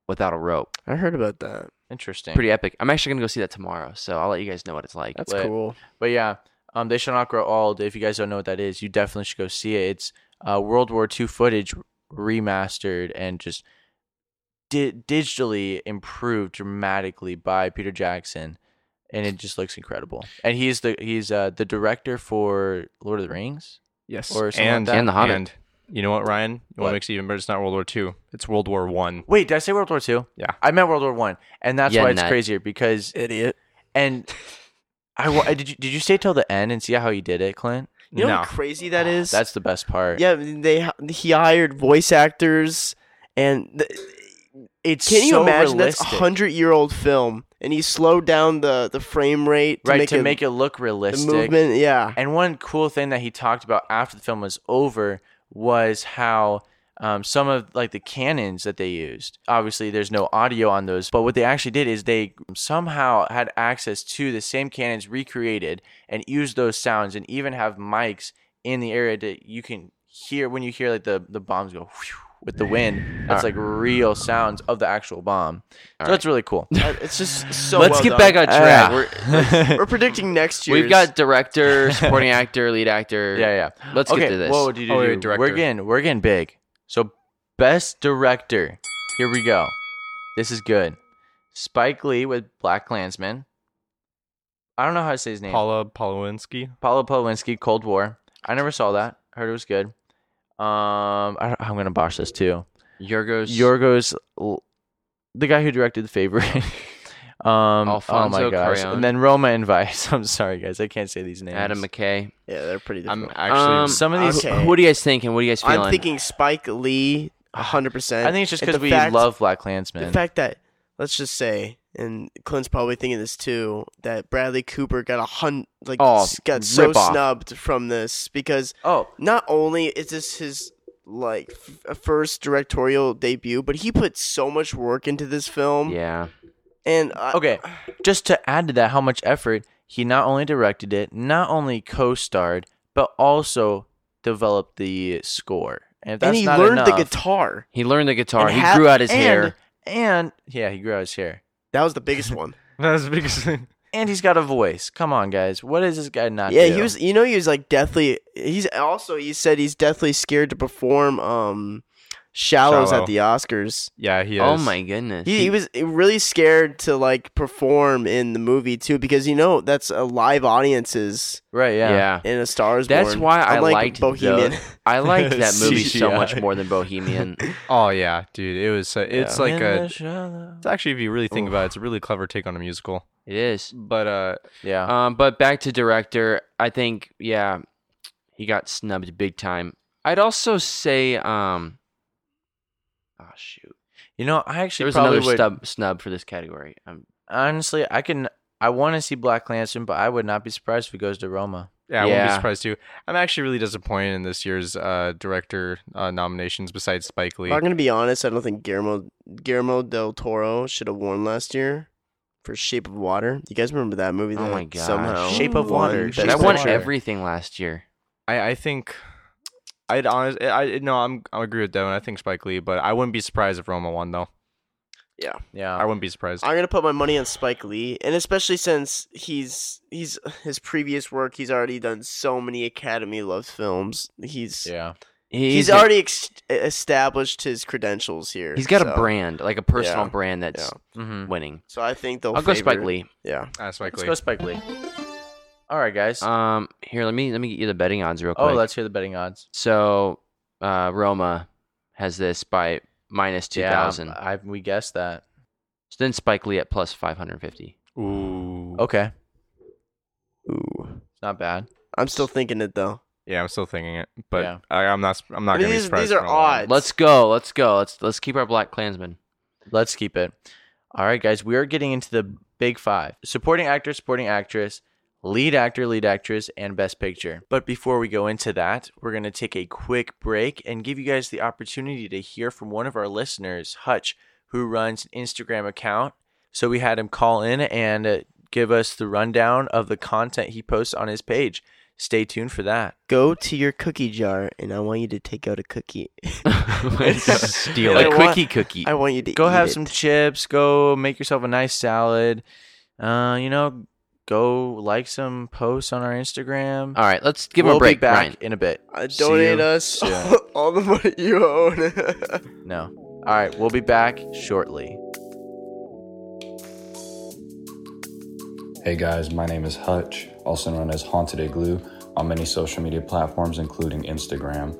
[SPEAKER 2] without a rope.
[SPEAKER 3] I heard about that.
[SPEAKER 1] Interesting.
[SPEAKER 2] Pretty epic. I'm actually gonna go see that tomorrow, so I'll let you guys know what it's like.
[SPEAKER 3] That's
[SPEAKER 1] Lit.
[SPEAKER 3] cool.
[SPEAKER 1] But yeah, um, they shall not grow old. If you guys don't know what that is, you definitely should go see it. It's uh, World War II footage remastered and just di- digitally improved dramatically by Peter Jackson, and it just looks incredible. And he's the he's uh, the director for Lord of the Rings
[SPEAKER 4] yes.
[SPEAKER 1] or something
[SPEAKER 4] And
[SPEAKER 1] like that.
[SPEAKER 2] And The Hobbit.
[SPEAKER 4] and you know what, Ryan? You know
[SPEAKER 1] What?
[SPEAKER 4] what makes it even better? It's not World War Two. It's World War One.
[SPEAKER 1] Wait, did I say World War II?
[SPEAKER 4] Yeah.
[SPEAKER 1] I meant World War One, and that's
[SPEAKER 2] Yeah,
[SPEAKER 1] why it's
[SPEAKER 2] nut.
[SPEAKER 1] crazier because
[SPEAKER 3] Idiot.
[SPEAKER 1] and I wa- did you did you stay till the end and see how he did it, Clint?
[SPEAKER 3] You know
[SPEAKER 4] no.
[SPEAKER 3] how crazy that is?
[SPEAKER 1] That's the best part.
[SPEAKER 3] yeah, they he hired voice actors and the,
[SPEAKER 1] it's
[SPEAKER 3] can you
[SPEAKER 1] so
[SPEAKER 3] imagine that's a
[SPEAKER 1] realistic.
[SPEAKER 3] 100-year-old film and he slowed down the the frame rate to
[SPEAKER 1] right
[SPEAKER 3] make
[SPEAKER 1] to
[SPEAKER 3] it,
[SPEAKER 1] make it look
[SPEAKER 3] the
[SPEAKER 1] realistic.
[SPEAKER 3] movement, yeah.
[SPEAKER 1] And one cool thing that he talked about after the film was over was how um, some of like the cannons that they used. Obviously, there's no audio on those, but what they actually did is they somehow had access to the same cannons recreated and used those sounds, and even have mics in the area that you can hear when you hear like the the bombs go. Whew, with the wind, that's like real sounds of the actual bomb. So that's really cool.
[SPEAKER 3] Uh, It's just so
[SPEAKER 2] Let's
[SPEAKER 3] well
[SPEAKER 2] get
[SPEAKER 3] done.
[SPEAKER 2] back on track.
[SPEAKER 3] Ah. We're, we're predicting next year.
[SPEAKER 2] We've got director, supporting actor, lead actor.
[SPEAKER 1] Yeah, yeah.
[SPEAKER 2] Let's
[SPEAKER 1] okay.
[SPEAKER 2] get to this.
[SPEAKER 1] Whoa, dude,
[SPEAKER 4] Oh, wait,
[SPEAKER 1] dude, dude. We're
[SPEAKER 4] director.
[SPEAKER 1] getting we're getting big. So best director. Here we go. This is good. Spike Lee with Black Klansman. I don't know how to say his name.
[SPEAKER 4] Paula Polowinski.
[SPEAKER 1] Paulo Polowinski, Cold War. I never saw that. Heard it was good. Um, I, I'm gonna botch this too.
[SPEAKER 2] Yorgos.
[SPEAKER 1] Yorgos, L- the guy who directed The Favorite. um, oh my
[SPEAKER 2] Alfonso
[SPEAKER 1] gosh.
[SPEAKER 2] Cuarón.
[SPEAKER 1] And then Roma and Vice. I'm sorry, guys. I can't say these names.
[SPEAKER 2] Adam McKay.
[SPEAKER 3] Yeah, they're pretty
[SPEAKER 4] I'm
[SPEAKER 3] different.
[SPEAKER 4] actually.
[SPEAKER 2] Um,
[SPEAKER 1] Some of these.
[SPEAKER 3] Okay.
[SPEAKER 2] What do you guys think and what do you guys
[SPEAKER 3] I'm,
[SPEAKER 2] feeling?
[SPEAKER 3] thinking Spike Lee 100%.
[SPEAKER 1] I think it's just
[SPEAKER 3] And
[SPEAKER 1] because
[SPEAKER 3] the
[SPEAKER 1] we
[SPEAKER 3] fact-
[SPEAKER 1] love Black Klansman.
[SPEAKER 3] the fact that let's just say and Clint's probably thinking this too, that Bradley Cooper got a hun like
[SPEAKER 2] Oh,
[SPEAKER 3] s- got so
[SPEAKER 2] rip off.
[SPEAKER 3] snubbed from this because
[SPEAKER 1] Oh,
[SPEAKER 3] not only is this his like f- first directorial debut, but he put so much work into this film.
[SPEAKER 2] Yeah.
[SPEAKER 3] And I,
[SPEAKER 1] okay. Just to add to that, how much effort he not only directed it, not only co-starred, but also developed the score. And if that's
[SPEAKER 3] and he
[SPEAKER 1] not
[SPEAKER 3] learned
[SPEAKER 1] enough,
[SPEAKER 3] the guitar.
[SPEAKER 2] He learned the guitar.
[SPEAKER 3] And
[SPEAKER 2] he
[SPEAKER 3] ha-
[SPEAKER 2] grew out his
[SPEAKER 3] and-
[SPEAKER 2] hair.
[SPEAKER 1] and yeah, he grew out his hair.
[SPEAKER 3] That was the biggest one.
[SPEAKER 4] That's the biggest thing.
[SPEAKER 1] And he's got a voice. Come on, guys. What is this guy not?
[SPEAKER 3] yeah,
[SPEAKER 1] do?
[SPEAKER 3] he was. You know, he was like deathly. He's also he said he's deathly scared to perform um, shallows
[SPEAKER 4] Shallow.
[SPEAKER 3] at the Oscars.
[SPEAKER 4] Yeah, he is.
[SPEAKER 2] Oh my goodness.
[SPEAKER 3] He, he was really scared to like perform in the movie too because you know that's a live audiences
[SPEAKER 1] right. Yeah.
[SPEAKER 2] yeah.
[SPEAKER 3] in a stars.
[SPEAKER 2] That's
[SPEAKER 3] Born,
[SPEAKER 2] why I
[SPEAKER 3] unlike
[SPEAKER 2] liked
[SPEAKER 3] Bohemian.
[SPEAKER 2] the- I liked that movie so
[SPEAKER 4] CGI.
[SPEAKER 2] much more than Bohemian.
[SPEAKER 4] Oh yeah, dude. It was. Uh, it's
[SPEAKER 1] In
[SPEAKER 4] like a.
[SPEAKER 1] the shallow-
[SPEAKER 4] It's actually, if you really think about it, it's a really clever take on a musical.
[SPEAKER 2] It is.
[SPEAKER 4] But uh,
[SPEAKER 1] yeah.
[SPEAKER 2] Um, but back to director, I think yeah, he got snubbed big time. I'd also say um, oh shoot,
[SPEAKER 1] You know, I actually
[SPEAKER 2] there was
[SPEAKER 1] probably
[SPEAKER 2] another
[SPEAKER 1] would.
[SPEAKER 2] snub snub for this category. Um,
[SPEAKER 1] Honestly, I can. I want to see Black Lantern, but I would not be surprised if he goes to Roma.
[SPEAKER 4] yeah, I won't be
[SPEAKER 2] Yeah.
[SPEAKER 4] surprised too. I'm actually really disappointed in this year's uh, director uh, nominations besides Spike Lee.
[SPEAKER 3] I'm gonna be honest. I don't think Guillermo Guillermo del Toro should have won last year for Shape of Water. You guys remember that movie?
[SPEAKER 2] Oh
[SPEAKER 3] that
[SPEAKER 2] my gosh.
[SPEAKER 3] Somehow
[SPEAKER 1] Shape of
[SPEAKER 3] won
[SPEAKER 1] Water.
[SPEAKER 3] Best
[SPEAKER 2] that
[SPEAKER 1] Shape of
[SPEAKER 2] won
[SPEAKER 1] Water.
[SPEAKER 2] everything last year.
[SPEAKER 4] I, I think I'd honest I I- no I'm I agree with Devin. I think Spike Lee, but I wouldn't be surprised if Roma won though.
[SPEAKER 1] Yeah.
[SPEAKER 4] I wouldn't be surprised.
[SPEAKER 3] I'm gonna put my money on Spike Lee, and especially since he's he's his previous work, he's already done so many Academy loved films. He's
[SPEAKER 1] yeah.
[SPEAKER 2] He's,
[SPEAKER 3] he's
[SPEAKER 2] a-
[SPEAKER 3] already ex- established his credentials here.
[SPEAKER 2] he's got
[SPEAKER 3] so-
[SPEAKER 2] a brand, like a personal
[SPEAKER 3] Yeah.
[SPEAKER 2] brand that's
[SPEAKER 1] Mm-hmm.
[SPEAKER 2] winning.
[SPEAKER 3] So I think they'll.
[SPEAKER 2] I'll go Spike
[SPEAKER 3] favor-
[SPEAKER 2] Lee.
[SPEAKER 3] Yeah,
[SPEAKER 4] Ah, Spike
[SPEAKER 1] Let's
[SPEAKER 4] Lee.
[SPEAKER 1] go Spike Lee. All right, guys.
[SPEAKER 4] Uh,
[SPEAKER 2] Um, here let me let me get you the betting odds real quick.
[SPEAKER 1] oh, let's hear the betting odds.
[SPEAKER 2] so uh, Roma has this by minus two thousand.
[SPEAKER 1] Yeah, I, we guessed that.
[SPEAKER 2] so then Spike Lee at plus five hundred fifty.
[SPEAKER 4] Ooh.
[SPEAKER 1] Okay.
[SPEAKER 3] ooh,
[SPEAKER 1] It's not bad.
[SPEAKER 3] I'm still thinking it though.
[SPEAKER 4] Yeah, I'm still thinking it, but
[SPEAKER 1] Yeah.
[SPEAKER 4] I, I'm not. I'm not
[SPEAKER 3] I mean,
[SPEAKER 4] gonna
[SPEAKER 3] these-
[SPEAKER 4] be surprised.
[SPEAKER 3] these are
[SPEAKER 4] if Roma won.
[SPEAKER 3] odds.
[SPEAKER 2] Let's go. Let's go. Let's let's keep our Black Klansmen.
[SPEAKER 1] Let's keep it. All right, guys. We are getting into the big five supporting actor, supporting actress, lead actor, lead actress, and best picture. But before we go into that, we're going to take a quick break and give you guys the opportunity to hear from one of our listeners, Hutch, who runs an Instagram account. So we had him call in and uh, give us the rundown of the content he posts on his page. Stay tuned for that.
[SPEAKER 3] Go to your cookie jar, and I want you to take out a cookie.
[SPEAKER 2] Steal
[SPEAKER 3] I
[SPEAKER 2] a
[SPEAKER 3] want-
[SPEAKER 2] quickie cookie.
[SPEAKER 3] I want you to
[SPEAKER 1] go
[SPEAKER 3] eat
[SPEAKER 1] have
[SPEAKER 3] it.
[SPEAKER 1] some chips go make yourself a nice salad uh you know go like some posts on our instagram
[SPEAKER 2] All right, let's give
[SPEAKER 1] we'll
[SPEAKER 2] him a break,
[SPEAKER 1] be back
[SPEAKER 2] Ryan.
[SPEAKER 1] in a bit
[SPEAKER 3] Uh,
[SPEAKER 1] See
[SPEAKER 3] donate
[SPEAKER 1] you
[SPEAKER 3] us
[SPEAKER 1] soon.
[SPEAKER 3] all the money you own.
[SPEAKER 1] no all right we'll be back shortly
[SPEAKER 5] Hey guys, my name is Hutch, also known as Haunted Igloo, on many social media platforms, including Instagram.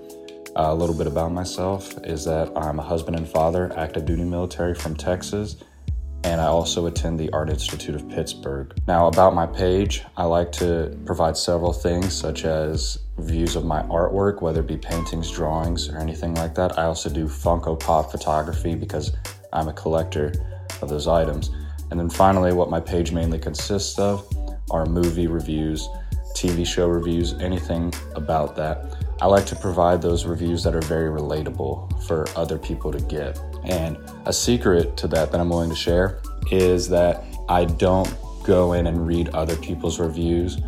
[SPEAKER 5] Uh, a little bit about myself is that I'm a husband and father, active duty military from Texas, and I also attend the Art Institute of Pittsburgh. Now, about my page, I like to provide several things, such as views of my artwork, whether it be paintings, drawings, or anything like that. I also do Funko Pop photography because I'm a collector of those items. And then finally, what my page mainly consists of are movie reviews, TV show reviews, anything about that. I like to provide those reviews that are very relatable for other people to get. And a secret to that that I'm willing to share is that I don't go in and read other people's reviews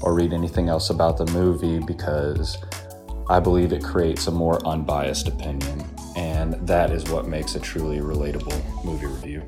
[SPEAKER 5] or read anything else about the movie because I believe it creates a more unbiased opinion. And that is what makes a truly relatable movie review.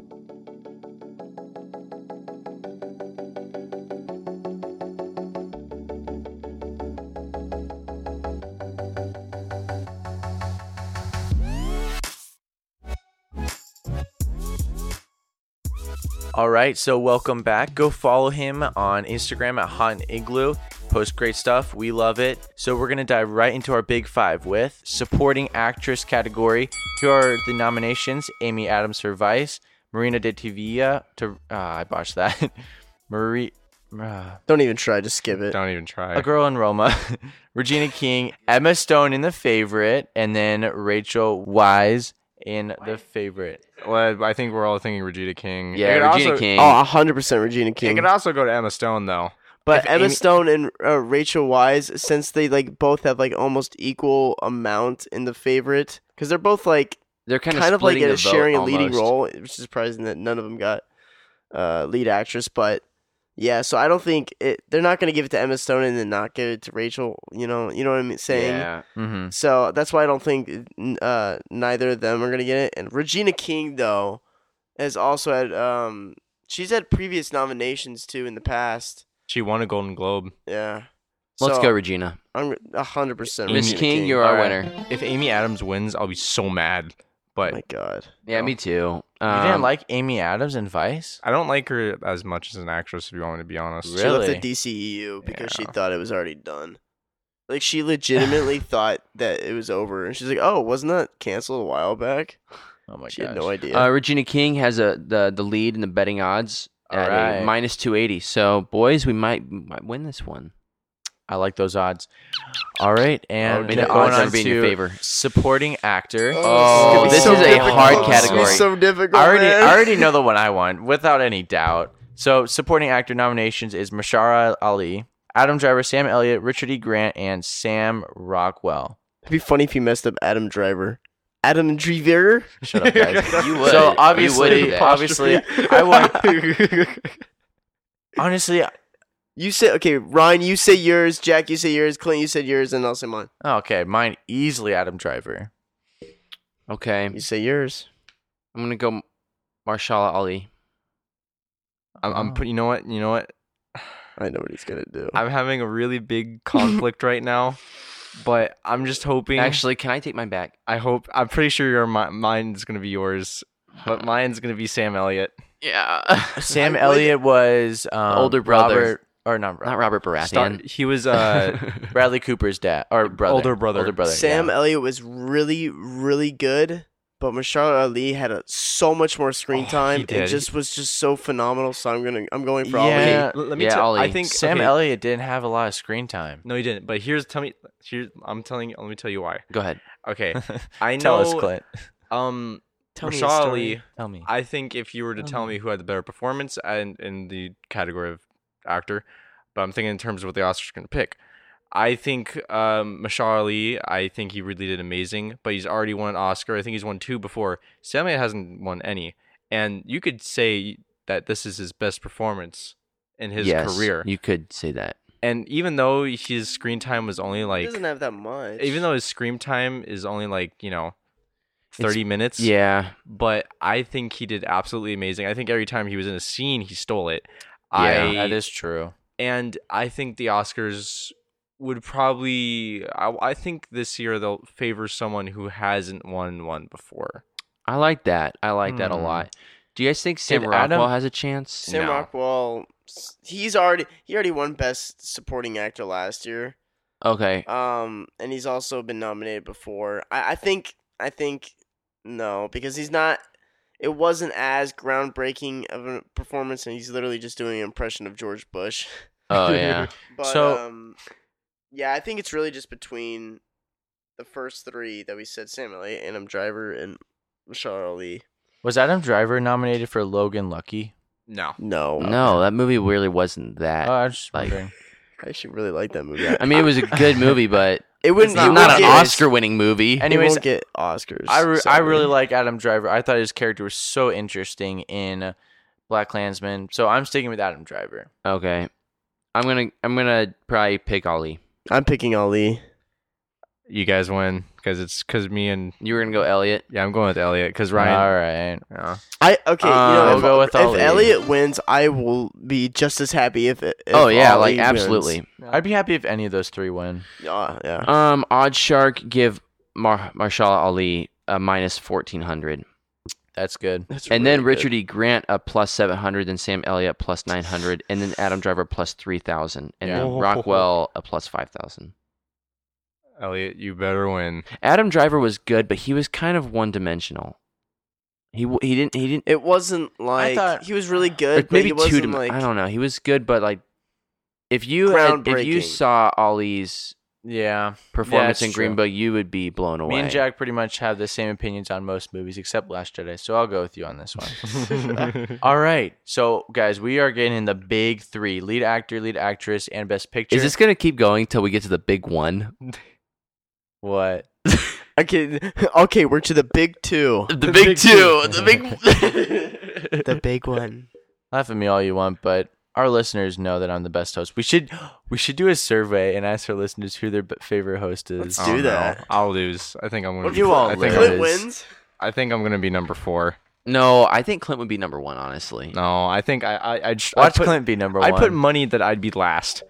[SPEAKER 1] all right so welcome back go follow him on instagram at hot and igloo post great stuff we love it so we're gonna dive right into our big five with supporting actress category here are the nominations amy adams for vice marina de Tavia to uh, i botched that marie uh,
[SPEAKER 3] Don't even try to skip it.
[SPEAKER 4] Don't even try.
[SPEAKER 1] A Girl in Roma, Regina King, Emma Stone in The Favorite, and then Rachel Wise in the favorite.
[SPEAKER 4] Well, I think we're all thinking Regina King.
[SPEAKER 2] Yeah,
[SPEAKER 4] It could
[SPEAKER 2] Regina
[SPEAKER 4] also,
[SPEAKER 2] King.
[SPEAKER 3] Oh, 100% Regina
[SPEAKER 4] It
[SPEAKER 3] King.
[SPEAKER 4] could also go to Emma Stone though.
[SPEAKER 3] But
[SPEAKER 1] if
[SPEAKER 3] Emma
[SPEAKER 1] Amy-
[SPEAKER 3] Stone and uh, Rachel Wise, since they like both have like almost equal amount in the favorite, because they're both like
[SPEAKER 2] They're kind of
[SPEAKER 3] kind of like
[SPEAKER 2] splitting
[SPEAKER 3] a
[SPEAKER 2] the vote
[SPEAKER 3] sharing a leading
[SPEAKER 2] almost.
[SPEAKER 3] role. It was surprising that none of them got uh, lead actress, but yeah. So I don't think it. They're not gonna give it to Emma Stone and then not give it to Rachel. You know, you know what I'm saying.
[SPEAKER 2] Yeah.
[SPEAKER 1] Mm-hmm.
[SPEAKER 3] So that's why I don't think n- uh, neither of them are gonna get it. And Regina King though has also had um she's had previous nominations too in the past.
[SPEAKER 4] She won a Golden Globe.
[SPEAKER 3] Yeah.
[SPEAKER 2] Let's
[SPEAKER 3] So
[SPEAKER 2] go, Regina.
[SPEAKER 3] I'm a hundred percent.
[SPEAKER 2] Miss
[SPEAKER 3] Regina
[SPEAKER 2] King, you're our
[SPEAKER 4] All right.
[SPEAKER 2] winner.
[SPEAKER 4] If Amy Adams wins, I'll be so mad.
[SPEAKER 3] Oh
[SPEAKER 4] But
[SPEAKER 3] my god.
[SPEAKER 2] Yeah,
[SPEAKER 4] No.
[SPEAKER 2] me too.
[SPEAKER 1] You
[SPEAKER 2] Um,
[SPEAKER 1] didn't like Amy Adams in Vice?
[SPEAKER 4] I don't like her as much as an actress. If you want me to be honest,
[SPEAKER 1] Really?
[SPEAKER 3] She left the DCEU because she thought it was already done. Like she legitimately thought that it was over, and she's like, "Oh, wasn't that canceled a while back?"
[SPEAKER 1] Oh my
[SPEAKER 3] she
[SPEAKER 1] god.
[SPEAKER 3] had no idea.
[SPEAKER 2] uh, Regina King has a the the lead in the betting odds
[SPEAKER 1] All
[SPEAKER 2] at a
[SPEAKER 1] right.
[SPEAKER 2] minus two eighty. So boys, we might might win this one.
[SPEAKER 1] I like those odds. All right, and
[SPEAKER 2] May
[SPEAKER 3] Okay.
[SPEAKER 2] the
[SPEAKER 1] going
[SPEAKER 2] odds
[SPEAKER 1] on
[SPEAKER 2] are being in your
[SPEAKER 1] to
[SPEAKER 2] favor.
[SPEAKER 1] supporting actor.
[SPEAKER 2] Oh,
[SPEAKER 3] this is,
[SPEAKER 2] this
[SPEAKER 3] gonna be
[SPEAKER 2] is a
[SPEAKER 3] so difficult.
[SPEAKER 2] hard
[SPEAKER 3] This is gonna be
[SPEAKER 2] category.
[SPEAKER 3] so difficult.
[SPEAKER 1] I already,
[SPEAKER 3] man.
[SPEAKER 1] I already know the one I want without any doubt. So, supporting actor nominations is Mashara Ali, Adam Driver, Sam Elliott, Richard E. Grant, and Sam Rockwell.
[SPEAKER 3] It'd be funny if you messed up Adam Driver. Adam Driver.
[SPEAKER 1] Shut up, guys.
[SPEAKER 2] You would. You
[SPEAKER 1] So
[SPEAKER 2] would do
[SPEAKER 1] obviously,
[SPEAKER 2] that.
[SPEAKER 1] obviously, I want. Honestly,
[SPEAKER 3] You say okay, Ryan. You say yours. Jack, you say yours. Clint, you said yours, and I'll say mine.
[SPEAKER 1] okay, mine easily Adam Driver.
[SPEAKER 2] Okay,
[SPEAKER 3] You say yours.
[SPEAKER 2] I'm gonna go Marshala Ali.
[SPEAKER 4] I'm, I'm put. You know what? You know what?
[SPEAKER 3] I know what he's gonna do.
[SPEAKER 4] I'm having a really big conflict right now. But I'm just hoping.
[SPEAKER 2] Actually, can I take mine back?
[SPEAKER 4] I hope. I'm pretty sure your mi- mine's gonna be yours, but mine's gonna be Sam Elliott.
[SPEAKER 2] Yeah.
[SPEAKER 1] Sam
[SPEAKER 3] would-
[SPEAKER 1] Elliott was um,
[SPEAKER 2] older brother.
[SPEAKER 1] Robert, or not, Robert,
[SPEAKER 2] Not Robert
[SPEAKER 4] Star-
[SPEAKER 2] Baratheon.
[SPEAKER 4] he was uh
[SPEAKER 1] Bradley Cooper's dad or brother,
[SPEAKER 4] Older brother.
[SPEAKER 1] older brother.
[SPEAKER 3] Sam
[SPEAKER 1] yeah.
[SPEAKER 3] Elliott was really, really good, but Mashar Ali had a, so much more screen
[SPEAKER 4] Oh,
[SPEAKER 3] time.
[SPEAKER 4] he
[SPEAKER 3] It
[SPEAKER 4] did.
[SPEAKER 3] just was just so phenomenal. So I'm gonna, I'm going for
[SPEAKER 1] Yeah.
[SPEAKER 3] Ali.
[SPEAKER 4] L- let me
[SPEAKER 2] yeah,
[SPEAKER 4] tell- I
[SPEAKER 2] Ollie.
[SPEAKER 4] think
[SPEAKER 1] Sam
[SPEAKER 4] okay,
[SPEAKER 1] Elliott didn't have a lot of screen time.
[SPEAKER 4] No, he didn't. But here's tell me. Here's I'm telling you. Let me tell you why.
[SPEAKER 2] go ahead.
[SPEAKER 4] Okay, I know.
[SPEAKER 1] Tell us, Clint.
[SPEAKER 4] Um,
[SPEAKER 1] Tell
[SPEAKER 4] me a story.
[SPEAKER 1] Tell me.
[SPEAKER 4] I think if you were to
[SPEAKER 3] Um.
[SPEAKER 4] tell me who had the better performance and in the category of actor, but I'm thinking in terms of what the Oscars are going to pick. I think um, Mashar Ali. I think he really did amazing, but he's already won an Oscar. I think he's won two before. Sam Elliott hasn't won any, and you could say that this is his best performance in his
[SPEAKER 2] Yes,
[SPEAKER 4] career.
[SPEAKER 2] You could say that.
[SPEAKER 4] And even though his screen time was only
[SPEAKER 3] He
[SPEAKER 4] like
[SPEAKER 3] doesn't have that much.
[SPEAKER 4] even though his scream time is only like you know 30 minutes
[SPEAKER 2] Yeah.
[SPEAKER 4] but i think he did absolutely amazing i think every time he was in a scene he stole it
[SPEAKER 1] yeah,
[SPEAKER 4] i
[SPEAKER 1] that is true.
[SPEAKER 4] and i think the oscars would probably I, I think this year they'll favor someone who hasn't won one before
[SPEAKER 2] I like that. I like that a
[SPEAKER 1] Hmm.
[SPEAKER 2] lot. Do you guys think Sam
[SPEAKER 1] Did
[SPEAKER 2] Rockwell
[SPEAKER 1] Adam-
[SPEAKER 2] has a chance?
[SPEAKER 3] Sam
[SPEAKER 4] No.
[SPEAKER 3] Rockwell, s- he's already, he already won Best Supporting Actor last year.
[SPEAKER 2] Okay.
[SPEAKER 3] Um, and he's also been nominated before. I, I think, I think, no, because he's not. It wasn't as groundbreaking of a performance, and he's literally just doing an impression of George Bush.
[SPEAKER 2] Oh yeah.
[SPEAKER 3] But
[SPEAKER 1] So-
[SPEAKER 3] um, yeah, I think it's really just between the first three that we said: Sam Elliott, Adam Driver, and Mashar Ali.
[SPEAKER 1] Was Adam Driver nominated for Logan Lucky?
[SPEAKER 4] no
[SPEAKER 3] No,
[SPEAKER 2] no, that movie really wasn't
[SPEAKER 1] Oh,
[SPEAKER 2] that.
[SPEAKER 1] I was just
[SPEAKER 2] like-
[SPEAKER 1] wondering.
[SPEAKER 3] I actually really like that movie.
[SPEAKER 2] I mean, it was a good movie, but
[SPEAKER 3] it wouldn't.
[SPEAKER 2] it's
[SPEAKER 3] it
[SPEAKER 2] not,
[SPEAKER 3] won't
[SPEAKER 2] an
[SPEAKER 3] get-
[SPEAKER 2] Oscar-winning movie.
[SPEAKER 3] It
[SPEAKER 1] Anyways,
[SPEAKER 3] won't get Oscars.
[SPEAKER 1] I, re- I
[SPEAKER 3] sadly.
[SPEAKER 1] really like Adam Driver. I thought his character was so interesting in Black Klansman. So I'm sticking with Adam Driver.
[SPEAKER 2] Okay. I'm gonna I'm gonna probably pick Ollie.
[SPEAKER 3] I'm picking Ali.
[SPEAKER 4] you guys win because it's because me and
[SPEAKER 2] You were gonna go Elliot.
[SPEAKER 4] yeah i'm going with elliot because ryan
[SPEAKER 1] All right.
[SPEAKER 4] yeah.
[SPEAKER 3] I okay. you
[SPEAKER 1] Uh,
[SPEAKER 3] know,
[SPEAKER 1] we'll
[SPEAKER 3] if,
[SPEAKER 1] go with
[SPEAKER 3] if
[SPEAKER 1] Ali.
[SPEAKER 3] Elliot wins, I will be just as happy. If, if
[SPEAKER 2] oh yeah,
[SPEAKER 3] Ali
[SPEAKER 2] like
[SPEAKER 3] wins. Ah,
[SPEAKER 2] absolutely.
[SPEAKER 1] I'd be happy if any of those three win.
[SPEAKER 3] Yeah, yeah.
[SPEAKER 2] Um, Odd Shark give Mar- Marshall Ali a minus fourteen hundred,
[SPEAKER 1] That's good.
[SPEAKER 3] That's
[SPEAKER 2] and then
[SPEAKER 3] really good.
[SPEAKER 2] Richard E. Grant a plus seven hundred, then Sam Elliott plus nine hundred, and then Adam Driver plus three thousand, and
[SPEAKER 4] Yeah.
[SPEAKER 2] then Rockwell a plus five thousand.
[SPEAKER 4] elliot you better win
[SPEAKER 2] Adam Driver was good, but he was kind of one dimensional. He w- he didn't he didn't
[SPEAKER 3] It wasn't like
[SPEAKER 1] thought-
[SPEAKER 3] he was really
[SPEAKER 2] or
[SPEAKER 3] good.
[SPEAKER 2] maybe
[SPEAKER 3] but he
[SPEAKER 2] two.
[SPEAKER 3] wasn't,
[SPEAKER 2] dim-
[SPEAKER 3] like,
[SPEAKER 2] I don't know. He was good, but like if you had, if you
[SPEAKER 3] Groundbreaking.
[SPEAKER 2] saw Ollie's
[SPEAKER 1] Yeah.
[SPEAKER 2] performance
[SPEAKER 1] that's
[SPEAKER 2] in Green
[SPEAKER 1] true.
[SPEAKER 2] Book, you would be blown away.
[SPEAKER 1] Me and Jack pretty much have the same opinions on most movies except Last Jedi, so I'll go with you on this one. All right. So, guys, we are getting the big three lead actor, lead actress, and best picture.
[SPEAKER 2] Is this gonna keep going till we get to the big one?
[SPEAKER 1] what?
[SPEAKER 3] Okay, okay, we're to the big two,
[SPEAKER 2] The, big, two, the big.
[SPEAKER 3] the big one.
[SPEAKER 1] Laugh at me all you want, but our listeners know that I'm the best host. We should we should do a survey and ask our listeners who their b- favorite host is.
[SPEAKER 3] Let's
[SPEAKER 4] I
[SPEAKER 3] do
[SPEAKER 4] don't know.
[SPEAKER 3] that.
[SPEAKER 4] I'll lose. I think I'm gonna.
[SPEAKER 1] What
[SPEAKER 4] Be,
[SPEAKER 1] do you want,
[SPEAKER 4] I
[SPEAKER 1] Liz?
[SPEAKER 4] think, I'm,
[SPEAKER 3] Clint wins.
[SPEAKER 4] I think I'm gonna be number four.
[SPEAKER 2] no, I think Clint would be number one. Honestly,
[SPEAKER 4] No, I think I I I'd, sh-
[SPEAKER 1] Watch
[SPEAKER 4] I'd put,
[SPEAKER 1] Clint be number
[SPEAKER 4] I'd
[SPEAKER 1] one.
[SPEAKER 4] put money that I'd be last.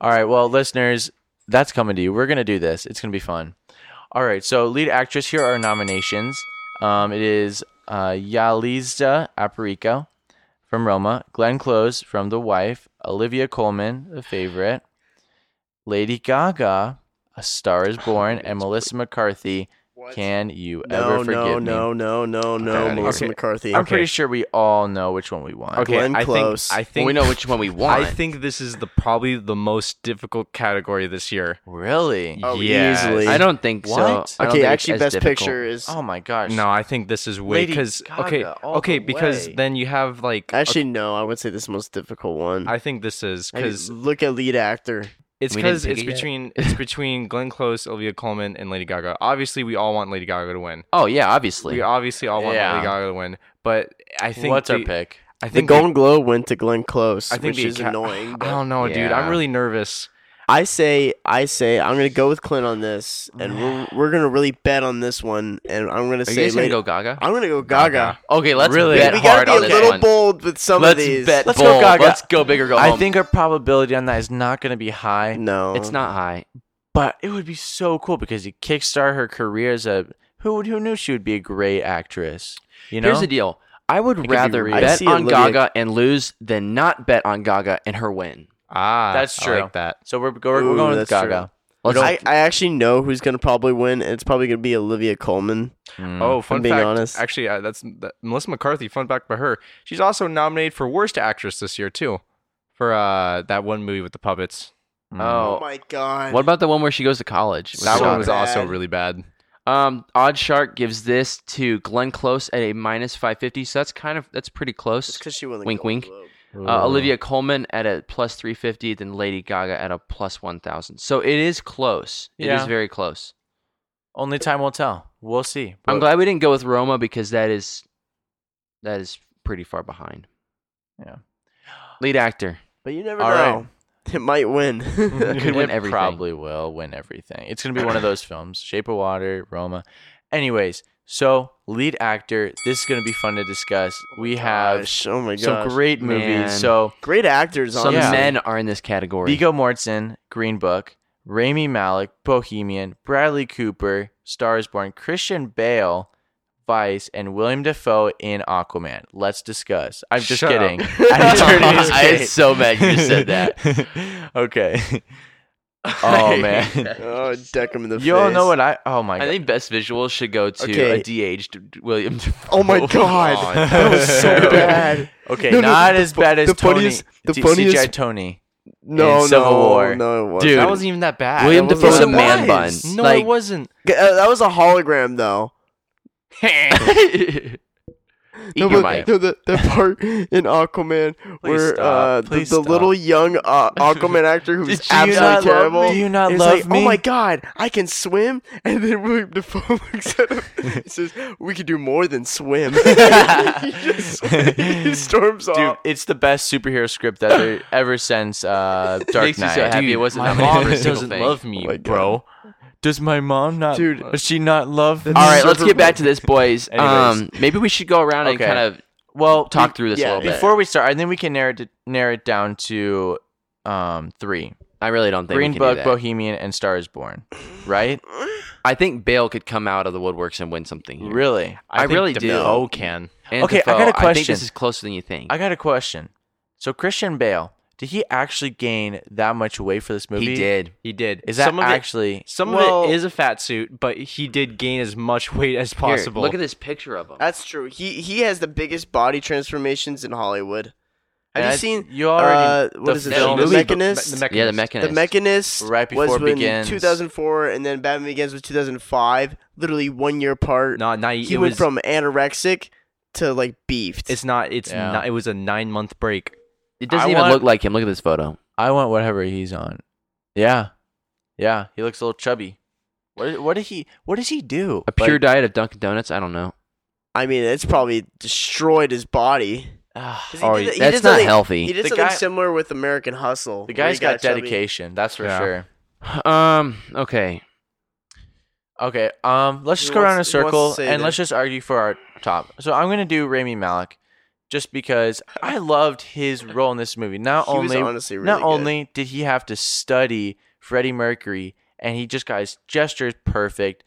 [SPEAKER 1] All right, well, listeners, that's coming to you. We're gonna do this. It's gonna be fun. All right, so lead actress. Here are our nominations. Um, it is uh, Yalizda Aparico from Roma, Glenn Close from The Wife, Olivia Colman, The Favorite, Lady Gaga, A Star Is Born, and Melissa McCarthy. Can you ever
[SPEAKER 3] No,
[SPEAKER 1] forgive
[SPEAKER 3] no,
[SPEAKER 1] me?
[SPEAKER 3] no, no, no, no,
[SPEAKER 4] Okay.
[SPEAKER 3] Melissa
[SPEAKER 4] Okay.
[SPEAKER 3] McCarthy.
[SPEAKER 1] I'm pretty sure we all know which one we want.
[SPEAKER 4] Okay,
[SPEAKER 3] Glenn
[SPEAKER 4] I
[SPEAKER 3] Close.
[SPEAKER 4] think I think
[SPEAKER 2] well, we know which one we want.
[SPEAKER 4] I think this is the probably the most difficult category this year.
[SPEAKER 1] Really?
[SPEAKER 3] Oh,
[SPEAKER 4] Yes.
[SPEAKER 3] easily.
[SPEAKER 2] I don't think so.
[SPEAKER 1] What?
[SPEAKER 2] I
[SPEAKER 3] Okay,
[SPEAKER 2] don't think it's
[SPEAKER 3] actually,
[SPEAKER 2] as
[SPEAKER 3] best
[SPEAKER 2] difficult.
[SPEAKER 3] picture is
[SPEAKER 1] Oh my gosh.
[SPEAKER 4] No, I think this is way
[SPEAKER 1] Lady
[SPEAKER 4] because
[SPEAKER 1] Gaga
[SPEAKER 4] okay,
[SPEAKER 1] all
[SPEAKER 4] okay,
[SPEAKER 1] the
[SPEAKER 4] because
[SPEAKER 1] way.
[SPEAKER 4] then you have like okay,
[SPEAKER 3] actually no. I would say this is the most difficult one.
[SPEAKER 4] I think this is
[SPEAKER 3] Hey,
[SPEAKER 4] because
[SPEAKER 3] look at lead actor.
[SPEAKER 4] it's
[SPEAKER 2] We didn't
[SPEAKER 4] because
[SPEAKER 2] pick
[SPEAKER 4] it's
[SPEAKER 2] it yet.
[SPEAKER 4] between it's between Glenn Close, Olivia Colman, and Lady Gaga. Obviously, we all want Lady Gaga to win.
[SPEAKER 2] Oh yeah, obviously.
[SPEAKER 4] We obviously all want
[SPEAKER 1] Yeah.
[SPEAKER 4] Lady Gaga to win. But I think
[SPEAKER 1] What's our
[SPEAKER 4] the-
[SPEAKER 1] pick?
[SPEAKER 4] I
[SPEAKER 3] The
[SPEAKER 4] think
[SPEAKER 3] Golden Globe went to Glenn Close,
[SPEAKER 4] I think
[SPEAKER 3] which
[SPEAKER 4] the
[SPEAKER 3] is
[SPEAKER 4] Aca-
[SPEAKER 3] annoying.
[SPEAKER 4] I
[SPEAKER 3] but-
[SPEAKER 4] don't know, dude.
[SPEAKER 2] Yeah.
[SPEAKER 4] I'm really nervous.
[SPEAKER 3] I say, I say, I'm gonna go with Clint on this, and we're we're gonna really bet on this one, and I'm gonna
[SPEAKER 2] Oh, Are you
[SPEAKER 3] say,
[SPEAKER 2] guys gonna
[SPEAKER 3] late-
[SPEAKER 2] go Gaga?
[SPEAKER 3] I'm gonna go Gaga.
[SPEAKER 2] Okay, let's
[SPEAKER 1] Really?
[SPEAKER 2] bet
[SPEAKER 3] We
[SPEAKER 2] hard
[SPEAKER 3] gotta be
[SPEAKER 2] on
[SPEAKER 3] a
[SPEAKER 2] this
[SPEAKER 3] little
[SPEAKER 2] one.
[SPEAKER 3] bold with some
[SPEAKER 2] Let's
[SPEAKER 3] of these.
[SPEAKER 2] bet
[SPEAKER 1] Let's go
[SPEAKER 2] bold.
[SPEAKER 1] Gaga.
[SPEAKER 2] Let's go big or go
[SPEAKER 1] I
[SPEAKER 2] home.
[SPEAKER 1] think our probability on that is not going to be high.
[SPEAKER 3] no,
[SPEAKER 2] it's not high.
[SPEAKER 1] But it would be so cool because you kickstart her career as a who who knew she would be a great actress. You know,
[SPEAKER 2] Here's the deal. I would
[SPEAKER 1] be
[SPEAKER 2] rather
[SPEAKER 1] real. I
[SPEAKER 2] bet
[SPEAKER 3] see
[SPEAKER 2] on
[SPEAKER 3] Olivia-
[SPEAKER 2] Gaga and lose than not bet on Gaga and her win.
[SPEAKER 4] Ah,
[SPEAKER 1] That's
[SPEAKER 4] I
[SPEAKER 1] true.
[SPEAKER 4] like that.
[SPEAKER 1] so we're, go- we're
[SPEAKER 3] Ooh,
[SPEAKER 1] going with
[SPEAKER 3] that's
[SPEAKER 1] Gaga.
[SPEAKER 2] Let's
[SPEAKER 3] I, I actually know who's gonna probably win. and It's probably gonna be Olivia Colman.
[SPEAKER 1] Mm.
[SPEAKER 4] Oh, fun
[SPEAKER 3] being
[SPEAKER 4] fact.
[SPEAKER 3] honest.
[SPEAKER 4] Actually, uh, that's that, Melissa McCarthy. Fun fact by her. She's also nominated for Worst Actress this year too, for uh, that one movie with the puppets.
[SPEAKER 1] Mm.
[SPEAKER 2] Oh.
[SPEAKER 3] my god!
[SPEAKER 2] What about the one where she goes to college? with
[SPEAKER 4] That
[SPEAKER 2] her
[SPEAKER 3] So
[SPEAKER 4] one was
[SPEAKER 2] daughter?
[SPEAKER 4] also
[SPEAKER 3] bad.
[SPEAKER 4] really bad.
[SPEAKER 2] Um, Odd Shark gives this to Glenn Close at a minus five fifty, so that's kind of that's pretty close.
[SPEAKER 3] because she won the
[SPEAKER 2] Wink,
[SPEAKER 3] Golden
[SPEAKER 2] wink.
[SPEAKER 3] Globe.
[SPEAKER 2] Uh, Olivia Coleman at a plus three fifty, then Lady Gaga at a plus one thousand. So it is close. It is
[SPEAKER 1] Yeah.
[SPEAKER 2] very close.
[SPEAKER 1] only time will tell. We'll see.
[SPEAKER 2] I'm
[SPEAKER 1] But-
[SPEAKER 2] glad we didn't go with Roma because that is that is pretty far behind.
[SPEAKER 1] Yeah.
[SPEAKER 2] Lead actor.
[SPEAKER 3] But you never
[SPEAKER 1] All right.
[SPEAKER 3] know. It might win.
[SPEAKER 2] could win
[SPEAKER 1] It
[SPEAKER 2] everything.
[SPEAKER 1] Probably will win everything. It's gonna be one of those films: Shape of Water, Roma. Anyways, so lead actor. This is gonna be fun to discuss. We have
[SPEAKER 3] Gosh, oh my gosh,
[SPEAKER 1] some great movies.
[SPEAKER 2] Man.
[SPEAKER 1] So
[SPEAKER 3] great actors.
[SPEAKER 2] Some
[SPEAKER 3] honestly.
[SPEAKER 2] men are in this category.
[SPEAKER 1] Vigo Mortensen, Green Book, Rami Malik, Bohemian, Bradley Cooper, Stars Born, Christian Bale, Vice, and William Defoe in Aquaman. Let's discuss. I'm just
[SPEAKER 4] Shut up.
[SPEAKER 1] kidding. I turned it his
[SPEAKER 2] I am
[SPEAKER 1] face.
[SPEAKER 2] so mad you just said that.
[SPEAKER 1] okay. Oh man.
[SPEAKER 3] Oh, deck him in the
[SPEAKER 1] You all
[SPEAKER 3] face.
[SPEAKER 1] know what I oh my
[SPEAKER 2] I
[SPEAKER 1] god.
[SPEAKER 2] think best visuals should go to
[SPEAKER 3] Okay.
[SPEAKER 2] a de-aged William. Dafoe.
[SPEAKER 3] Oh my god, that was so bad.
[SPEAKER 1] Okay,
[SPEAKER 3] No, no,
[SPEAKER 1] not
[SPEAKER 3] the
[SPEAKER 1] as
[SPEAKER 3] fu-
[SPEAKER 1] bad as
[SPEAKER 3] the
[SPEAKER 1] Tony.
[SPEAKER 3] funniest- the
[SPEAKER 1] T- CGI
[SPEAKER 3] funniest-
[SPEAKER 1] Tony.
[SPEAKER 3] No,
[SPEAKER 1] in Civil
[SPEAKER 3] no,
[SPEAKER 1] War.
[SPEAKER 3] no, it wasn't.
[SPEAKER 1] Dude.
[SPEAKER 4] That wasn't even that bad.
[SPEAKER 2] William
[SPEAKER 4] That wasn't-
[SPEAKER 2] Dafoe's
[SPEAKER 3] Yes,
[SPEAKER 2] a
[SPEAKER 3] it
[SPEAKER 2] man
[SPEAKER 3] was.
[SPEAKER 2] bun.
[SPEAKER 4] No,
[SPEAKER 2] like,
[SPEAKER 4] it wasn't.
[SPEAKER 3] G- uh, that was a hologram though.
[SPEAKER 2] Eat
[SPEAKER 3] No,
[SPEAKER 2] your
[SPEAKER 3] but-
[SPEAKER 2] mic.
[SPEAKER 3] no, the, the part in Aquaman where
[SPEAKER 1] stop.
[SPEAKER 3] uh, the,
[SPEAKER 1] Please
[SPEAKER 3] the
[SPEAKER 1] stop.
[SPEAKER 3] little young uh, Aquaman actor who's
[SPEAKER 2] Did you
[SPEAKER 3] absolutely
[SPEAKER 2] not love me?
[SPEAKER 3] terrible.
[SPEAKER 1] Do you not
[SPEAKER 3] He's
[SPEAKER 1] love
[SPEAKER 3] like,
[SPEAKER 1] me?
[SPEAKER 3] Oh my god, I can swim! And then William Dafoe looks at him and says, "We can do more than swim." he, just, he storms
[SPEAKER 1] Dude,
[SPEAKER 3] off.
[SPEAKER 1] it's the best superhero script that there ever since uh, Dark
[SPEAKER 2] Makes you so
[SPEAKER 1] Knight.
[SPEAKER 2] happy it wasn't
[SPEAKER 4] My
[SPEAKER 2] nominated for
[SPEAKER 4] mom
[SPEAKER 2] a single
[SPEAKER 4] doesn't
[SPEAKER 2] thing. Oh
[SPEAKER 4] love me,
[SPEAKER 3] my God.
[SPEAKER 4] bro.
[SPEAKER 1] Does my mom not?
[SPEAKER 3] Dude.
[SPEAKER 1] does she not love? me?
[SPEAKER 2] All right, let's get back to this, boys. um, maybe we should go around
[SPEAKER 1] Okay.
[SPEAKER 2] and kind of
[SPEAKER 1] Well,
[SPEAKER 2] talk through this
[SPEAKER 3] yeah,
[SPEAKER 2] a little bit.
[SPEAKER 1] before we start, I think we can narrow it narrow it down to um three:
[SPEAKER 2] I really don't think
[SPEAKER 1] Green
[SPEAKER 2] we can do
[SPEAKER 1] Book,
[SPEAKER 2] that.
[SPEAKER 1] Bohemian, and Star Is Born. Right?
[SPEAKER 2] I think Bale could come out of the woodworks and win something. Here.
[SPEAKER 1] really?
[SPEAKER 2] I
[SPEAKER 4] think
[SPEAKER 2] really do.
[SPEAKER 4] Defoe can.
[SPEAKER 2] And
[SPEAKER 1] Okay, I
[SPEAKER 2] Defoe,
[SPEAKER 1] got a
[SPEAKER 2] think
[SPEAKER 1] question.
[SPEAKER 2] this is closer than you think.
[SPEAKER 1] I got a question. So Christian Bale, did he actually gain that much weight for this movie?
[SPEAKER 2] he did.
[SPEAKER 4] He did.
[SPEAKER 1] Is that
[SPEAKER 4] some of
[SPEAKER 1] actually?
[SPEAKER 4] It, some
[SPEAKER 1] Well,
[SPEAKER 4] of it is a fat suit, but he did gain as much weight as
[SPEAKER 2] Here,
[SPEAKER 4] possible.
[SPEAKER 2] look at this picture of him.
[SPEAKER 3] That's true. He he has the biggest body transformations in Hollywood.
[SPEAKER 1] And
[SPEAKER 3] Have you
[SPEAKER 1] I-
[SPEAKER 3] seen
[SPEAKER 1] You
[SPEAKER 2] uh,
[SPEAKER 1] already
[SPEAKER 3] what
[SPEAKER 1] the
[SPEAKER 3] is it,
[SPEAKER 1] film
[SPEAKER 3] The
[SPEAKER 1] is-
[SPEAKER 3] Mechanist?
[SPEAKER 4] The,
[SPEAKER 2] Yeah, the
[SPEAKER 4] Mechanist.
[SPEAKER 2] mechanist.
[SPEAKER 3] The Mechanist
[SPEAKER 1] Right
[SPEAKER 3] was
[SPEAKER 1] before
[SPEAKER 3] when
[SPEAKER 1] Begins.
[SPEAKER 3] 2004, and then Batman Begins was 2005. Literally one year apart.
[SPEAKER 4] No, not
[SPEAKER 3] he
[SPEAKER 4] it
[SPEAKER 3] went
[SPEAKER 4] was.
[SPEAKER 3] from anorexic to like beefed.
[SPEAKER 4] it's not. It's
[SPEAKER 1] Yeah.
[SPEAKER 4] not. It was a nine month break.
[SPEAKER 2] It doesn't
[SPEAKER 1] I
[SPEAKER 2] even
[SPEAKER 1] want-
[SPEAKER 2] look like him. Look at this photo.
[SPEAKER 1] I want whatever he's on. Yeah, yeah. He looks a little chubby. What? What did he? What does he do?
[SPEAKER 2] A pure
[SPEAKER 1] Like,
[SPEAKER 2] diet of Dunkin' Donuts. I don't know.
[SPEAKER 3] I mean, it's probably destroyed his body.
[SPEAKER 1] ah,
[SPEAKER 3] 'Cause
[SPEAKER 2] Oh,
[SPEAKER 3] did-
[SPEAKER 2] that's
[SPEAKER 3] did
[SPEAKER 2] not
[SPEAKER 3] something-
[SPEAKER 2] healthy.
[SPEAKER 3] He did
[SPEAKER 1] The
[SPEAKER 3] something
[SPEAKER 1] guy-
[SPEAKER 3] similar with American Hustle.
[SPEAKER 1] the
[SPEAKER 3] where he
[SPEAKER 1] guy's got,
[SPEAKER 3] chubby.
[SPEAKER 1] dedication. That's for
[SPEAKER 4] Yeah.
[SPEAKER 1] sure.
[SPEAKER 2] Um. Okay.
[SPEAKER 1] Okay. Um. Let's just
[SPEAKER 3] Who
[SPEAKER 1] go around in a
[SPEAKER 3] wants- who wants to
[SPEAKER 1] circle
[SPEAKER 3] say
[SPEAKER 1] and
[SPEAKER 3] that?
[SPEAKER 1] let's just argue for our top. So I'm gonna do Rami Malik, just because I loved his role in this movie. Not
[SPEAKER 3] He was
[SPEAKER 1] only
[SPEAKER 3] honestly really
[SPEAKER 1] not
[SPEAKER 3] good.
[SPEAKER 1] only did he have to study Freddie Mercury and he just got his gestures perfect,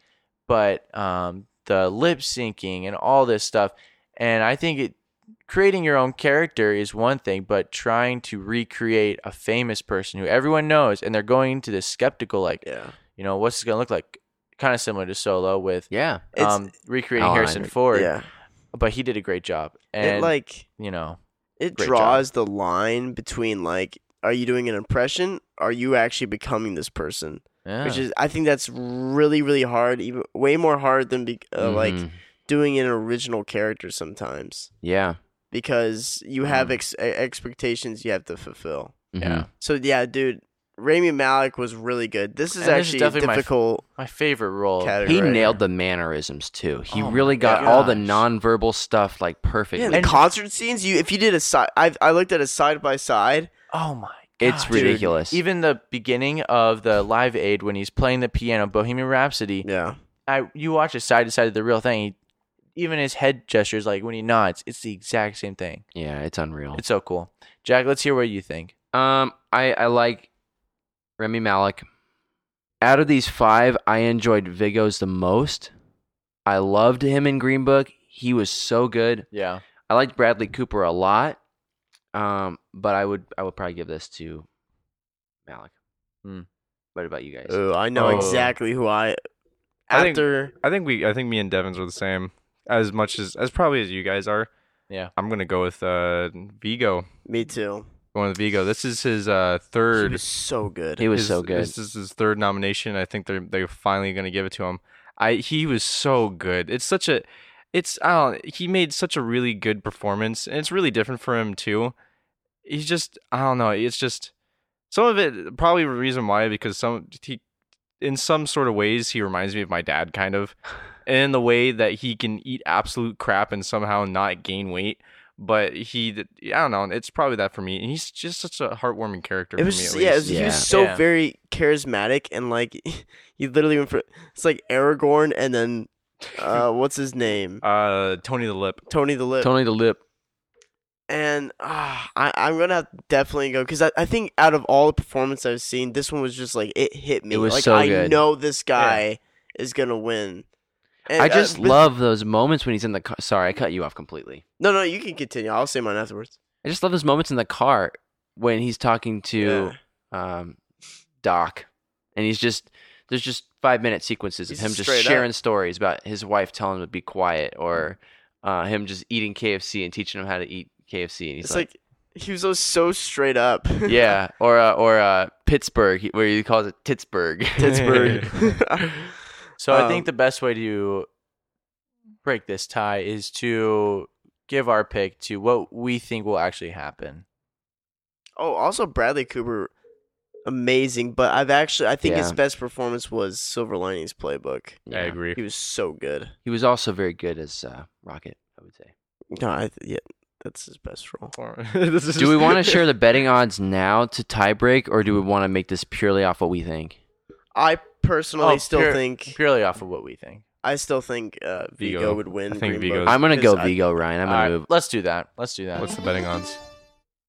[SPEAKER 1] but um, the lip syncing and all this stuff. And I think it creating your own character is one thing, but trying to recreate a famous person who everyone knows and they're going into this skeptical, like,
[SPEAKER 3] Yeah.
[SPEAKER 1] you know, what's it going to look like? Kind of similar to Solo with
[SPEAKER 2] Yeah.
[SPEAKER 3] It's- Oh,
[SPEAKER 1] um, recreating
[SPEAKER 2] Alan
[SPEAKER 1] Harrison
[SPEAKER 2] Rick-
[SPEAKER 1] Ford,
[SPEAKER 3] Yeah.
[SPEAKER 1] but he did a great job. And,
[SPEAKER 3] it
[SPEAKER 1] like,
[SPEAKER 3] like
[SPEAKER 1] you know,
[SPEAKER 3] it
[SPEAKER 1] Great
[SPEAKER 3] draws the line between like are you doing an impression? Are you actually becoming this person?
[SPEAKER 1] yeah.
[SPEAKER 3] Which is I think that's really really hard, even way more hard than be, uh,
[SPEAKER 1] Mm-hmm.
[SPEAKER 3] like
[SPEAKER 2] Mhm.
[SPEAKER 3] doing an original character sometimes
[SPEAKER 2] Yeah.
[SPEAKER 3] because you have ex- e- expectations you have to fulfill.
[SPEAKER 1] Yeah.
[SPEAKER 2] Yeah.
[SPEAKER 3] So yeah, dude, Rami Malik was really good. This is
[SPEAKER 1] And this is
[SPEAKER 3] actually a
[SPEAKER 1] definitely my f-
[SPEAKER 3] difficult
[SPEAKER 1] my favorite role.
[SPEAKER 3] category.
[SPEAKER 2] He nailed the mannerisms too. He
[SPEAKER 1] Oh my
[SPEAKER 2] really got all the
[SPEAKER 1] gosh.
[SPEAKER 2] nonverbal stuff like perfectly.
[SPEAKER 3] Yeah, and the
[SPEAKER 1] And-
[SPEAKER 3] concert scenes. You, if you did a side, I've, I looked at a side by side.
[SPEAKER 1] Oh my
[SPEAKER 2] It's
[SPEAKER 1] God.
[SPEAKER 2] ridiculous.
[SPEAKER 1] Even the beginning of the Live Aid when he's playing the piano, Bohemian Rhapsody.
[SPEAKER 3] Yeah,
[SPEAKER 1] I you watch it side to side of the real thing. He, even his head gestures, like when he nods, it's the exact same thing.
[SPEAKER 2] yeah, it's unreal.
[SPEAKER 1] It's so cool. Jack, let's hear what you think.
[SPEAKER 2] Um, I I like Remy Malik. Out of these five, I enjoyed Vigo's the most. I loved him in Green Book. He was so good.
[SPEAKER 1] Yeah.
[SPEAKER 2] I liked Bradley Cooper a lot. Um, but I would I would probably give this to Malik.
[SPEAKER 1] Hmm.
[SPEAKER 2] What about you guys?
[SPEAKER 3] Ooh, I know
[SPEAKER 4] Oh.
[SPEAKER 3] exactly who I.
[SPEAKER 4] I think-
[SPEAKER 3] After
[SPEAKER 4] I think we. I think me and Devins are the same. As much as as probably as you guys are.
[SPEAKER 1] Yeah.
[SPEAKER 4] I'm gonna go with uh Vigo.
[SPEAKER 3] me too.
[SPEAKER 4] Going with Vigo. This is his uh
[SPEAKER 3] He
[SPEAKER 4] third.
[SPEAKER 3] was so good.
[SPEAKER 2] he was
[SPEAKER 4] his-
[SPEAKER 2] so good.
[SPEAKER 4] This is his third nomination. I think they're they're finally gonna give it to him. I he was so good. It's such a, it's I don't. He made such a really good performance, and it's really different for him too. He's just I don't know. It's just some of it probably the reason why because some he in some sort of ways he reminds me of my dad kind of, and in the way that he can eat absolute crap and somehow not gain weight. But he, I don't know. It's probably that for me, and he's just such a heartwarming character.
[SPEAKER 3] It
[SPEAKER 4] for
[SPEAKER 3] was
[SPEAKER 4] me, at
[SPEAKER 3] just-
[SPEAKER 4] least.
[SPEAKER 3] yeah, it was- he
[SPEAKER 2] Yeah.
[SPEAKER 3] was so
[SPEAKER 1] Yeah.
[SPEAKER 3] very charismatic and like he literally went for it's like Aragorn and then uh what's his name
[SPEAKER 4] Uh, Tony the Lip.
[SPEAKER 3] Tony the Lip
[SPEAKER 2] Tony the Lip.
[SPEAKER 3] and uh, I I'm gonna have to definitely go because I, I think out of all the performance I've seen this one was just like it hit me
[SPEAKER 2] It was
[SPEAKER 3] like
[SPEAKER 2] so
[SPEAKER 3] I
[SPEAKER 2] good.
[SPEAKER 3] know this guy is gonna win. And,
[SPEAKER 2] I
[SPEAKER 3] uh,
[SPEAKER 2] just
[SPEAKER 3] but-
[SPEAKER 2] love those moments when he's in the car. Sorry, I cut you off completely.
[SPEAKER 3] no no you can continue I'll say mine afterwards.
[SPEAKER 2] I just love those moments in the car when he's talking to um, Doc, and he's just there's just five minute sequences of
[SPEAKER 3] He's
[SPEAKER 2] him
[SPEAKER 3] just
[SPEAKER 2] just
[SPEAKER 3] straight up.
[SPEAKER 2] sharing stories about his wife telling him to be quiet, or
[SPEAKER 3] Mm.
[SPEAKER 2] uh, him just eating KFC and teaching him how to eat KFC, and he's
[SPEAKER 3] It's
[SPEAKER 2] like,
[SPEAKER 3] like, he was so, so straight up.
[SPEAKER 2] yeah, or uh, or uh, Pittsburgh, where he calls it Pittsburgh.
[SPEAKER 3] Pittsburgh.
[SPEAKER 1] So I
[SPEAKER 3] Um,
[SPEAKER 1] think the best way to break this tie is to give our pick to what we think will actually happen.
[SPEAKER 3] Oh, also Bradley Cooper, amazing. But I've actually, I think his
[SPEAKER 2] Yeah.
[SPEAKER 3] best performance was Silver Linings Playbook.
[SPEAKER 4] I
[SPEAKER 2] Yeah.
[SPEAKER 4] agree.
[SPEAKER 3] He was so good.
[SPEAKER 2] He was also very good as uh, Rocket, I would say.
[SPEAKER 3] No, I, th- yeah, that's his best role.
[SPEAKER 4] This is-
[SPEAKER 2] Do we want to share the betting odds now to tiebreak, or do we want to make this purely off what we think?
[SPEAKER 3] I personally
[SPEAKER 1] Oh,
[SPEAKER 3] still
[SPEAKER 1] pure-
[SPEAKER 3] think,
[SPEAKER 1] Purely off of what we think.
[SPEAKER 3] I still think uh, Vigo,
[SPEAKER 4] Vigo.
[SPEAKER 3] would win.
[SPEAKER 4] I think
[SPEAKER 3] Green Book
[SPEAKER 4] Vigo's-
[SPEAKER 2] I'm gonna go
[SPEAKER 3] because I-
[SPEAKER 2] Vigo, Ryan. I'm gonna
[SPEAKER 1] All right,
[SPEAKER 2] move.
[SPEAKER 1] Let's do that. Let's do that.
[SPEAKER 4] What's the betting odds?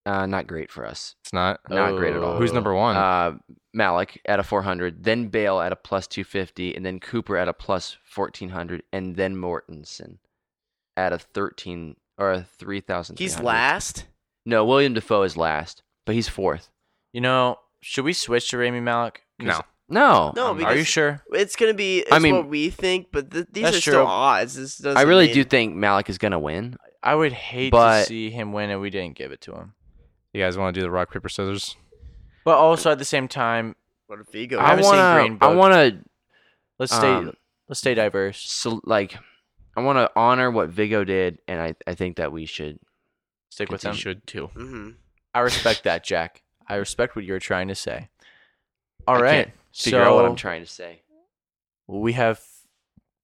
[SPEAKER 2] Uh, not great for us.
[SPEAKER 4] It's not.
[SPEAKER 2] Not great at all.
[SPEAKER 4] Who's number one?
[SPEAKER 2] Uh, Malik at a 400, then Bale at a plus 250, and then Cooper at a plus 1400, and then Mortensen at a 13 or a 3000.
[SPEAKER 3] He's last.
[SPEAKER 2] No, William Defoe is last, but he's fourth.
[SPEAKER 1] You know, should we switch to Rami Malik? 'Cause-
[SPEAKER 4] no.
[SPEAKER 2] No,
[SPEAKER 3] No,
[SPEAKER 1] Are
[SPEAKER 3] because
[SPEAKER 1] you sure?
[SPEAKER 3] it's gonna be. It's
[SPEAKER 2] I mean-
[SPEAKER 3] what we think, but th- these
[SPEAKER 1] That's
[SPEAKER 3] are still
[SPEAKER 1] true.
[SPEAKER 3] odds. This doesn't
[SPEAKER 2] I really
[SPEAKER 3] mean-
[SPEAKER 2] do think Malik is gonna win.
[SPEAKER 1] I would hate
[SPEAKER 2] But-
[SPEAKER 1] to see him win and we didn't give it to him.
[SPEAKER 4] You guys want to do the rock paper scissors?
[SPEAKER 1] But also at the same time,
[SPEAKER 3] What a Vigo.
[SPEAKER 1] I
[SPEAKER 2] I
[SPEAKER 1] haven't seen
[SPEAKER 2] want
[SPEAKER 1] Green
[SPEAKER 2] to. I
[SPEAKER 1] Book.
[SPEAKER 2] want to
[SPEAKER 1] let's stay
[SPEAKER 2] Um,
[SPEAKER 1] let's stay diverse.
[SPEAKER 2] so, like. I want to honor what Vigo did, and I, I think that we should.
[SPEAKER 1] Stick with them.
[SPEAKER 2] should too.
[SPEAKER 3] hmm
[SPEAKER 1] I respect that, Jack. I respect what you're trying to say. All right,
[SPEAKER 2] can't Figure
[SPEAKER 1] so
[SPEAKER 2] out what I'm trying to say.
[SPEAKER 1] we have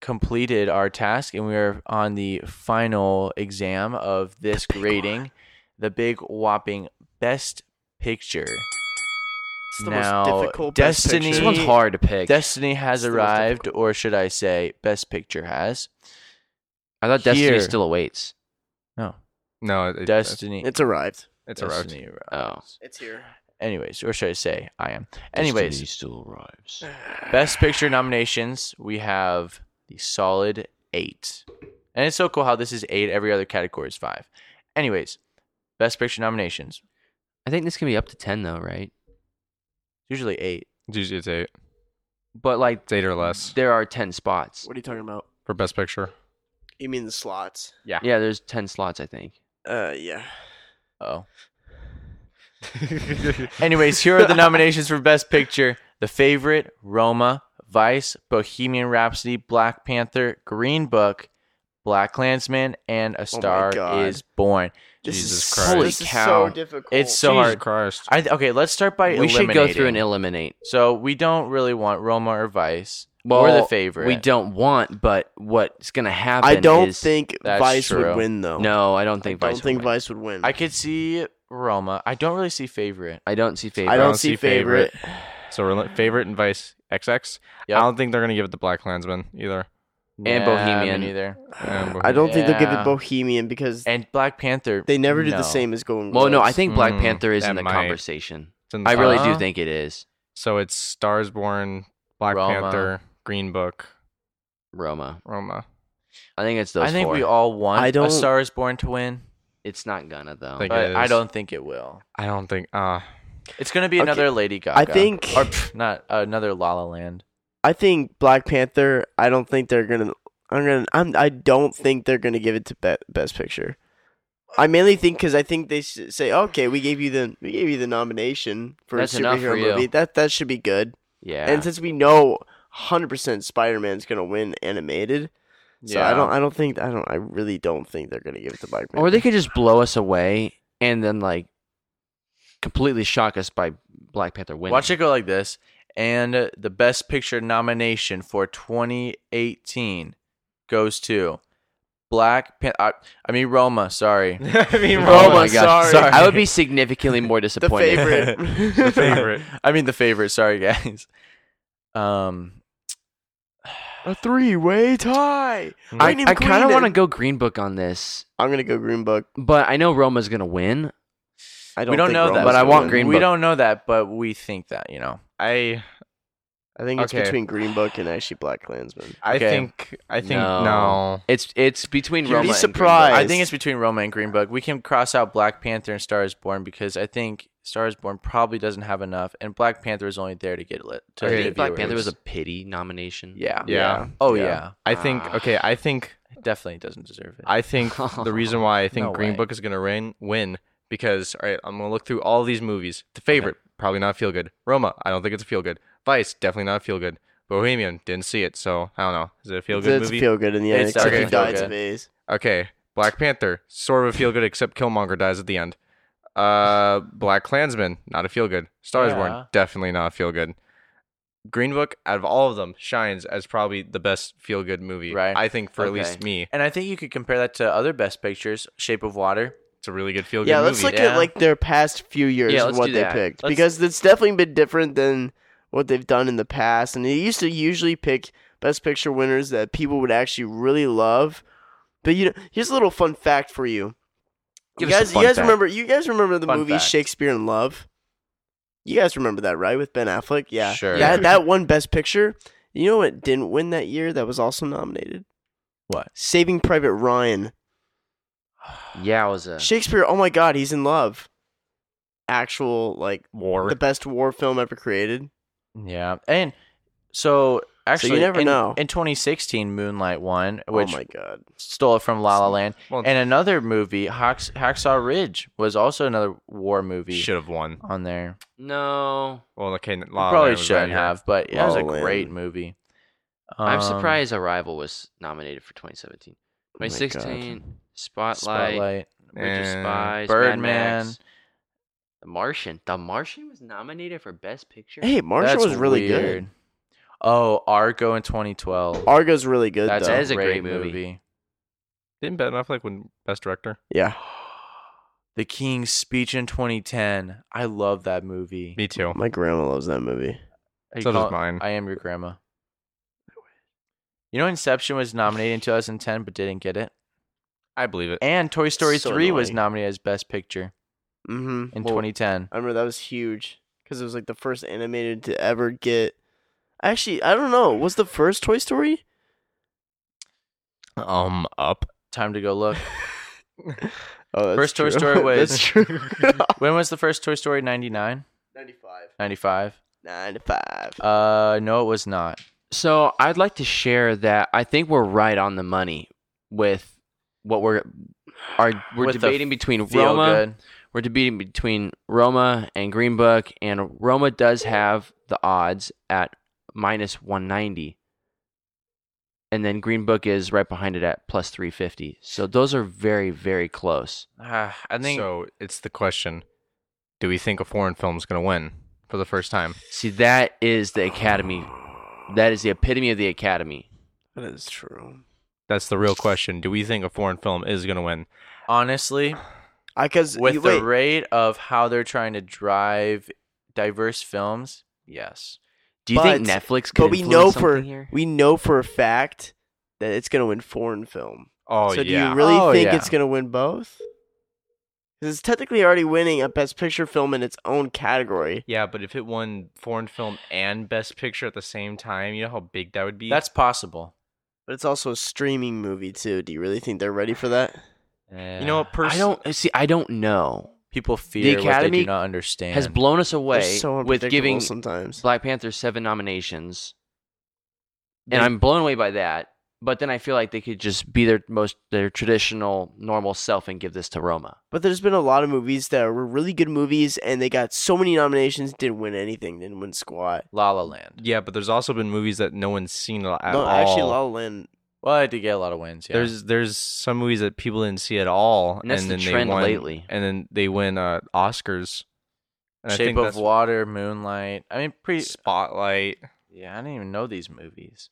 [SPEAKER 1] completed our task and we are on the final exam of this grading, the big whopping best picture.
[SPEAKER 3] It's the
[SPEAKER 1] Now,
[SPEAKER 3] most difficult best
[SPEAKER 1] Destiny-
[SPEAKER 3] picture.
[SPEAKER 2] This one's hard to pick.
[SPEAKER 1] Destiny has
[SPEAKER 3] It's the most
[SPEAKER 1] arrived, or should I say, best picture has.
[SPEAKER 2] I thought Destiny
[SPEAKER 1] here.
[SPEAKER 2] still awaits.
[SPEAKER 1] No,
[SPEAKER 4] No, it,
[SPEAKER 1] Destiny.
[SPEAKER 3] It's arrived.
[SPEAKER 4] It's
[SPEAKER 1] Destiny arrived.
[SPEAKER 2] Oh,
[SPEAKER 3] It's here.
[SPEAKER 1] Anyways, or should I say, I am. Anyways,
[SPEAKER 2] still arrives.
[SPEAKER 1] Best Picture nominations, we have the solid eight. And it's so cool how this is eight, every other category is five. Anyways, Best Picture nominations,
[SPEAKER 2] I think this can be up to ten though, right?
[SPEAKER 1] usually eight.
[SPEAKER 4] a route. It's eight.
[SPEAKER 2] But like
[SPEAKER 4] It's eight or less
[SPEAKER 2] there are ten spots.
[SPEAKER 3] What are you talking about?
[SPEAKER 4] for best picture.
[SPEAKER 3] You mean the slots?
[SPEAKER 2] Yeah, there's ten slots. I think.
[SPEAKER 3] Uh, yeah.
[SPEAKER 1] Oh. Anyways, here are the nominations for Best Picture The Favorite, Roma, Vice, Bohemian Rhapsody, Black Panther, Green Book, Black Klansman, and
[SPEAKER 2] Oh
[SPEAKER 1] A Star
[SPEAKER 3] God.
[SPEAKER 1] Is Born.
[SPEAKER 3] This
[SPEAKER 4] Jesus
[SPEAKER 3] is
[SPEAKER 4] Christ.
[SPEAKER 3] So,
[SPEAKER 2] Holy
[SPEAKER 3] this
[SPEAKER 2] cow.
[SPEAKER 3] is so difficult.
[SPEAKER 1] It's so
[SPEAKER 4] Jesus
[SPEAKER 1] hard.
[SPEAKER 4] Christ.
[SPEAKER 1] I, okay, let's start by
[SPEAKER 2] we should go
[SPEAKER 1] eliminating.
[SPEAKER 2] through and eliminate.
[SPEAKER 1] So we don't really want Roma or Vice
[SPEAKER 2] Well,
[SPEAKER 1] or the favorite.
[SPEAKER 2] We don't want, but what's gonna happen?
[SPEAKER 3] I don't
[SPEAKER 2] is-
[SPEAKER 3] think
[SPEAKER 1] That's
[SPEAKER 3] Vice
[SPEAKER 1] true.
[SPEAKER 3] would win though.
[SPEAKER 2] No, I don't
[SPEAKER 3] I
[SPEAKER 2] think.
[SPEAKER 3] don't
[SPEAKER 2] Vice will
[SPEAKER 3] think
[SPEAKER 2] win.
[SPEAKER 3] Vice would win.
[SPEAKER 1] I could see Roma. I don't really see favorite.
[SPEAKER 2] I don't see favorite.
[SPEAKER 3] I don't see favorite.
[SPEAKER 4] So we're li- favorite and vice XX.
[SPEAKER 1] Yep.
[SPEAKER 4] I don't think they're gonna give it to Black Klansman either.
[SPEAKER 2] And Bohemian.
[SPEAKER 1] either.
[SPEAKER 4] Um,
[SPEAKER 3] I don't think they'll give
[SPEAKER 1] Yeah.
[SPEAKER 3] it Bohemian because
[SPEAKER 1] And Black Panther.
[SPEAKER 3] they never do
[SPEAKER 1] no.
[SPEAKER 3] the same as Golden
[SPEAKER 2] Well, no, I
[SPEAKER 3] Globes.
[SPEAKER 2] think Black
[SPEAKER 4] Hmm,
[SPEAKER 2] Panther is
[SPEAKER 4] that
[SPEAKER 2] in the
[SPEAKER 4] might.
[SPEAKER 2] conversation.
[SPEAKER 4] It's in the
[SPEAKER 2] I really
[SPEAKER 4] top.
[SPEAKER 1] Uh-huh.
[SPEAKER 2] do think it is
[SPEAKER 4] So it's Stars Born, Black
[SPEAKER 1] Roma.
[SPEAKER 4] Panther, Green Book,
[SPEAKER 2] Roma.
[SPEAKER 4] Roma.
[SPEAKER 2] I think it's those.
[SPEAKER 1] I think
[SPEAKER 2] four.
[SPEAKER 1] we all want
[SPEAKER 3] I
[SPEAKER 1] A
[SPEAKER 3] don't-
[SPEAKER 1] Star Is Born to win,
[SPEAKER 2] It's not gonna though.
[SPEAKER 4] Think-
[SPEAKER 1] but
[SPEAKER 4] it
[SPEAKER 1] I
[SPEAKER 4] is.
[SPEAKER 1] don't think it will.
[SPEAKER 4] I don't think. Uh,
[SPEAKER 1] It's gonna be
[SPEAKER 3] Okay,
[SPEAKER 1] another Lady Gaga.
[SPEAKER 3] I think-
[SPEAKER 1] or pff, not uh, another La La Land.
[SPEAKER 3] I think Black Panther. I don't think they're gonna. I'm gonna. I'm. I don't think they're gonna give it to be- Best Picture. I mainly think because I think they s- say, okay, we gave you the we gave you the nomination for
[SPEAKER 2] That's
[SPEAKER 3] a
[SPEAKER 2] enough
[SPEAKER 3] superhero
[SPEAKER 2] for you.
[SPEAKER 3] movie. That that should be good.
[SPEAKER 2] yeah.
[SPEAKER 3] And since we know 100 percent Spider Man's gonna win animated, so I don't. I don't think. I don't. I really don't think they're gonna give it to Black Panther.
[SPEAKER 2] Or they could just blow us away and then like completely shock us by Black Panther winning.
[SPEAKER 1] Watch it go like this. And uh, the Best Picture nomination for 2018 goes to Black Panther. I, I mean Roma. Sorry.
[SPEAKER 4] I mean,
[SPEAKER 2] Oh
[SPEAKER 4] Roma.
[SPEAKER 2] my god!
[SPEAKER 1] sorry.
[SPEAKER 2] I would be significantly more
[SPEAKER 3] the
[SPEAKER 2] disappointed.
[SPEAKER 3] favorite.
[SPEAKER 4] The favorite.
[SPEAKER 1] I mean the favorite. Sorry guys. Um,
[SPEAKER 3] a three way tie.
[SPEAKER 2] I,
[SPEAKER 3] Green and
[SPEAKER 2] I kind of
[SPEAKER 3] green
[SPEAKER 2] want to
[SPEAKER 3] and-
[SPEAKER 2] go Green Book on this,
[SPEAKER 3] I'm gonna go Green Book.
[SPEAKER 2] but I know Roma's gonna win.
[SPEAKER 3] I don't.
[SPEAKER 1] we don't
[SPEAKER 3] think
[SPEAKER 1] know
[SPEAKER 3] Roma's
[SPEAKER 1] that,
[SPEAKER 2] but I
[SPEAKER 3] gonna
[SPEAKER 2] want
[SPEAKER 3] win.
[SPEAKER 2] Green
[SPEAKER 1] We
[SPEAKER 2] Book.
[SPEAKER 1] don't know that, but we think that you know.
[SPEAKER 4] I
[SPEAKER 3] I think it's
[SPEAKER 4] Okay.
[SPEAKER 3] between Green Book and actually Black Klansman.
[SPEAKER 4] I
[SPEAKER 1] Okay.
[SPEAKER 4] think I think
[SPEAKER 2] No.
[SPEAKER 4] no.
[SPEAKER 2] It's it's between
[SPEAKER 3] You'd be
[SPEAKER 2] Roma. and Green Book.
[SPEAKER 3] surprised.
[SPEAKER 1] I think it's between Roma and Green Book. We can cross out Black Panther and Star Is Born because I think Star Is Born probably doesn't have enough, and Black Panther is only there to get lit. To
[SPEAKER 2] I
[SPEAKER 4] Okay.
[SPEAKER 1] get
[SPEAKER 2] think Black Panther
[SPEAKER 1] viewers.
[SPEAKER 2] was a pity nomination.
[SPEAKER 1] yeah.
[SPEAKER 4] Yeah.
[SPEAKER 1] Oh yeah.
[SPEAKER 4] Yeah. I think
[SPEAKER 2] Ah.
[SPEAKER 4] okay. I think
[SPEAKER 1] definitely doesn't deserve it.
[SPEAKER 4] I think the reason why I think
[SPEAKER 1] No
[SPEAKER 4] Green
[SPEAKER 1] way.
[SPEAKER 4] Book is gonna win win because all right, I'm gonna look through all these movies. The favorite probably not feel good. Roma, I don't think it's a feel good. Vice definitely not feel good. Bohemian didn't see it, so I don't know. Is it a feel
[SPEAKER 3] it's,
[SPEAKER 4] good
[SPEAKER 3] it's
[SPEAKER 4] movie?
[SPEAKER 3] feel good in the end.
[SPEAKER 1] It's
[SPEAKER 3] except
[SPEAKER 4] okay.
[SPEAKER 3] he dies
[SPEAKER 1] Okay.
[SPEAKER 3] of AIDS.
[SPEAKER 4] okay, Black Panther sort of a feel good except Killmonger dies at the end. Uh, Black Klansman not a feel good. Star is
[SPEAKER 1] Yeah.
[SPEAKER 4] Born definitely not a feel good. Green Book out of all of them shines as probably the best feel good movie.
[SPEAKER 1] Right.
[SPEAKER 4] I think for at least
[SPEAKER 2] Okay.
[SPEAKER 4] me,
[SPEAKER 1] and I think you could compare that to other Best Pictures, Shape of Water.
[SPEAKER 4] it's a really good feel good
[SPEAKER 3] Yeah,
[SPEAKER 4] movie.
[SPEAKER 3] let's look
[SPEAKER 1] yeah.
[SPEAKER 3] at like their past few years
[SPEAKER 2] Yeah,
[SPEAKER 3] and
[SPEAKER 2] let's
[SPEAKER 3] what
[SPEAKER 2] do
[SPEAKER 3] they
[SPEAKER 2] that.
[SPEAKER 3] picked
[SPEAKER 1] Let's-
[SPEAKER 3] because it's definitely been different than what they've done in the past. And they used to usually pick best picture winners that people would actually really love. But you know, here's a little fun fact for you.
[SPEAKER 2] Give
[SPEAKER 3] you
[SPEAKER 2] us a
[SPEAKER 3] guys,
[SPEAKER 2] fun
[SPEAKER 3] you guys
[SPEAKER 2] fact.
[SPEAKER 3] remember? You guys remember the
[SPEAKER 1] Fun
[SPEAKER 3] movie
[SPEAKER 1] fact.
[SPEAKER 3] Shakespeare in Love? You guys remember that, right? With Ben Affleck, yeah.
[SPEAKER 1] Sure.
[SPEAKER 3] That that one Best Picture. You know what didn't win that year? That was also nominated.
[SPEAKER 1] What?
[SPEAKER 3] Saving Private Ryan.
[SPEAKER 2] Yeah, it was a.
[SPEAKER 3] Shakespeare. Oh my God, he's in love. Actual like
[SPEAKER 4] Eh, war.
[SPEAKER 3] the best war film ever created.
[SPEAKER 1] Yeah, and so Actually,
[SPEAKER 3] never
[SPEAKER 1] in,
[SPEAKER 3] know.
[SPEAKER 1] In 2016, Moonlight won, which
[SPEAKER 3] oh my god.
[SPEAKER 1] stole it from La La Land.
[SPEAKER 4] Well-
[SPEAKER 1] and another movie, Hacks- Hacksaw Ridge, was also another war movie
[SPEAKER 4] Should have won.
[SPEAKER 1] on there.
[SPEAKER 2] No,
[SPEAKER 4] Well, okay, La La
[SPEAKER 1] Probably
[SPEAKER 4] Land was that
[SPEAKER 1] shouldn't
[SPEAKER 4] year.
[SPEAKER 1] have, but it was a
[SPEAKER 3] La La
[SPEAKER 1] great
[SPEAKER 3] Land.
[SPEAKER 1] movie.
[SPEAKER 2] I'm
[SPEAKER 1] Um,
[SPEAKER 2] surprised Arrival was nominated for 2017. 2016, Spotlight,
[SPEAKER 1] Spotlight.
[SPEAKER 2] Bridge of
[SPEAKER 4] Eh,
[SPEAKER 2] Spies,
[SPEAKER 1] Birdman.
[SPEAKER 2] Mad Max, The Martian. The Martian was nominated for Best Picture.
[SPEAKER 3] Hey, Marshall
[SPEAKER 1] That's
[SPEAKER 3] was really
[SPEAKER 1] weird.
[SPEAKER 3] good.
[SPEAKER 1] Oh, Argo in 2012.
[SPEAKER 3] Argo's really good
[SPEAKER 1] That's
[SPEAKER 3] though.
[SPEAKER 2] That is a great movie.
[SPEAKER 4] Didn't Ben Affleck win Best Director?
[SPEAKER 3] yeah.
[SPEAKER 1] The King's Speech in 2010. I love that movie.
[SPEAKER 4] Me too.
[SPEAKER 3] My grandma loves that movie.
[SPEAKER 1] Are you
[SPEAKER 4] So does
[SPEAKER 1] call-
[SPEAKER 4] mine.
[SPEAKER 1] I am your grandma. You know, Inception was nominated in 2010 but didn't get it.
[SPEAKER 4] I believe it.
[SPEAKER 1] And Toy Story
[SPEAKER 3] So
[SPEAKER 1] 3 was
[SPEAKER 3] annoying.
[SPEAKER 1] nominated as Best Picture
[SPEAKER 3] Mm-hmm.
[SPEAKER 1] in 2010.
[SPEAKER 3] I remember that was huge because it was like the first animated to ever get. Actually, I don't know. Was the first Toy Story?
[SPEAKER 4] Um, up.
[SPEAKER 1] Time to go look.
[SPEAKER 3] Oh, that's
[SPEAKER 1] First Toy
[SPEAKER 3] true.
[SPEAKER 1] Story was-
[SPEAKER 3] that's true.
[SPEAKER 1] when was the first Toy Story? 99?
[SPEAKER 3] Ninety-five.
[SPEAKER 1] 95?
[SPEAKER 3] Nine to five.
[SPEAKER 1] Uh, no, it was not.
[SPEAKER 2] So I'd like to share that I think we're right on the money with what we're are we're
[SPEAKER 1] With the
[SPEAKER 2] debating between
[SPEAKER 1] Feel
[SPEAKER 2] Roma.
[SPEAKER 1] good.
[SPEAKER 2] We're debating between Roma and Green Book, and Roma does have the odds at minus 190. And then Green Book is right behind it at plus 350. So those are very, very close.
[SPEAKER 1] Ah, I think
[SPEAKER 4] so. It's the question: Do we think a foreign film's gonna win for the first time?
[SPEAKER 2] See, that is the academy. That is the epitome of the academy.
[SPEAKER 3] That is true.
[SPEAKER 4] That's the real question. Do we think a foreign film is gonna win?
[SPEAKER 1] honestly,
[SPEAKER 3] I because
[SPEAKER 1] with
[SPEAKER 3] you,
[SPEAKER 1] the
[SPEAKER 3] wait,
[SPEAKER 1] rate of how they're trying to drive diverse films, yes.
[SPEAKER 2] Do you think
[SPEAKER 3] But-
[SPEAKER 2] Netflix could
[SPEAKER 3] but we know for
[SPEAKER 2] here?
[SPEAKER 3] we know for a fact that it's gonna win foreign film.
[SPEAKER 4] Oh
[SPEAKER 3] so do
[SPEAKER 4] yeah.
[SPEAKER 3] you really
[SPEAKER 1] Oh,
[SPEAKER 3] think
[SPEAKER 1] yeah.
[SPEAKER 3] it's gonna win both? 'Cause it's technically already winning a Best Picture film in its own category.
[SPEAKER 4] yeah, but if it won foreign film and Best Picture at the same time, you know how big that would be.
[SPEAKER 1] That's possible.
[SPEAKER 3] But it's also a streaming movie too. Do you really think they're ready for that?
[SPEAKER 4] you know what? Pers-
[SPEAKER 2] I don't see. I don't know.
[SPEAKER 1] People fear what they
[SPEAKER 2] Academy
[SPEAKER 1] do not understand.
[SPEAKER 2] Has blown us
[SPEAKER 3] They're
[SPEAKER 2] away
[SPEAKER 3] so
[SPEAKER 2] with
[SPEAKER 3] unpredictable
[SPEAKER 2] giving
[SPEAKER 3] sometimes.
[SPEAKER 2] Black Panther seven nominations,
[SPEAKER 1] They-
[SPEAKER 2] and I'm blown away by that. But then I feel like they could just be their most their traditional normal self and give this to Roma.
[SPEAKER 3] But there's been a lot of movies that were really good movies, and they got so many nominations, didn't win anything, didn't win squat.
[SPEAKER 1] La La Land.
[SPEAKER 4] Yeah, but there's also been movies that no one's seen at
[SPEAKER 3] no,
[SPEAKER 4] all.
[SPEAKER 3] actually, La La Land.
[SPEAKER 1] Well, I did get a lot of wins. Yeah.
[SPEAKER 4] There's there's some movies that people didn't see at all,
[SPEAKER 2] And that's the
[SPEAKER 4] then
[SPEAKER 2] trend
[SPEAKER 4] they won,
[SPEAKER 2] lately.
[SPEAKER 4] And then they win uh, Oscars. And I
[SPEAKER 1] Shape
[SPEAKER 4] think
[SPEAKER 1] of
[SPEAKER 4] that's-
[SPEAKER 1] Water, Moonlight. I mean, pretty.
[SPEAKER 4] Spotlight.
[SPEAKER 1] Yeah, I didn't even know these movies.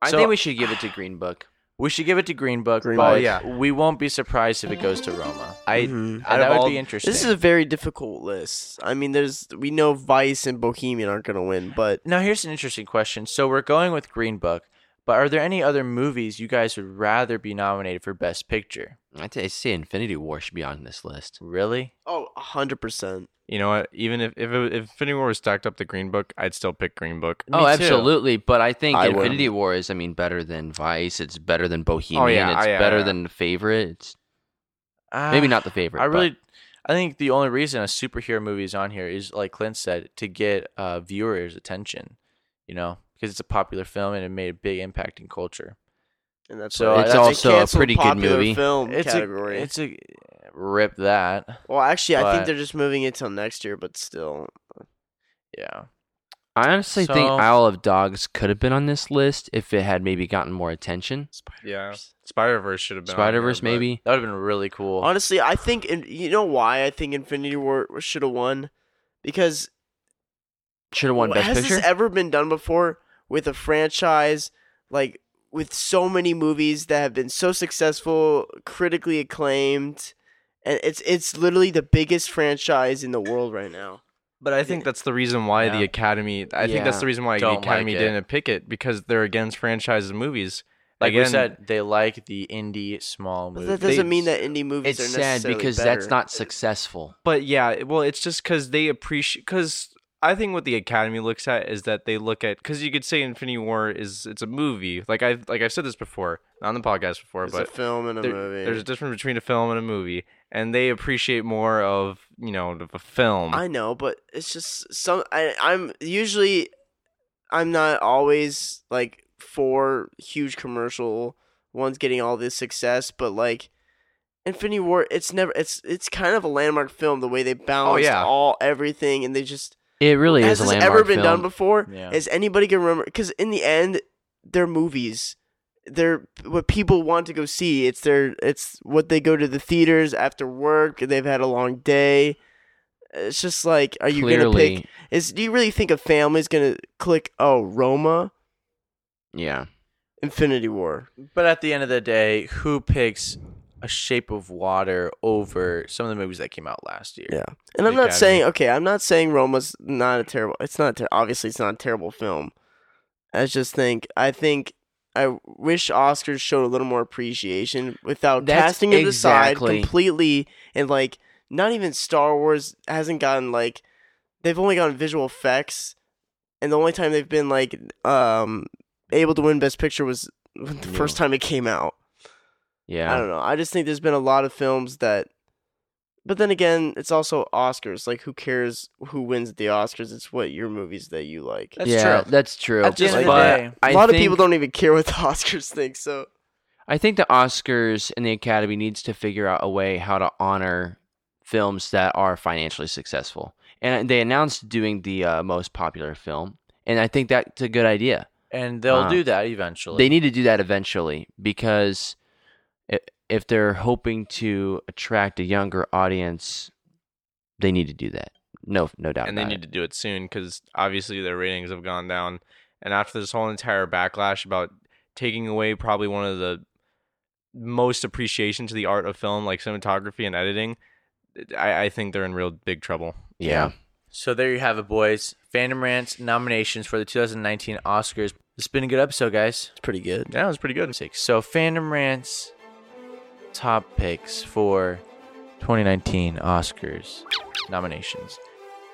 [SPEAKER 2] I
[SPEAKER 1] So-
[SPEAKER 2] think we should give it to Green Book.
[SPEAKER 1] We should give it to Green Book,
[SPEAKER 3] Green
[SPEAKER 1] but
[SPEAKER 4] Book. Yeah.
[SPEAKER 1] we won't be surprised if it goes to Roma.
[SPEAKER 4] I
[SPEAKER 3] Mhm.
[SPEAKER 1] And
[SPEAKER 4] out
[SPEAKER 1] that
[SPEAKER 4] of
[SPEAKER 1] would
[SPEAKER 4] all-
[SPEAKER 1] be interesting.
[SPEAKER 3] This is a very difficult list. I mean, there's we know Vice and Bohemian aren't gonna win, but
[SPEAKER 1] now here's an interesting question. So we're going with Green Book, but are there any other movies you guys would rather be nominated for Best Picture?
[SPEAKER 2] I t- I say Infinity War should be on this list.
[SPEAKER 1] Really?
[SPEAKER 3] oh, hundred percent.
[SPEAKER 4] You know what? Even if if it, if Infinity War was stacked up to Green Book, I'd still pick Green Book.
[SPEAKER 1] Me
[SPEAKER 2] oh,
[SPEAKER 1] too.
[SPEAKER 2] absolutely. But I think
[SPEAKER 3] I would.
[SPEAKER 2] Infinity War is, I mean, better than Vice. It's better than Bohemian.
[SPEAKER 4] Oh, yeah,
[SPEAKER 2] it's
[SPEAKER 4] yeah,
[SPEAKER 2] better
[SPEAKER 4] yeah.
[SPEAKER 2] than The Favorite. It's
[SPEAKER 1] Ah,
[SPEAKER 2] maybe not The Favorite.
[SPEAKER 1] I
[SPEAKER 2] but-
[SPEAKER 1] really. I think the only reason a superhero movie is on here is, like Clint said, to get uh, viewers' attention. You know, because it's a popular film and it made a big impact in culture.
[SPEAKER 3] And that's
[SPEAKER 1] So
[SPEAKER 3] why-
[SPEAKER 1] it's
[SPEAKER 3] that's a
[SPEAKER 2] also a
[SPEAKER 3] canceled
[SPEAKER 2] pretty good
[SPEAKER 3] popular
[SPEAKER 2] movie.
[SPEAKER 3] Film
[SPEAKER 1] it's
[SPEAKER 3] category.
[SPEAKER 1] A, it's a rip that.
[SPEAKER 3] well, actually, I
[SPEAKER 1] but-
[SPEAKER 3] think they're just moving it till next year, but still,
[SPEAKER 1] Yeah.
[SPEAKER 2] I honestly think
[SPEAKER 1] So-
[SPEAKER 2] Isle of Dogs could have been on this list if it had maybe gotten more attention.
[SPEAKER 4] Yeah, Spider Verse should have been on
[SPEAKER 2] Spider Verse,
[SPEAKER 4] there, but-
[SPEAKER 2] maybe.
[SPEAKER 1] That would have been really cool.
[SPEAKER 3] Honestly, I think and you know why I think Infinity War should have won because
[SPEAKER 2] Should have won
[SPEAKER 3] Well,
[SPEAKER 2] Best
[SPEAKER 3] has
[SPEAKER 2] Picture.
[SPEAKER 3] this ever been done before with a franchise like with so many movies that have been so successful, critically acclaimed, and it's it's literally the biggest franchise in the world right now.
[SPEAKER 4] But I think that's the reason why
[SPEAKER 1] Yeah.
[SPEAKER 4] the Academy. I think that's
[SPEAKER 2] Yeah.
[SPEAKER 4] the reason why
[SPEAKER 1] Don't
[SPEAKER 4] the Academy
[SPEAKER 1] like it.
[SPEAKER 4] didn't pick it because they're against franchises and movies.
[SPEAKER 1] like
[SPEAKER 4] Again,
[SPEAKER 1] we said, they like the indie small
[SPEAKER 3] But
[SPEAKER 1] movies.
[SPEAKER 3] that doesn't
[SPEAKER 4] They-
[SPEAKER 3] mean that indie movies
[SPEAKER 2] it's
[SPEAKER 3] are
[SPEAKER 2] sad
[SPEAKER 3] necessarily
[SPEAKER 2] because
[SPEAKER 3] better.
[SPEAKER 2] that's not successful.
[SPEAKER 4] But yeah, well, it's just because they appreciate. Because I think what the Academy looks at is that they look at. Because you could say Infinity War is it's a movie. Like I like I've said this before on the podcast before,
[SPEAKER 3] It's
[SPEAKER 4] but
[SPEAKER 3] a film and a
[SPEAKER 4] there-
[SPEAKER 3] movie.
[SPEAKER 4] there's a difference between a film and a movie, and they appreciate more of you know of a film.
[SPEAKER 3] I know, but it's just some. I, I'm usually I'm not always like for huge commercial ones getting all this success, but like Infinity War, it's never it's it's kind of a landmark film the way they balance
[SPEAKER 4] Oh, yeah.
[SPEAKER 3] all everything and they just
[SPEAKER 2] It really
[SPEAKER 3] has
[SPEAKER 2] is a
[SPEAKER 3] this
[SPEAKER 2] landmark
[SPEAKER 3] ever been
[SPEAKER 2] film.
[SPEAKER 3] done before?
[SPEAKER 1] Yeah.
[SPEAKER 3] Is anybody gonna remember? Because in the end, they're movies. They're what people want to go see. It's their it's what they go to the theaters after work. They've had a long day. It's just like, are you gonna
[SPEAKER 2] Clearly,
[SPEAKER 3] pick is do you really think a family's gonna click? Oh, Roma,
[SPEAKER 2] yeah.
[SPEAKER 3] Infinity War.
[SPEAKER 1] But at the end of the day, who picks a Shape of Water over some of the movies that came out last year?
[SPEAKER 3] Yeah. And I'm
[SPEAKER 4] The
[SPEAKER 3] not
[SPEAKER 4] Academy.
[SPEAKER 3] saying okay. I'm not saying Roma's not a terrible. It's not a ter- obviously it's not a terrible film. I just think I think I wish Oscars showed a little more appreciation without
[SPEAKER 2] That's
[SPEAKER 3] casting it
[SPEAKER 2] exactly-
[SPEAKER 3] aside completely and like not even Star Wars hasn't gotten like they've only gotten visual effects and the only time they've been like um able to win Best Picture was the first time it came out.
[SPEAKER 2] Yeah.
[SPEAKER 3] I don't know. I just think there's been a lot of films that but then again, it's also Oscars. Like who cares who wins at the Oscars? It's what your movies that you like.
[SPEAKER 1] That's
[SPEAKER 2] yeah,
[SPEAKER 1] true.
[SPEAKER 2] that's true.
[SPEAKER 1] At the end
[SPEAKER 3] of the
[SPEAKER 2] but
[SPEAKER 1] day,
[SPEAKER 3] A
[SPEAKER 2] I
[SPEAKER 3] lot
[SPEAKER 2] think,
[SPEAKER 3] of people don't even care what the Oscars think, so
[SPEAKER 2] I think the Oscars and the Academy needs to figure out a way how to honor films that are financially successful. And they announced doing the uh, most popular film, and I think that's a good idea.
[SPEAKER 1] And they'll
[SPEAKER 2] Uh,
[SPEAKER 1] do that eventually.
[SPEAKER 2] They need to do that eventually because i- if they're hoping to attract a younger audience, they need to do that. No, no doubt.
[SPEAKER 4] and they
[SPEAKER 2] about
[SPEAKER 4] need
[SPEAKER 2] it.
[SPEAKER 4] to do it soon because obviously their ratings have gone down. And after this whole entire backlash about taking away probably one of the most appreciation to the art of film, like cinematography and editing, I, I think they're in real big trouble.
[SPEAKER 2] yeah.
[SPEAKER 1] So there you have it, boys. Fandom Rants nominations for the 2019 Oscars. It's been a good episode, guys.
[SPEAKER 3] it's pretty good.
[SPEAKER 4] Yeah, it was pretty good.
[SPEAKER 1] Six. So Fandom Rants top picks for 2019 Oscars nominations.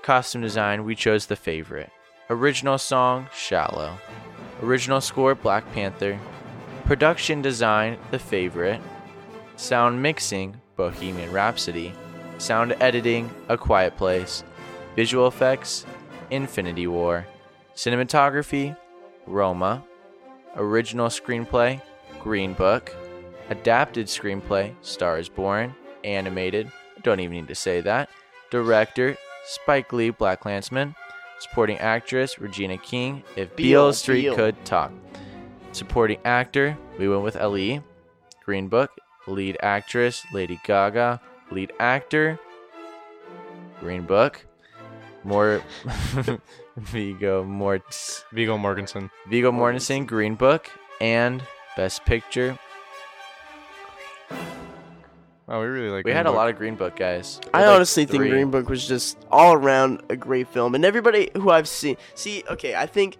[SPEAKER 1] Costume design, we chose the favorite. Original song, Shallow. Original score, Black Panther. Production design, The Favorite. Sound mixing, Bohemian Rhapsody. Sound editing, A Quiet Place. Visual effects, Infinity War. Cinematography, Roma. Original screenplay, Green Book. Adapted screenplay, Star is Born. Animated, don't even need to say that. Director, Spike Lee, Black Klansman. Supporting actress, Regina King. If Beale,
[SPEAKER 3] Beale,
[SPEAKER 1] Street
[SPEAKER 3] Beale.
[SPEAKER 1] could talk. Supporting actor, we went with Ali. Green Book. Lead actress, Lady Gaga. Lead actor, Green Book. More Vigo Mort.
[SPEAKER 4] Vigo Morganson.
[SPEAKER 1] Vigo Mortensen, Green Book, and Best Picture.
[SPEAKER 4] Oh, we really like.
[SPEAKER 1] We had a lot of Green Book guys.
[SPEAKER 3] I honestly think
[SPEAKER 1] three.
[SPEAKER 3] Green Book was just all around a great film. And everybody who I've seen see, okay, I think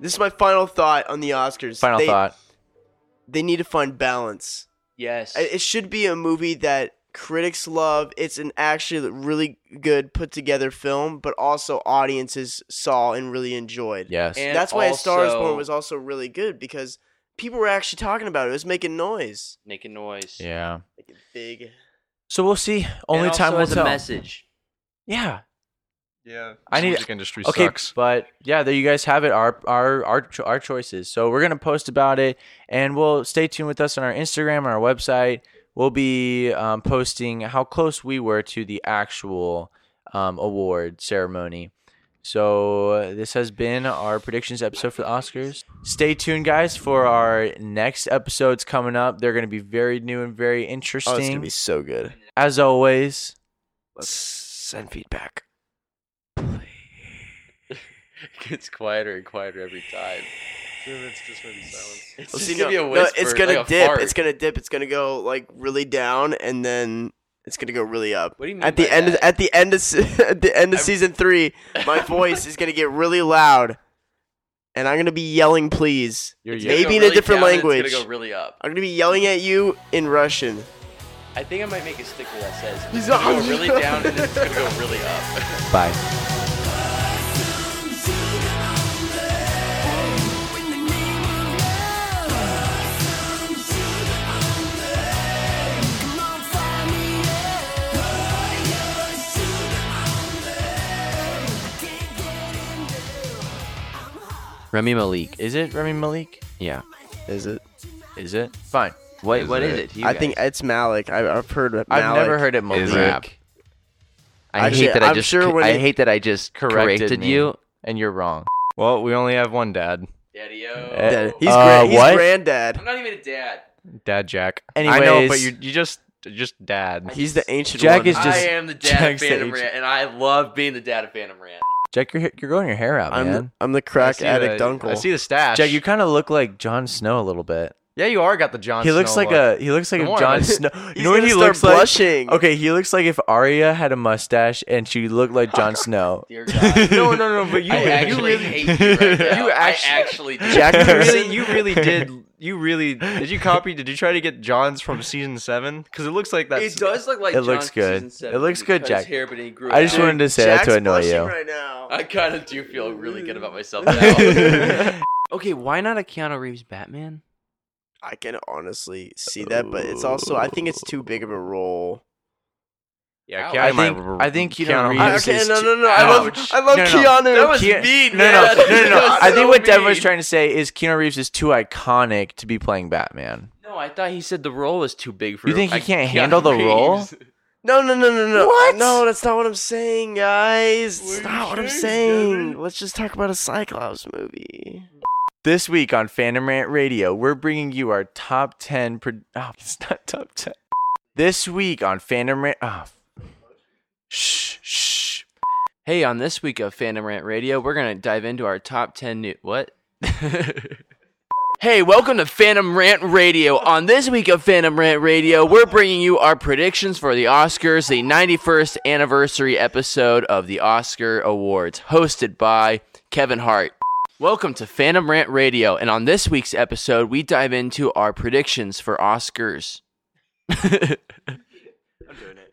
[SPEAKER 3] this is my final thought on the Oscars.
[SPEAKER 1] Final
[SPEAKER 3] They-
[SPEAKER 1] thought.
[SPEAKER 3] They need to find balance.
[SPEAKER 2] Yes.
[SPEAKER 3] I- It should be a movie that critics love. It's an actually really good put together film, but also audiences saw and really enjoyed.
[SPEAKER 1] Yes.
[SPEAKER 2] And-
[SPEAKER 3] That's why A Star Is
[SPEAKER 2] also-
[SPEAKER 3] Born was also really good because people were actually talking about it. It was making noise,
[SPEAKER 2] Making noise.
[SPEAKER 1] yeah.
[SPEAKER 3] making big.
[SPEAKER 1] So we'll see. Only time will tell.
[SPEAKER 2] message.
[SPEAKER 1] Yeah.
[SPEAKER 4] Yeah,
[SPEAKER 1] I need-
[SPEAKER 4] music industry
[SPEAKER 1] Okay,
[SPEAKER 4] sucks.
[SPEAKER 1] but yeah, there you guys have it. Our our our cho- our choices. So we're gonna post about it, and we'll stay tuned with us on our Instagram and our website. We'll be um, posting how close we were to the actual um, award ceremony. So uh, this has been our predictions episode for the Oscars. Stay tuned, guys, for our next episodes coming up. They're gonna be very new and very interesting.
[SPEAKER 3] Oh, it's gonna be so good.
[SPEAKER 1] As always,
[SPEAKER 3] Send feedback.
[SPEAKER 2] It gets quieter and quieter every time. It's
[SPEAKER 3] Well,
[SPEAKER 2] just
[SPEAKER 3] see,
[SPEAKER 2] gonna be a
[SPEAKER 3] no,
[SPEAKER 2] whisper.
[SPEAKER 3] it's gonna
[SPEAKER 2] like a
[SPEAKER 3] dip.
[SPEAKER 2] fart.
[SPEAKER 3] It's gonna dip. It's gonna go like really down, and then it's gonna go really up.
[SPEAKER 2] What do you mean
[SPEAKER 3] At the
[SPEAKER 2] by
[SPEAKER 3] end,
[SPEAKER 2] that?
[SPEAKER 3] at the end of se- at the end of season three, my voice is gonna get really loud, and I'm gonna be yelling, "Please!"
[SPEAKER 1] You're
[SPEAKER 3] It's
[SPEAKER 1] yelling.
[SPEAKER 3] maybe in a
[SPEAKER 2] Really
[SPEAKER 3] different
[SPEAKER 2] down,
[SPEAKER 3] language.
[SPEAKER 2] It's gonna go really up.
[SPEAKER 3] I'm gonna be yelling at you in Russian.
[SPEAKER 2] I think I might make a sticker that says
[SPEAKER 3] He's
[SPEAKER 2] it's gonna
[SPEAKER 3] on.
[SPEAKER 2] go really down and it's gonna go really up.
[SPEAKER 1] bye.
[SPEAKER 6] Can't get in there. I'm high.
[SPEAKER 2] Remy Malik.
[SPEAKER 1] Is it Remy Malik?
[SPEAKER 2] Yeah.
[SPEAKER 3] Is it?
[SPEAKER 1] Is it? Fine.
[SPEAKER 2] What
[SPEAKER 4] Is
[SPEAKER 2] what is
[SPEAKER 4] it?
[SPEAKER 2] it? to you
[SPEAKER 3] I
[SPEAKER 2] guys?
[SPEAKER 3] think it's Malik. I, I've heard of Malik.
[SPEAKER 1] I've never heard it Malik.
[SPEAKER 4] Is
[SPEAKER 2] Crap. I
[SPEAKER 3] Actually,
[SPEAKER 2] hate that i
[SPEAKER 3] I'm
[SPEAKER 2] just
[SPEAKER 3] sure when
[SPEAKER 2] I
[SPEAKER 3] he-
[SPEAKER 2] hate that I just corrected,
[SPEAKER 1] Corrected me.
[SPEAKER 2] you.
[SPEAKER 1] And you're wrong.
[SPEAKER 4] Well, we only have one dad,
[SPEAKER 1] Eh,
[SPEAKER 3] Dad- He's,
[SPEAKER 1] uh,
[SPEAKER 3] grand, he's
[SPEAKER 1] what?
[SPEAKER 3] granddad.
[SPEAKER 2] not even a dad.
[SPEAKER 4] Dad Jack. I know,
[SPEAKER 1] Anyways.
[SPEAKER 4] but you you just just dad.
[SPEAKER 3] He's the ancient
[SPEAKER 1] Jack
[SPEAKER 3] one.
[SPEAKER 1] is just- I
[SPEAKER 2] am the
[SPEAKER 1] dad of Jack's the Phantom age- Rant,
[SPEAKER 2] and I love being the dad of Phantom Rant.
[SPEAKER 1] Jack, you're, you're growing your hair out,
[SPEAKER 3] I'm the,
[SPEAKER 1] man.
[SPEAKER 3] I'm the
[SPEAKER 4] I
[SPEAKER 3] crack
[SPEAKER 4] see
[SPEAKER 3] addict
[SPEAKER 4] the-
[SPEAKER 3] uncle.
[SPEAKER 4] I see the stash.
[SPEAKER 1] Jack, you kind of look like Jon Snow a little bit.
[SPEAKER 4] yeah, you are got the John.
[SPEAKER 1] He looks
[SPEAKER 4] Snow
[SPEAKER 1] like
[SPEAKER 4] look.
[SPEAKER 1] a he looks like
[SPEAKER 4] The
[SPEAKER 1] a
[SPEAKER 4] more
[SPEAKER 1] Jon
[SPEAKER 4] of it.
[SPEAKER 1] Snow.
[SPEAKER 3] He's
[SPEAKER 1] You know what
[SPEAKER 3] gonna
[SPEAKER 1] he
[SPEAKER 3] start
[SPEAKER 1] looks like?
[SPEAKER 3] blushing.
[SPEAKER 1] Okay, he looks like if Arya had a mustache and she looked like Jon Snow.
[SPEAKER 2] Dear God.
[SPEAKER 4] no, no, no. But you
[SPEAKER 2] I
[SPEAKER 4] you
[SPEAKER 2] actually
[SPEAKER 4] really
[SPEAKER 2] hate you right now.
[SPEAKER 4] You actu-
[SPEAKER 2] I actually do.
[SPEAKER 3] Jack
[SPEAKER 4] you
[SPEAKER 3] Pearson.
[SPEAKER 4] really, you really did. You really did. You copy? Did you try to get John's from season seven? Because it looks like that.
[SPEAKER 2] it does look like
[SPEAKER 1] It
[SPEAKER 2] John
[SPEAKER 1] looks
[SPEAKER 2] from
[SPEAKER 1] good.
[SPEAKER 2] season seven
[SPEAKER 1] It looks
[SPEAKER 2] when he
[SPEAKER 1] good,
[SPEAKER 2] cut his
[SPEAKER 1] Jack.
[SPEAKER 2] Hair, but he grew it
[SPEAKER 1] I just
[SPEAKER 2] out.
[SPEAKER 1] wanted to say
[SPEAKER 3] Jack's
[SPEAKER 1] that to annoy
[SPEAKER 3] blushing
[SPEAKER 1] you.
[SPEAKER 3] right now.
[SPEAKER 2] I kind of do feel really good about myself now. okay, why not a Keanu Reeves Batman?
[SPEAKER 3] I can honestly see that, but it's also I think it's too big of a role.
[SPEAKER 4] Yeah,
[SPEAKER 1] I
[SPEAKER 4] Keanu
[SPEAKER 1] think
[SPEAKER 4] might-
[SPEAKER 1] I think Keanu
[SPEAKER 4] Keanu
[SPEAKER 1] Reeves
[SPEAKER 3] I,
[SPEAKER 1] is
[SPEAKER 3] okay, no,
[SPEAKER 1] too-
[SPEAKER 3] no, no. I love,
[SPEAKER 1] Ouch.
[SPEAKER 3] I love
[SPEAKER 1] No, no, no.
[SPEAKER 3] Keanu.
[SPEAKER 2] That was
[SPEAKER 1] Keanu-
[SPEAKER 2] mean,
[SPEAKER 1] No, no, no, no,
[SPEAKER 2] man. That
[SPEAKER 1] no.
[SPEAKER 2] was
[SPEAKER 1] I think
[SPEAKER 2] so
[SPEAKER 1] what Devin was
[SPEAKER 2] mean.
[SPEAKER 1] trying to say is Keanu Reeves is too iconic to be playing Batman.
[SPEAKER 2] No, I thought he said the role was too big for.
[SPEAKER 1] You think he
[SPEAKER 2] a
[SPEAKER 1] can't
[SPEAKER 2] Keanu
[SPEAKER 1] handle the role?
[SPEAKER 2] Reeves.
[SPEAKER 3] No, no, no, no, no.
[SPEAKER 1] What?
[SPEAKER 3] No, that's not what I'm saying, guys. It's
[SPEAKER 2] What are you
[SPEAKER 3] not what I'm
[SPEAKER 2] saying,
[SPEAKER 3] saying.
[SPEAKER 2] Devin?
[SPEAKER 3] Let's just talk about a Cyclops movie.
[SPEAKER 1] This week on Fandom Rant Radio, we're bringing you our top 10. Pro- oh, it's not top 10. This week on Fandom Rant. Oh. Shh, shh.
[SPEAKER 2] Hey, on this week of Phantom Rant Radio, we're gonna dive into our top ten new what? hey, welcome to Phantom Rant Radio. On this week of Phantom Rant Radio, we're bringing you our predictions for the Oscars, the 91st anniversary episode of the Oscar Awards, hosted by Kevin Hart. Welcome to Phantom Rant Radio, and on this week's episode, we dive into our predictions for Oscars. I'm doing it.